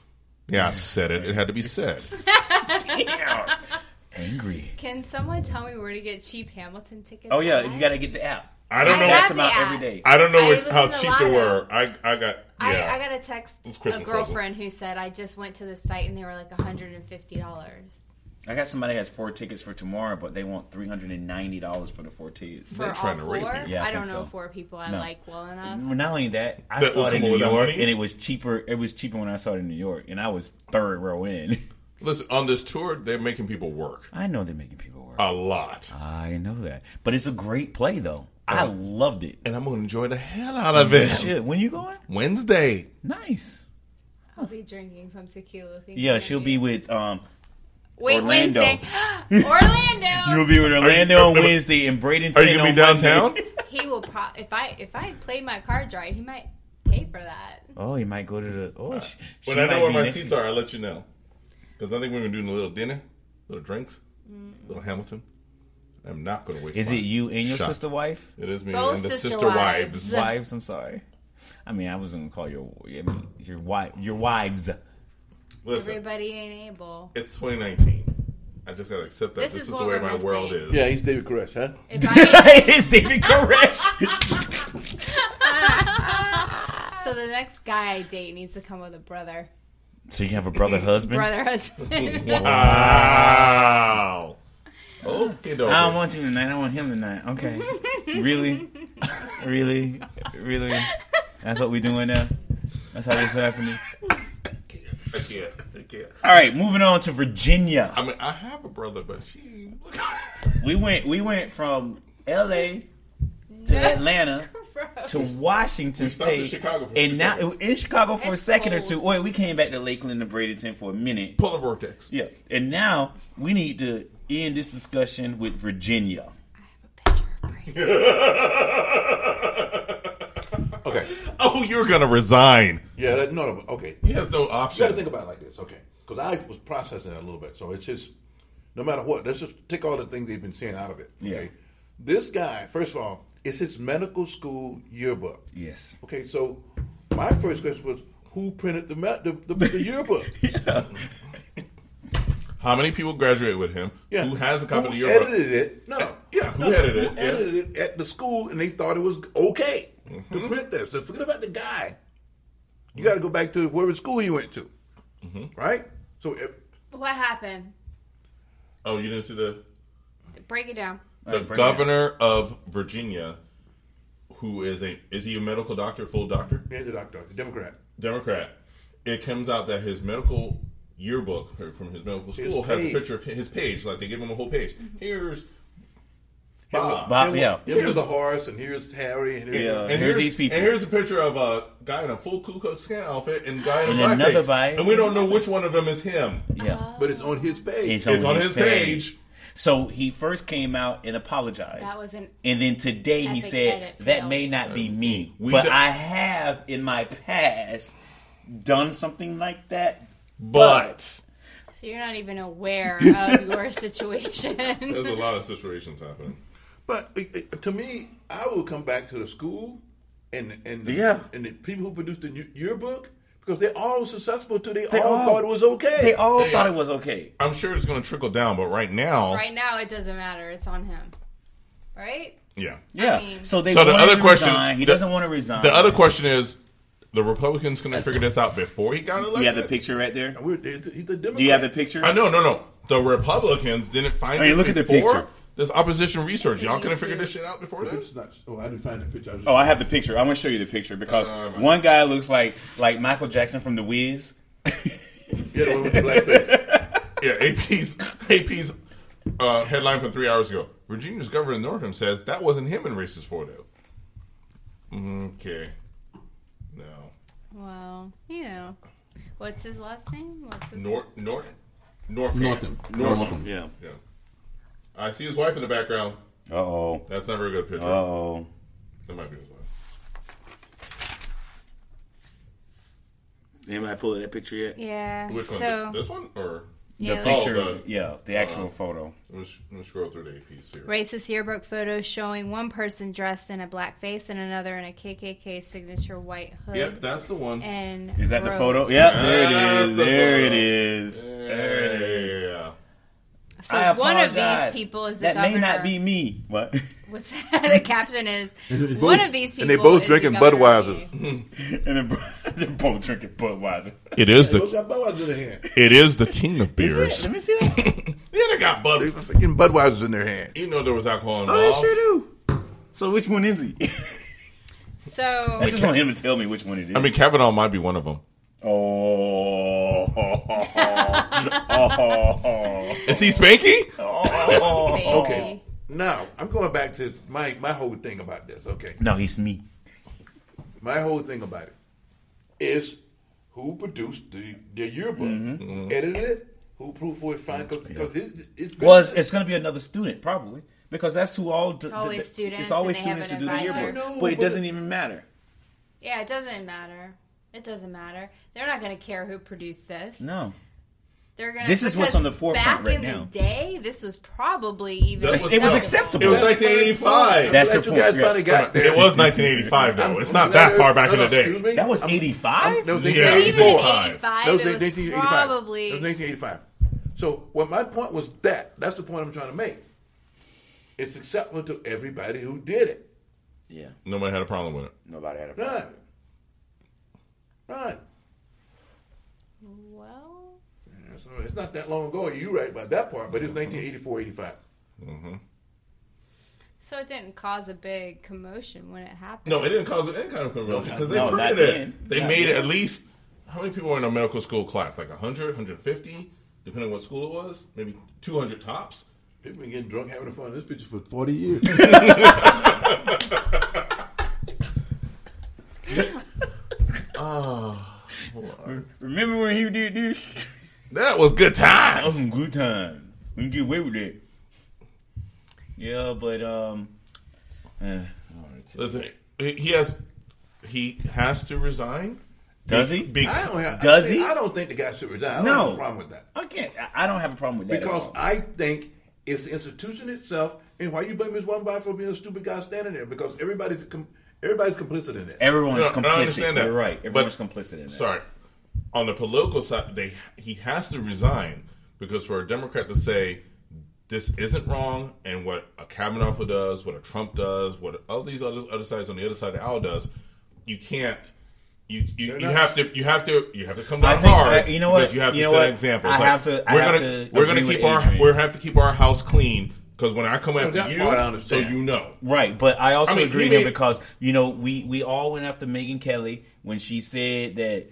F: Yeah, I said it. It had to be said. Uh,
B: Damn. Angry.
D: Can someone tell me where to get cheap Hamilton tickets?
B: Oh yeah, you
D: online?
B: gotta get the app.
F: I don't
D: I
F: know.
D: have
B: That's
D: the
B: them out
D: app.
B: every day.
F: I don't know
D: I
F: what, how
D: was in
F: cheap they
D: Alana.
F: were. I I got yeah.
D: I, I got a text
F: It's
D: a
F: Christmas
D: girlfriend who said I just went to the site and they were like $150.
B: I got somebody that has four tickets for tomorrow, but they want three hundred and ninety dollars for the four tickets.
D: For
F: trying
D: all
F: to rape
D: four?
F: you.
B: Yeah, I
D: I don't
B: think
D: know
B: so.
D: four people I
B: No.
D: like well enough.
B: Well, not only that, I
F: That
B: saw
F: will
B: it in
F: come
B: New
F: with the
B: York,
F: warning?
B: and it was cheaper. It was cheaper when I saw it in New York, and I was third row in.
F: Listen, on this tour, they're making people work
B: I know they're making people work.
F: a lot,
B: I know that, but it's a great play though. I
F: Uh-huh.
B: loved it.
F: and I'm going to enjoy the hell out of it.
B: Shit, when you going?
F: Wednesday,
B: Nice.
D: I'll be drinking some tequila. thinking
B: Yeah,
D: of
B: she'll
D: you.
B: be with um.
D: Wait,
B: Orlando.
D: Wednesday. Orlando.
B: You'll be with Orlando on
F: Are you-
B: Wednesday and Bradenton.
F: are you going to
B: on
F: be downtown?
B: Monday.
D: he will pro- if I if I play my cards right, he might pay for that.
B: Oh, you might go to the. Oh, she, she
F: When I
B: might
F: know where
B: be
F: my
B: next-
F: seats are, I'll let you know. Because I think we're going to do a little dinner, little drinks,
D: Mm.
F: little Hamilton. I'm not going to waste.
B: Is
F: mine.
B: it you and your
F: Shot.
B: sister wife?
F: It is me
D: Both
F: and the
D: sister
F: sister,
D: wives.
F: wives.
B: Wives, I'm sorry. I mean, I was gonna call your I mean, your wife your wives.
F: Listen,
D: Everybody ain't able.
F: it's 2019. I just got to accept that
D: This
F: this,
D: is
F: is, the
D: what
F: way
D: we're
F: my
D: missing.
F: world is.
C: Yeah, he's David Koresh, huh?
D: If I,
B: it's David Koresh.
D: so the next guy I date needs to come with a brother,
B: so you can have a brother husband.
D: brother husband.
F: Wow. Okay, dog.
B: I don't want you tonight. I want him tonight. Okay. really, really, really. That's what we doing now. That's how this happening.
F: I can't. I can't.
B: All right, moving on to Virginia.
F: I mean, I have a brother, but she.
B: We went we went from L.A. to Atlanta to Washington
F: stopped in
B: State,
F: Chicago for two
B: and now
F: seconds.
B: in Chicago for
D: It's
B: a second
D: cold.
B: or two. Wait, we came back to Lakeland and Bradenton for a minute.
F: Polar vortex.
B: Yeah, and now we need to end this discussion with Virginia.
C: Okay.
F: Oh, you're gonna resign.
C: Yeah, that, no, no, okay.
F: He has no
C: You
F: option.
C: got to think about it like this, okay? Because I was processing that a little bit, so it's just no matter what. Let's just take all the things they've been saying out of it. Okay,
B: Yeah.
C: this guy, first of all, it's his medical school yearbook.
B: Yes.
C: Okay, so my first question was, who printed the me- the, the, the yearbook?
F: How many people graduate with him?
C: Yeah,
F: Who has a copy of
C: Who
F: your
C: edited it? No,
F: Yeah, who
C: no,
F: edited
C: who
F: it? Yeah. Mm-hmm.
C: edited it at the school, and they thought it was okay to print this. So forget about the guy. You got to go back to wherever school you went to,
F: Mm-hmm.
C: right? So eh, if,
D: what happened?
F: Oh, you didn't see the
D: Break it down.
F: the
B: Alright, bring it
F: governor of Virginia, who is a is he a medical doctor, full doctor,
C: here's the doctor, the Democrat.
F: Democrat? It comes out that his medical yearbook or from his medical
C: His
F: school has
C: page.
F: a picture of his page. Like they give him a whole page. Here's
C: Bob,
B: Bob, Uh, yeah.
C: Here's the horse, and here's Harry, and here's
B: Yeah.
F: and
B: Here's
F: here's,
B: these people.
F: And here's a picture of a guy in a full Ku Klux Klan outfit and guy in a
B: And
F: black
B: another
F: face.
B: guy.
F: And we don't know which one of them is him.
B: Yeah.
C: but it's on his page.
F: It's on his page.
B: So he first came out and apologized.
D: That was an
B: and then today he
D: epic
B: said
D: edit,
B: that
D: Phil."
B: may not be me,
F: We
B: but
F: do-
B: I have in my past done something like that.
F: But
D: So you're not even aware of your situation.
F: there's a lot of situations happening.
C: But it, it- to me, I will come back to the school and and the,
F: Yeah.
C: and the people who produced the new yearbook because they're all susceptible to. They,
B: They
C: all,
B: all-
C: thought it was okay.
B: They all
F: Yeah.
B: thought it was okay.
F: I'm sure it's going to trickle down, but right now,
D: right now, it doesn't matter. It's on him, right?
F: yeah.
B: Yeah.
D: mean-
B: so they.
F: So the
B: want him
F: other
B: to
F: question-
B: resign. he
F: the-
B: doesn't want to resign.
F: The other question is, the Republicans going to figure this out before he got elected.
B: You have the picture right there.
C: We're, they- he's a Democrat.
B: Do you have the picture?
F: I know, no, no. The Republicans didn't find.
B: I mean,
F: this
B: look at the
F: before
B: picture.
F: This opposition research, y'all couldn't
D: YouTube.
F: figure this shit out before this.
C: It's not, oh, I didn't find the picture. I just,
B: Oh, I have the picture. I'm gonna show you the picture because
F: Oh,
B: one guy looks like like Michael Jackson from The Wiz.
C: yeah, the one with the black face.
F: Yeah, AP's AP's uh, headline from three hours ago. Virginia's Governor Northam says that wasn't him in racist photo. Okay. No.
D: Well, you know, what's his last name? What's his
F: North North North
C: Northam. Northam.
B: Yeah.
F: Yeah. I see his wife in the background.
B: Uh oh.
F: That's never a good picture.
B: Uh oh.
F: That might be his wife.
B: Anybody pull that picture yet?
D: Yeah.
F: Which one?
D: so
F: This one or
B: The
D: yeah,
F: Oh,
B: picture.
F: the-
B: yeah. The actual photo.
F: let me, sh- let me scroll through the APs here.
D: racist yearbook photos showing one person dressed in a black face and another in a KKK signature white hood.
F: Yep, that's the one.
D: And
B: Is that the
D: robe.
B: photo? Yeah. There it
F: That's
B: is.
F: the
B: There it
F: photo.
B: is. There it is.
F: Yeah.
D: So
B: I
D: one of
B: apologize.
D: these people is the
B: that
D: governor.
B: may not be me. What?
D: was the caption is
C: they
D: one
C: both-
D: of these people
C: and they both
D: is
C: drinking
D: the governor of
C: Budweisers.
D: the-
B: and then they're both drinking Budweiser.
F: It is
C: Those
F: the
C: got Budweiser's in their hand.
F: it is the king of beers.
B: Let me see that.
F: Yeah, they got
C: They
F: Bud.
C: got fucking Budweiser's in their hand.
F: You know there was alcohol
B: Oh,
F: involved.
B: they sure do. So which one is he?
D: So
B: I just want him to tell me which one it is.
F: I mean, Kavanaugh might be one of them.
B: oh,
F: Is he Spanky?
C: Okay. Now I'm going back to my my whole thing about this. Okay,
B: no, he's me.
C: my whole thing about it is who produced the the yearbook,
B: Mm-hmm.
C: Mm-hmm. edited it, who proved for it fine because it's, it's good.
B: Well, it's, it's going to be another student probably because that's who all. D-
D: always
B: d- d-
D: students
B: It's always
D: and they have
B: students who
D: an
B: do the
D: advisor.
B: yearbook,
C: I know,
B: but it
C: but
B: doesn't
C: it-
B: even matter.
D: yeah, it doesn't matter. It doesn't matter. They're not going to care who produced this.
B: No,
D: They're going.
B: This is what's on the forefront
D: back
B: right
D: in
B: now.
D: the day, this was probably even.
F: That was-
B: it was
F: No.
B: acceptable.
F: It was
C: That's
F: 1985.
C: fine.
B: That's
C: I'm
B: the
C: glad you
B: point,
C: guys finally
B: yeah.
C: got there.
F: It was 1985 though. It's not that far back in the
C: Excuse
F: day.
C: me?
B: that was
C: I'm-
B: eighty
C: I'm-
B: five.
C: That was
F: Yeah.
D: Even
C: 1984.
D: in 85,
C: That was
D: it was
C: 1985.
D: probably.
C: That was 1985. So, what my point was that. That's the point I'm trying to make. It's acceptable to everybody who did it.
B: Yeah,
F: Nobody had a problem with it.
B: nobody had a problem.
C: None. None.
D: Well,
C: So it's not that long ago. You're right about that part, but it's 1984, 85.
D: so it didn't cause a big commotion when it happened.
F: No, it didn't cause any kind of commotion because they
B: No, not
F: printed it.
B: then.
F: They
B: Not
F: made it
B: then.
F: at least how many people were in a medical school class? Like 100, 150, depending on what school it was. Maybe 200 tops.
C: People been getting drunk, having fun in this picture for 40 years.
B: Remember when he did this?
F: That was good
B: That was
F: times.
B: some good time. We can get away with it. Yeah, but um, eh, all right.
F: Listen, he he has he has to resign.
B: does he?
F: Be-
C: I don't have.
B: Does
C: I, think-
B: he?
C: I don't think the guy should resign. I don't
B: No.
C: have a problem with that.
B: I can't. I- I don't have a problem with that. at
C: Because
B: all.
C: I think it's the institution itself, and why you blame this one guy for being a stupid guy standing there? Because everybody's com- everybody's complicit in that.
B: everyone is
F: No, I
B: complicit.
F: understand that,
B: You're right.
F: but-
B: Everyone's complicit in that.
F: Sorry. On the political side, they he has to resign because for a Democrat to say this isn't wrong and what a Kavanaugh does, what a Trump does, what all these other other sides on the other side of the aisle does, you can't. You, you,
C: They're
F: you
C: not-
F: have to you have to you have to come down
B: I think-
F: hard.
B: I- you know what?
F: because You have
B: You
F: to
B: know
F: set
B: what?
F: an example.
B: I
F: It's like,
B: have to- I
F: we're
B: have
F: gonna
B: to
F: we're gonna
B: agree
F: keep
B: with
F: our
B: Adrian.
F: we have to keep our house clean because when I come after
C: that
F: you,
C: part I
F: so
C: understand.
F: you know.
B: Right, but I also
F: I mean,
B: agree
F: he
B: with him
F: made-
B: because you know we we all went after Megan Kelly when she said that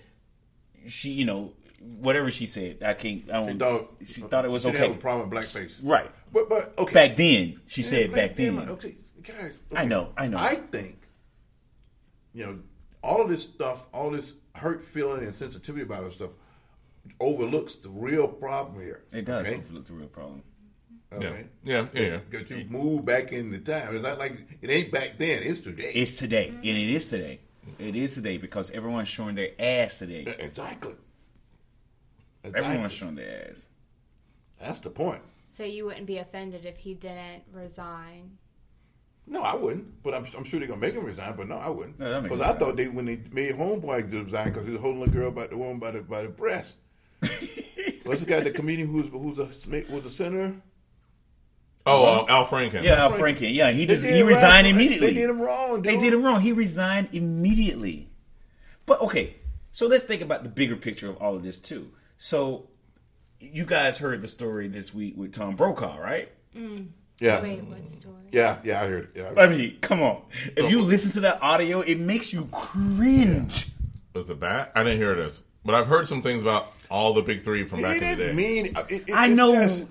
B: she you know whatever she said I can't I don't
C: She thought,
B: she thought it was
C: she didn't
B: okay
C: have a problem with blackface.
B: right
C: But but okay.
B: back then she
C: Yeah,
B: said back then
C: Okay, guys.
B: I know, I know.
C: I think you know all of this stuff, all this hurt feeling and sensitivity about this stuff overlooks the real problem here.
B: it does
C: Okay.
B: look the real problem
F: Yeah,
C: okay?
F: yeah, yeah. yeah.
C: Because you move back in the time. It's not like it ain't back then. It's today.
B: it's today and it is today it is today because everyone's showing their ass today
C: exactly. exactly.
B: everyone's showing their ass
C: That's the point.
D: So you wouldn't be offended if he didn't resign.
C: No, I wouldn't. But I'm, I'm sure they're gonna make him resign. But no, I wouldn't.
B: No, that makes
C: Because I
B: sense.
C: thought they when they made homeboy resign because he was holding a girl by the woman by the by the breast. What's the guy, the comedian who's who's a was a senator?
F: Oh, uh, Al Franken.
B: yeah Al Franken yeah he
C: They
B: just
C: did
B: he
C: him
B: resigned
C: right.
B: immediately
C: They did him wrong. Dude.
B: They did it wrong. He resigned immediately. But okay, so let's think about the bigger picture of all of this too. So you guys heard the story this week with Tom Brokaw, right?
C: Yeah,
D: Wait, what story?
C: yeah, yeah. I heard it. Yeah, I heard
B: I
C: it.
B: mean, come on. If you listen to that audio, it makes you cringe.
F: Was it bat? I didn't hear this, but I've heard some things about all the big three from
C: He
F: back in the day.
C: didn't mean. It, it,
B: I
C: it's
B: know
C: just-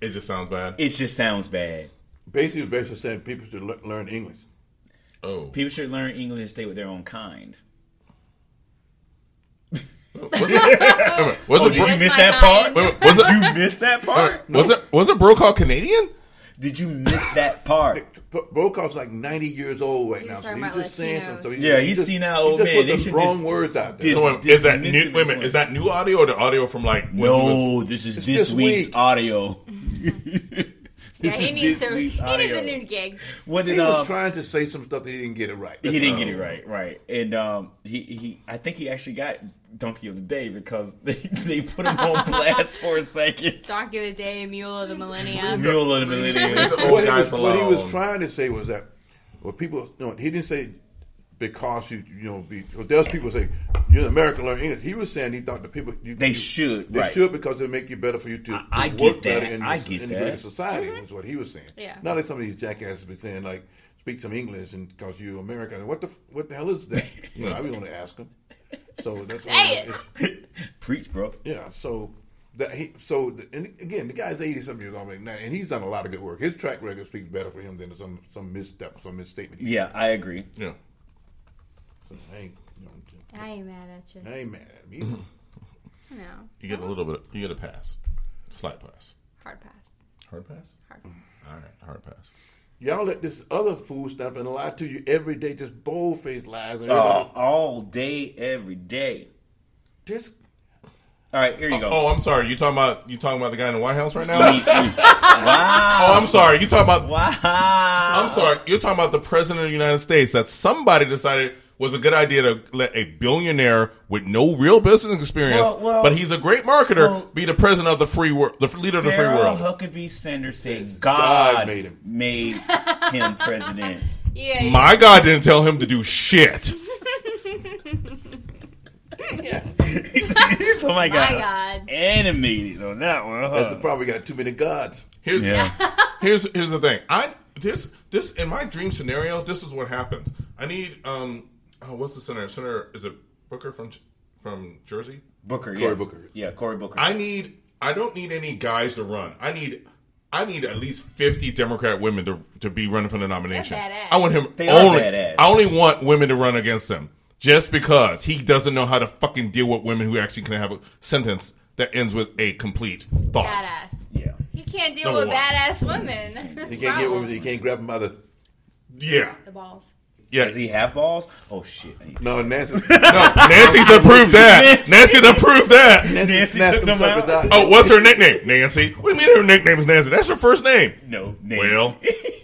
F: it just sounds bad.
B: it just sounds bad.
C: basically, it's basically saying people should le- learn English.
F: oh,
B: People should learn English and stay with their own kind.
F: was it?
B: Did you
F: Bro-
B: miss
D: my
B: that
D: kind.
B: part?
F: wait, wait, was
B: Did
F: it?
B: you miss that part?
F: Was it? Was it Brokaw Canadian?
C: Uh,
B: Did you miss that part?
C: Bro- Brokaw's like 90 years old right
D: He
C: now.
D: was
C: So
D: talking
C: he's
D: about
C: just saying some
D: Latinos.
C: stuff. He-
B: Yeah,
C: he
B: he's
C: just-
B: seen that old
C: he just
B: man.
C: Put
B: They
C: the
B: should
C: wrong
B: just
C: words out there.
B: dis-
F: So wait, is
B: Dismissive
F: that new? Wait a
B: is
F: minute,
B: one.
F: is that new audio or the audio from like when he was-
B: No, this is
C: It's
B: this
C: this
B: week's
C: week.
B: audio.
D: Yeah,
B: This
D: he
B: is
D: needs
B: this
D: to.
B: week's
D: He needs
B: audio.
D: a new gig.
B: What
C: He
B: did
C: was
B: um,
C: trying to say some stuff that he didn't get it right.
B: he didn't get it right, right? And um, he he, I think he actually got donkey of the day because they, they put him on blast for a second.
D: Donkey of the day, mule of the millennium.
B: Mule of the millennium.
F: The
C: What
F: old
C: he,
F: guys
C: was, what he was
F: alone.
C: trying to say was that, well, people, no, he didn't say because you, you know, be, well, there's people say you're an American learn English. He was saying he thought the people you,
B: They
C: you-
B: should,
C: they
B: right.
C: should because it make you better for you to,
B: I- I
C: to
B: get
C: work
B: that.
C: better in,
B: I
C: this-
B: get
C: in the
B: that.
C: greater society
F: Mm-hmm.
C: was what he was saying.
D: Yeah.
C: not like some of these jackasses been saying like speak some English and because you American. What the f- what the hell is that? you know, I was going to ask him. So that's why
D: Say it.
C: it's-
B: Preach, bro.
C: yeah, so that he so the, and again the guy's eighty something years old right now, and he's done a lot of good work. His track record speaks better for him than some some misstep, some misstatement.
B: Yeah, I agree.
F: Yeah.
C: So I ain't, you know,
D: I ain't mad at you.
C: I ain't mad at him.
D: No,
F: You get a little bit. You get a pass. Slight pass.
D: hard pass.
F: Hard pass.
D: Hard.
F: All right. Hard pass.
C: Y'all let this other fool stuff and lie to you every day, just bold faced lies. And
B: Uh,
C: everybody
B: all day, every day.
C: this
B: All right, here you go.
F: Oh, I'm sorry. You talking about you talking about the guy in the White House right now?
B: Mm, mm.
F: Oh, I'm sorry. You talking about?
B: wow.
F: I'm sorry. You're talking about the president of the United States that somebody decided was a good idea to let a billionaire with no real business experience,
B: Well, well,
F: but he's a great marketer,
B: well,
F: be the president of the free world, the leader of the free
B: Sarah
F: world.
B: Huckabee Sanders said God,
C: God
B: made
C: made
B: him,
C: him.
B: president.
D: Yeah. you-
F: My God didn't tell him to do shit.
B: oh my God.
D: My God.
B: Animated on that one. huh?
C: that's the problem. We got too many gods.
F: Here's
B: Yeah.
F: here's here's the thing. I this this in my dream scenarios. This is what happens. I need um oh, what's the senator? Senator is it Booker from from Jersey?
B: Booker.
C: Cory
B: yeah.
C: Booker.
B: Yeah, Cory Booker.
F: I need I don't need any guys to run. I need I need at least fifty Democrat women to to be running for the nomination.
D: They're badass.
F: I want him
B: They are
F: only.
B: badass.
F: I only want women to run against him just because he doesn't know how to fucking deal with women who actually can have a sentence that ends with a complete thought.
D: Badass.
B: yeah.
D: He can't deal
F: Number
D: with
F: one.
D: badass women. That's
C: He can't
D: the
C: get
D: problem.
C: women. He can't grab them by the
F: Yeah,
D: The balls.
F: yeah.
B: Does he have balls? Oh, shit. I need to-
C: no. Nancy,
F: No, Nancy's to prove that. Nancy to prove that.
C: Nancy,
B: Nancy
C: snatched
B: took them
C: suckers
B: out?
F: Oh, what's her nickname? Nancy. What do you mean her nickname is Nancy? That's her first name.
B: No. Nancy.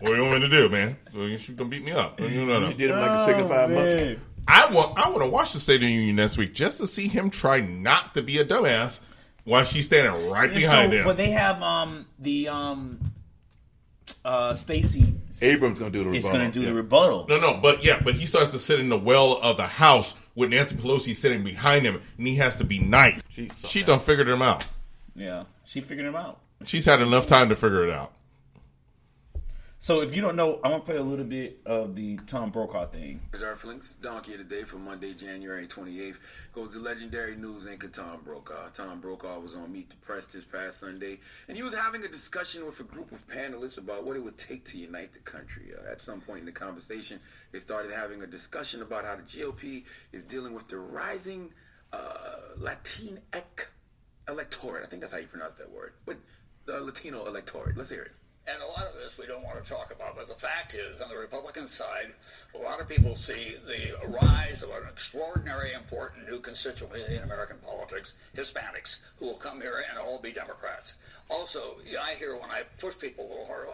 F: Well, what do you want me to do, man? Well, She's gonna beat me up. No, no, no.
C: She did him like a signified monkey.
B: Man.
F: I want I want to watch the State of the Union next week just to see him try not to be a dumbass while she's standing right behind
B: so,
F: him.
B: but they have um the um uh Stacy
C: Abrams gonna do the
B: is
C: rebuttal.
B: going to do
C: yeah.
B: the rebuttal.
F: no, no, but yeah, but he starts to sit in the well of the house with Nancy Pelosi sitting behind him, and he has to be nice. She, done figured him out.
B: Yeah, she figured him out.
F: She's had enough time to figure it out.
B: So if you don't know, I'm gonna play a little bit of the Tom Brokaw thing.
H: Reserve links, Donkey of the Day for Monday, January 28th. Goes to legendary news anchor Tom Brokaw. Tom Brokaw was on Meet the Press this past Sunday, and he was having a discussion with a group of panelists about what it would take to unite the country. Uh, at some point in the conversation, they started having a discussion about how the GOP is dealing with the rising uh, Latinx electorate. I think that's how you pronounce that word. But the Latino electorate. Let's hear it.
I: And a lot of this we don't want to talk about, but the fact is, on the Republican side, a lot of people see the rise of an extraordinary important new constituency in American politics, Hispanics, who will come here and all be Democrats. Also, you know, I hear when I push people a little harder,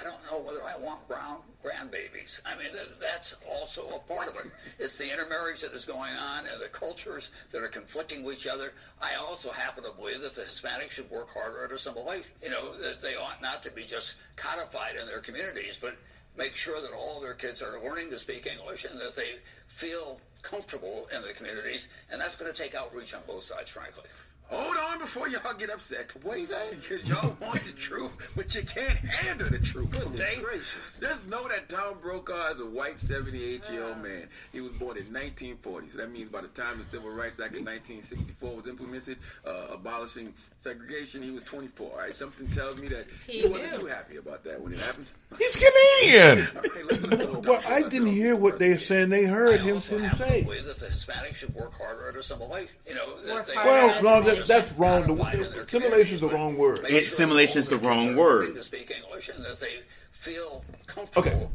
I: I don't know whether I want brown grandbabies. I mean, th- that's also a part of it. It's the intermarriage that is going on and the cultures that are conflicting with each other. I also happen to believe that the Hispanics should work harder at assimilation. You know, that they ought not to be just codified in their communities, but make sure that all their kids are learning to speak English and that they feel comfortable in the communities. And that's going to take outreach on both sides, frankly.
H: Hold on before y'all get upset. What do you say? Because y'all want the truth, but you can't handle the truth. okay?
I: gracious.
H: Just know that Tom Brokaw is a white 78 year
I: Ah.
H: old man. He was born in 1940. So that means by the time the Civil Rights Act of 1964 was implemented, uh, abolishing segregation, he was 24. All right? Something tells me that he,
D: He
H: wasn't
D: knew.
H: too happy about that when it happened.
F: He's Canadian.
H: All right, let's- let's go,
C: Well,
H: Dr.
C: I
H: Let's
C: didn't
H: go.
C: hear what they're saying. They
I: I
C: heard him
I: also
C: him
I: happen to
C: say.
I: believe that the Hispanics should work harder at assimilation. You know, that
D: Work
I: they
D: harder
I: ought
C: Well,
D: at
I: not
C: no,
I: to
C: that,
I: be
C: that's wrong.
I: codified in
C: The,
I: their
C: simulation is the
I: communities,
C: wrong
I: but
C: word.
I: make
J: It-
I: sure
J: simulation's
I: all
J: the
I: their kids
J: wrong
I: are
J: word.
I: learning To speak English and that they feel comfortable.
C: Okay.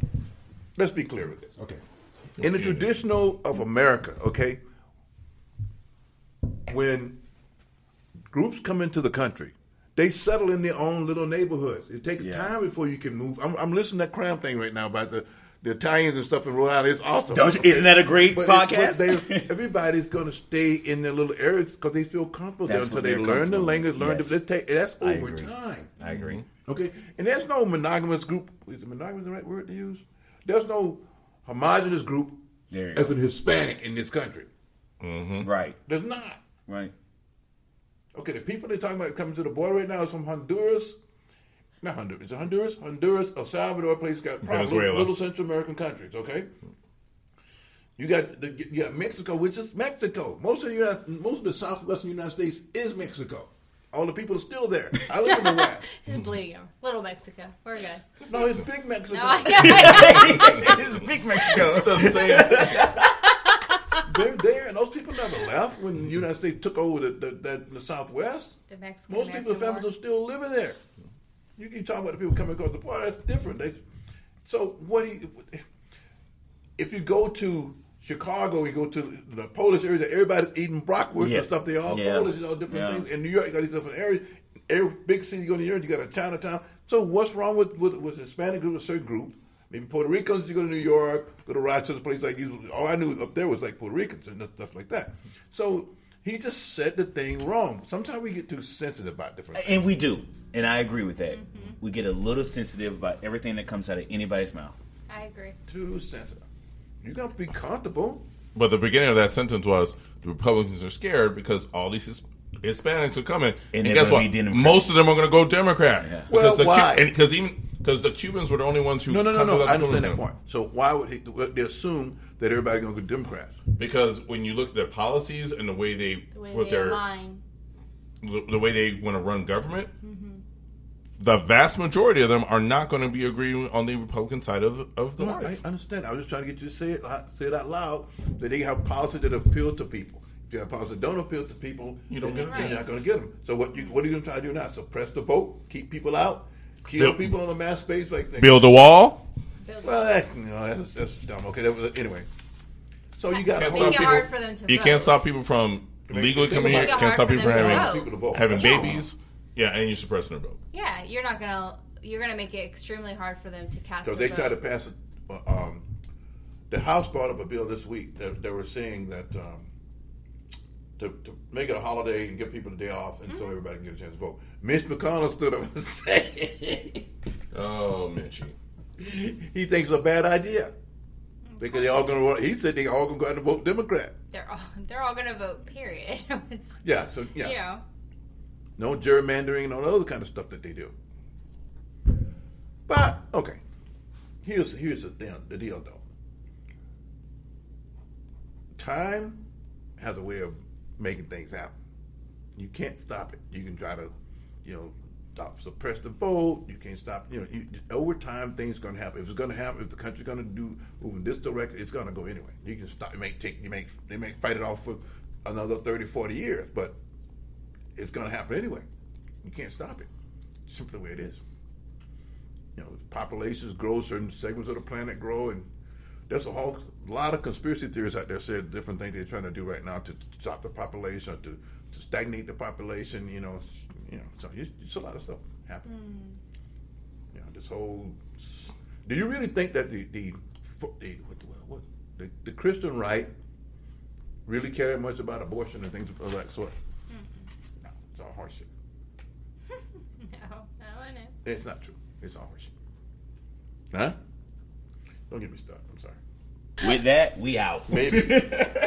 C: Let's be clear with this. Okay. In the traditional of America, okay, when groups come into the country, They settle in their own little neighborhoods. It takes
B: Yeah.
C: time before you can move. I'm, I'm listening to that crime thing right now about the, the Italians and stuff in Rhode Island. It's awesome.
B: Don't you- isn't that a great
C: it-
B: podcast?
C: they, everybody's going to stay in their little areas because they feel comfortable
B: That's
C: there
B: what
C: until they
B: they're
C: learn the
B: comfortable with.
C: language, learn
B: Yes.
C: to. Take, that's
B: I
C: over
B: agree.
C: time.
B: I agree.
C: Okay, and there's no monogamous group. Is the monogamous the right word to use? There's no homogenous group
B: There you
C: as
B: go.
C: in Hispanic in this country.
B: Mm-hmm. Right.
C: There's not.
B: Right.
C: Okay, the people they're talking about coming to the border right now is from Honduras. Not Honduras. Is it Honduras? Honduras, El Salvador, place got problems.
F: Venezuela.
C: Little, little Central American countries. Okay. You got the, you got Mexico, which is Mexico. Most of the United, most of the southwestern United States is Mexico. All the people are still there. I live in the West.
J: Just bleeding them. Little Mexico. We're good.
C: No, it's big Mexico.
J: No, I,
B: it's Big Mexico.
C: They're there, and those people never left when the United States took over the, the, the, the Southwest.
J: the Mexican
C: Most people's families are still living there. You, you talk about the people coming across the border, that's different. They, so, what do you, if you go to Chicago, you go to the Polish area, that everybody's eating bratwurst
B: Yeah.
C: and stuff, they all
B: Yeah.
C: Polish and all different
B: Yeah.
C: things. In New York, you got these different areas. Every big city you go to New York, you got a Chinatown. So, what's wrong with, with, with Hispanic group, a certain group? Maybe Puerto Ricans, you go to New York, go to Rochester, place like these. All I knew up there was like Puerto Ricans and stuff like that. So, he just said the thing wrong. Sometimes we get too sensitive about different things.
B: And we do. And I agree with that. We get a little sensitive about everything that comes out of anybody's mouth.
J: I agree.
C: too sensitive. You gotta be comfortable.
F: But the beginning of that sentence was the Republicans are scared because all these His- Hispanics are coming, and,
B: they're
F: guess
B: gonna
F: what?
B: be Democrat.
F: Most of them are going to go Democrat. Because
C: Well,
F: the Cu-
C: why?
F: and- 'cause even because the Cubans were the only ones who
C: No, no, no,
F: come
C: no.
F: without
C: I understand
F: doing
C: that
F: them.
C: point. So why would he, they assume that everybody's gonna go Democrats?
F: Because when you look at their policies and the way they
J: The way
F: put
J: they
F: their
J: align.
F: the the way they want to run government,
J: Mm-hmm.
F: the vast majority of them are not going to be agreeing on the Republican side of of the
C: No, I
F: line.
C: understand. I was just trying to get you to say it say it out loud that they have policies that appeal to people. If you have policies that don't appeal to people,
F: You don't
C: then
F: get 'em.
C: You're not gonna get them. So what you what are you gonna try to do now? Suppress the vote, keep people out, kill
F: Bill-
C: people on a mass space like that.
F: Build a wall.
C: Well, that's, you know, that's, that's dumb. Okay, that was anyway. So you got
F: Can't
C: all
F: stop
J: Make it
C: people-
J: hard for them to
F: You
J: vote.
F: can't stop people from
C: Make-
F: legally
C: think
F: coming
C: about
F: here.
C: it.
F: Can't stop people from
J: Make it
F: having
J: hard for them to
C: people to vote.
F: having
C: That's all.
F: babies. Yeah, and you're suppressing their vote.
J: Yeah, you're not gonna. You're gonna make it extremely hard for them to cast.
C: So
J: a
C: they
J: vote.
C: tried to pass it. uh, Um, the House brought up a bill this week that they were saying that um, to, to make it a holiday and give people the day off, and so everybody can get a chance to vote. Mitch McConnell stood up and said
F: Oh, Mitchie.
C: he thinks it's a bad idea because they all going to. He said they all going to go out and vote Democrat.
J: They're all. They're all gonna vote. Period. It's-
C: Yeah. So yeah.
J: You know.
C: No gerrymandering and all the other kind of stuff that they do. But okay, here's here's the thing, the deal though. Time has a way of making things happen. You can't stop it. You can try to, you know, stop suppress the vote. You can't stop. You know, you, over time things going to happen. If it's going to happen, if the country's going to do move in this direction, it's going to go anyway. You can stop. You may take. You may they may fight it off for another 30, 40 years, but it's going to happen anyway. You can't stop it. It's simply the way it is. You know, populations grow, certain segments of the planet grow, and there's a whole lot of conspiracy theories out there said different things they're trying to do right now to stop the population, or to, to stagnate the population. You know, s- you know, so it's, it's a lot of stuff happening. You know, this whole. s- Do you really think that the the fo- the what, the- what the, the Christian right really care much about abortion and things of that sort? No, it's all horseshit.
J: No. No. I know.
C: It's not true. It's all horseshit. Huh? Don't get me started. I'm sorry.
B: With that, we out.
C: Maybe.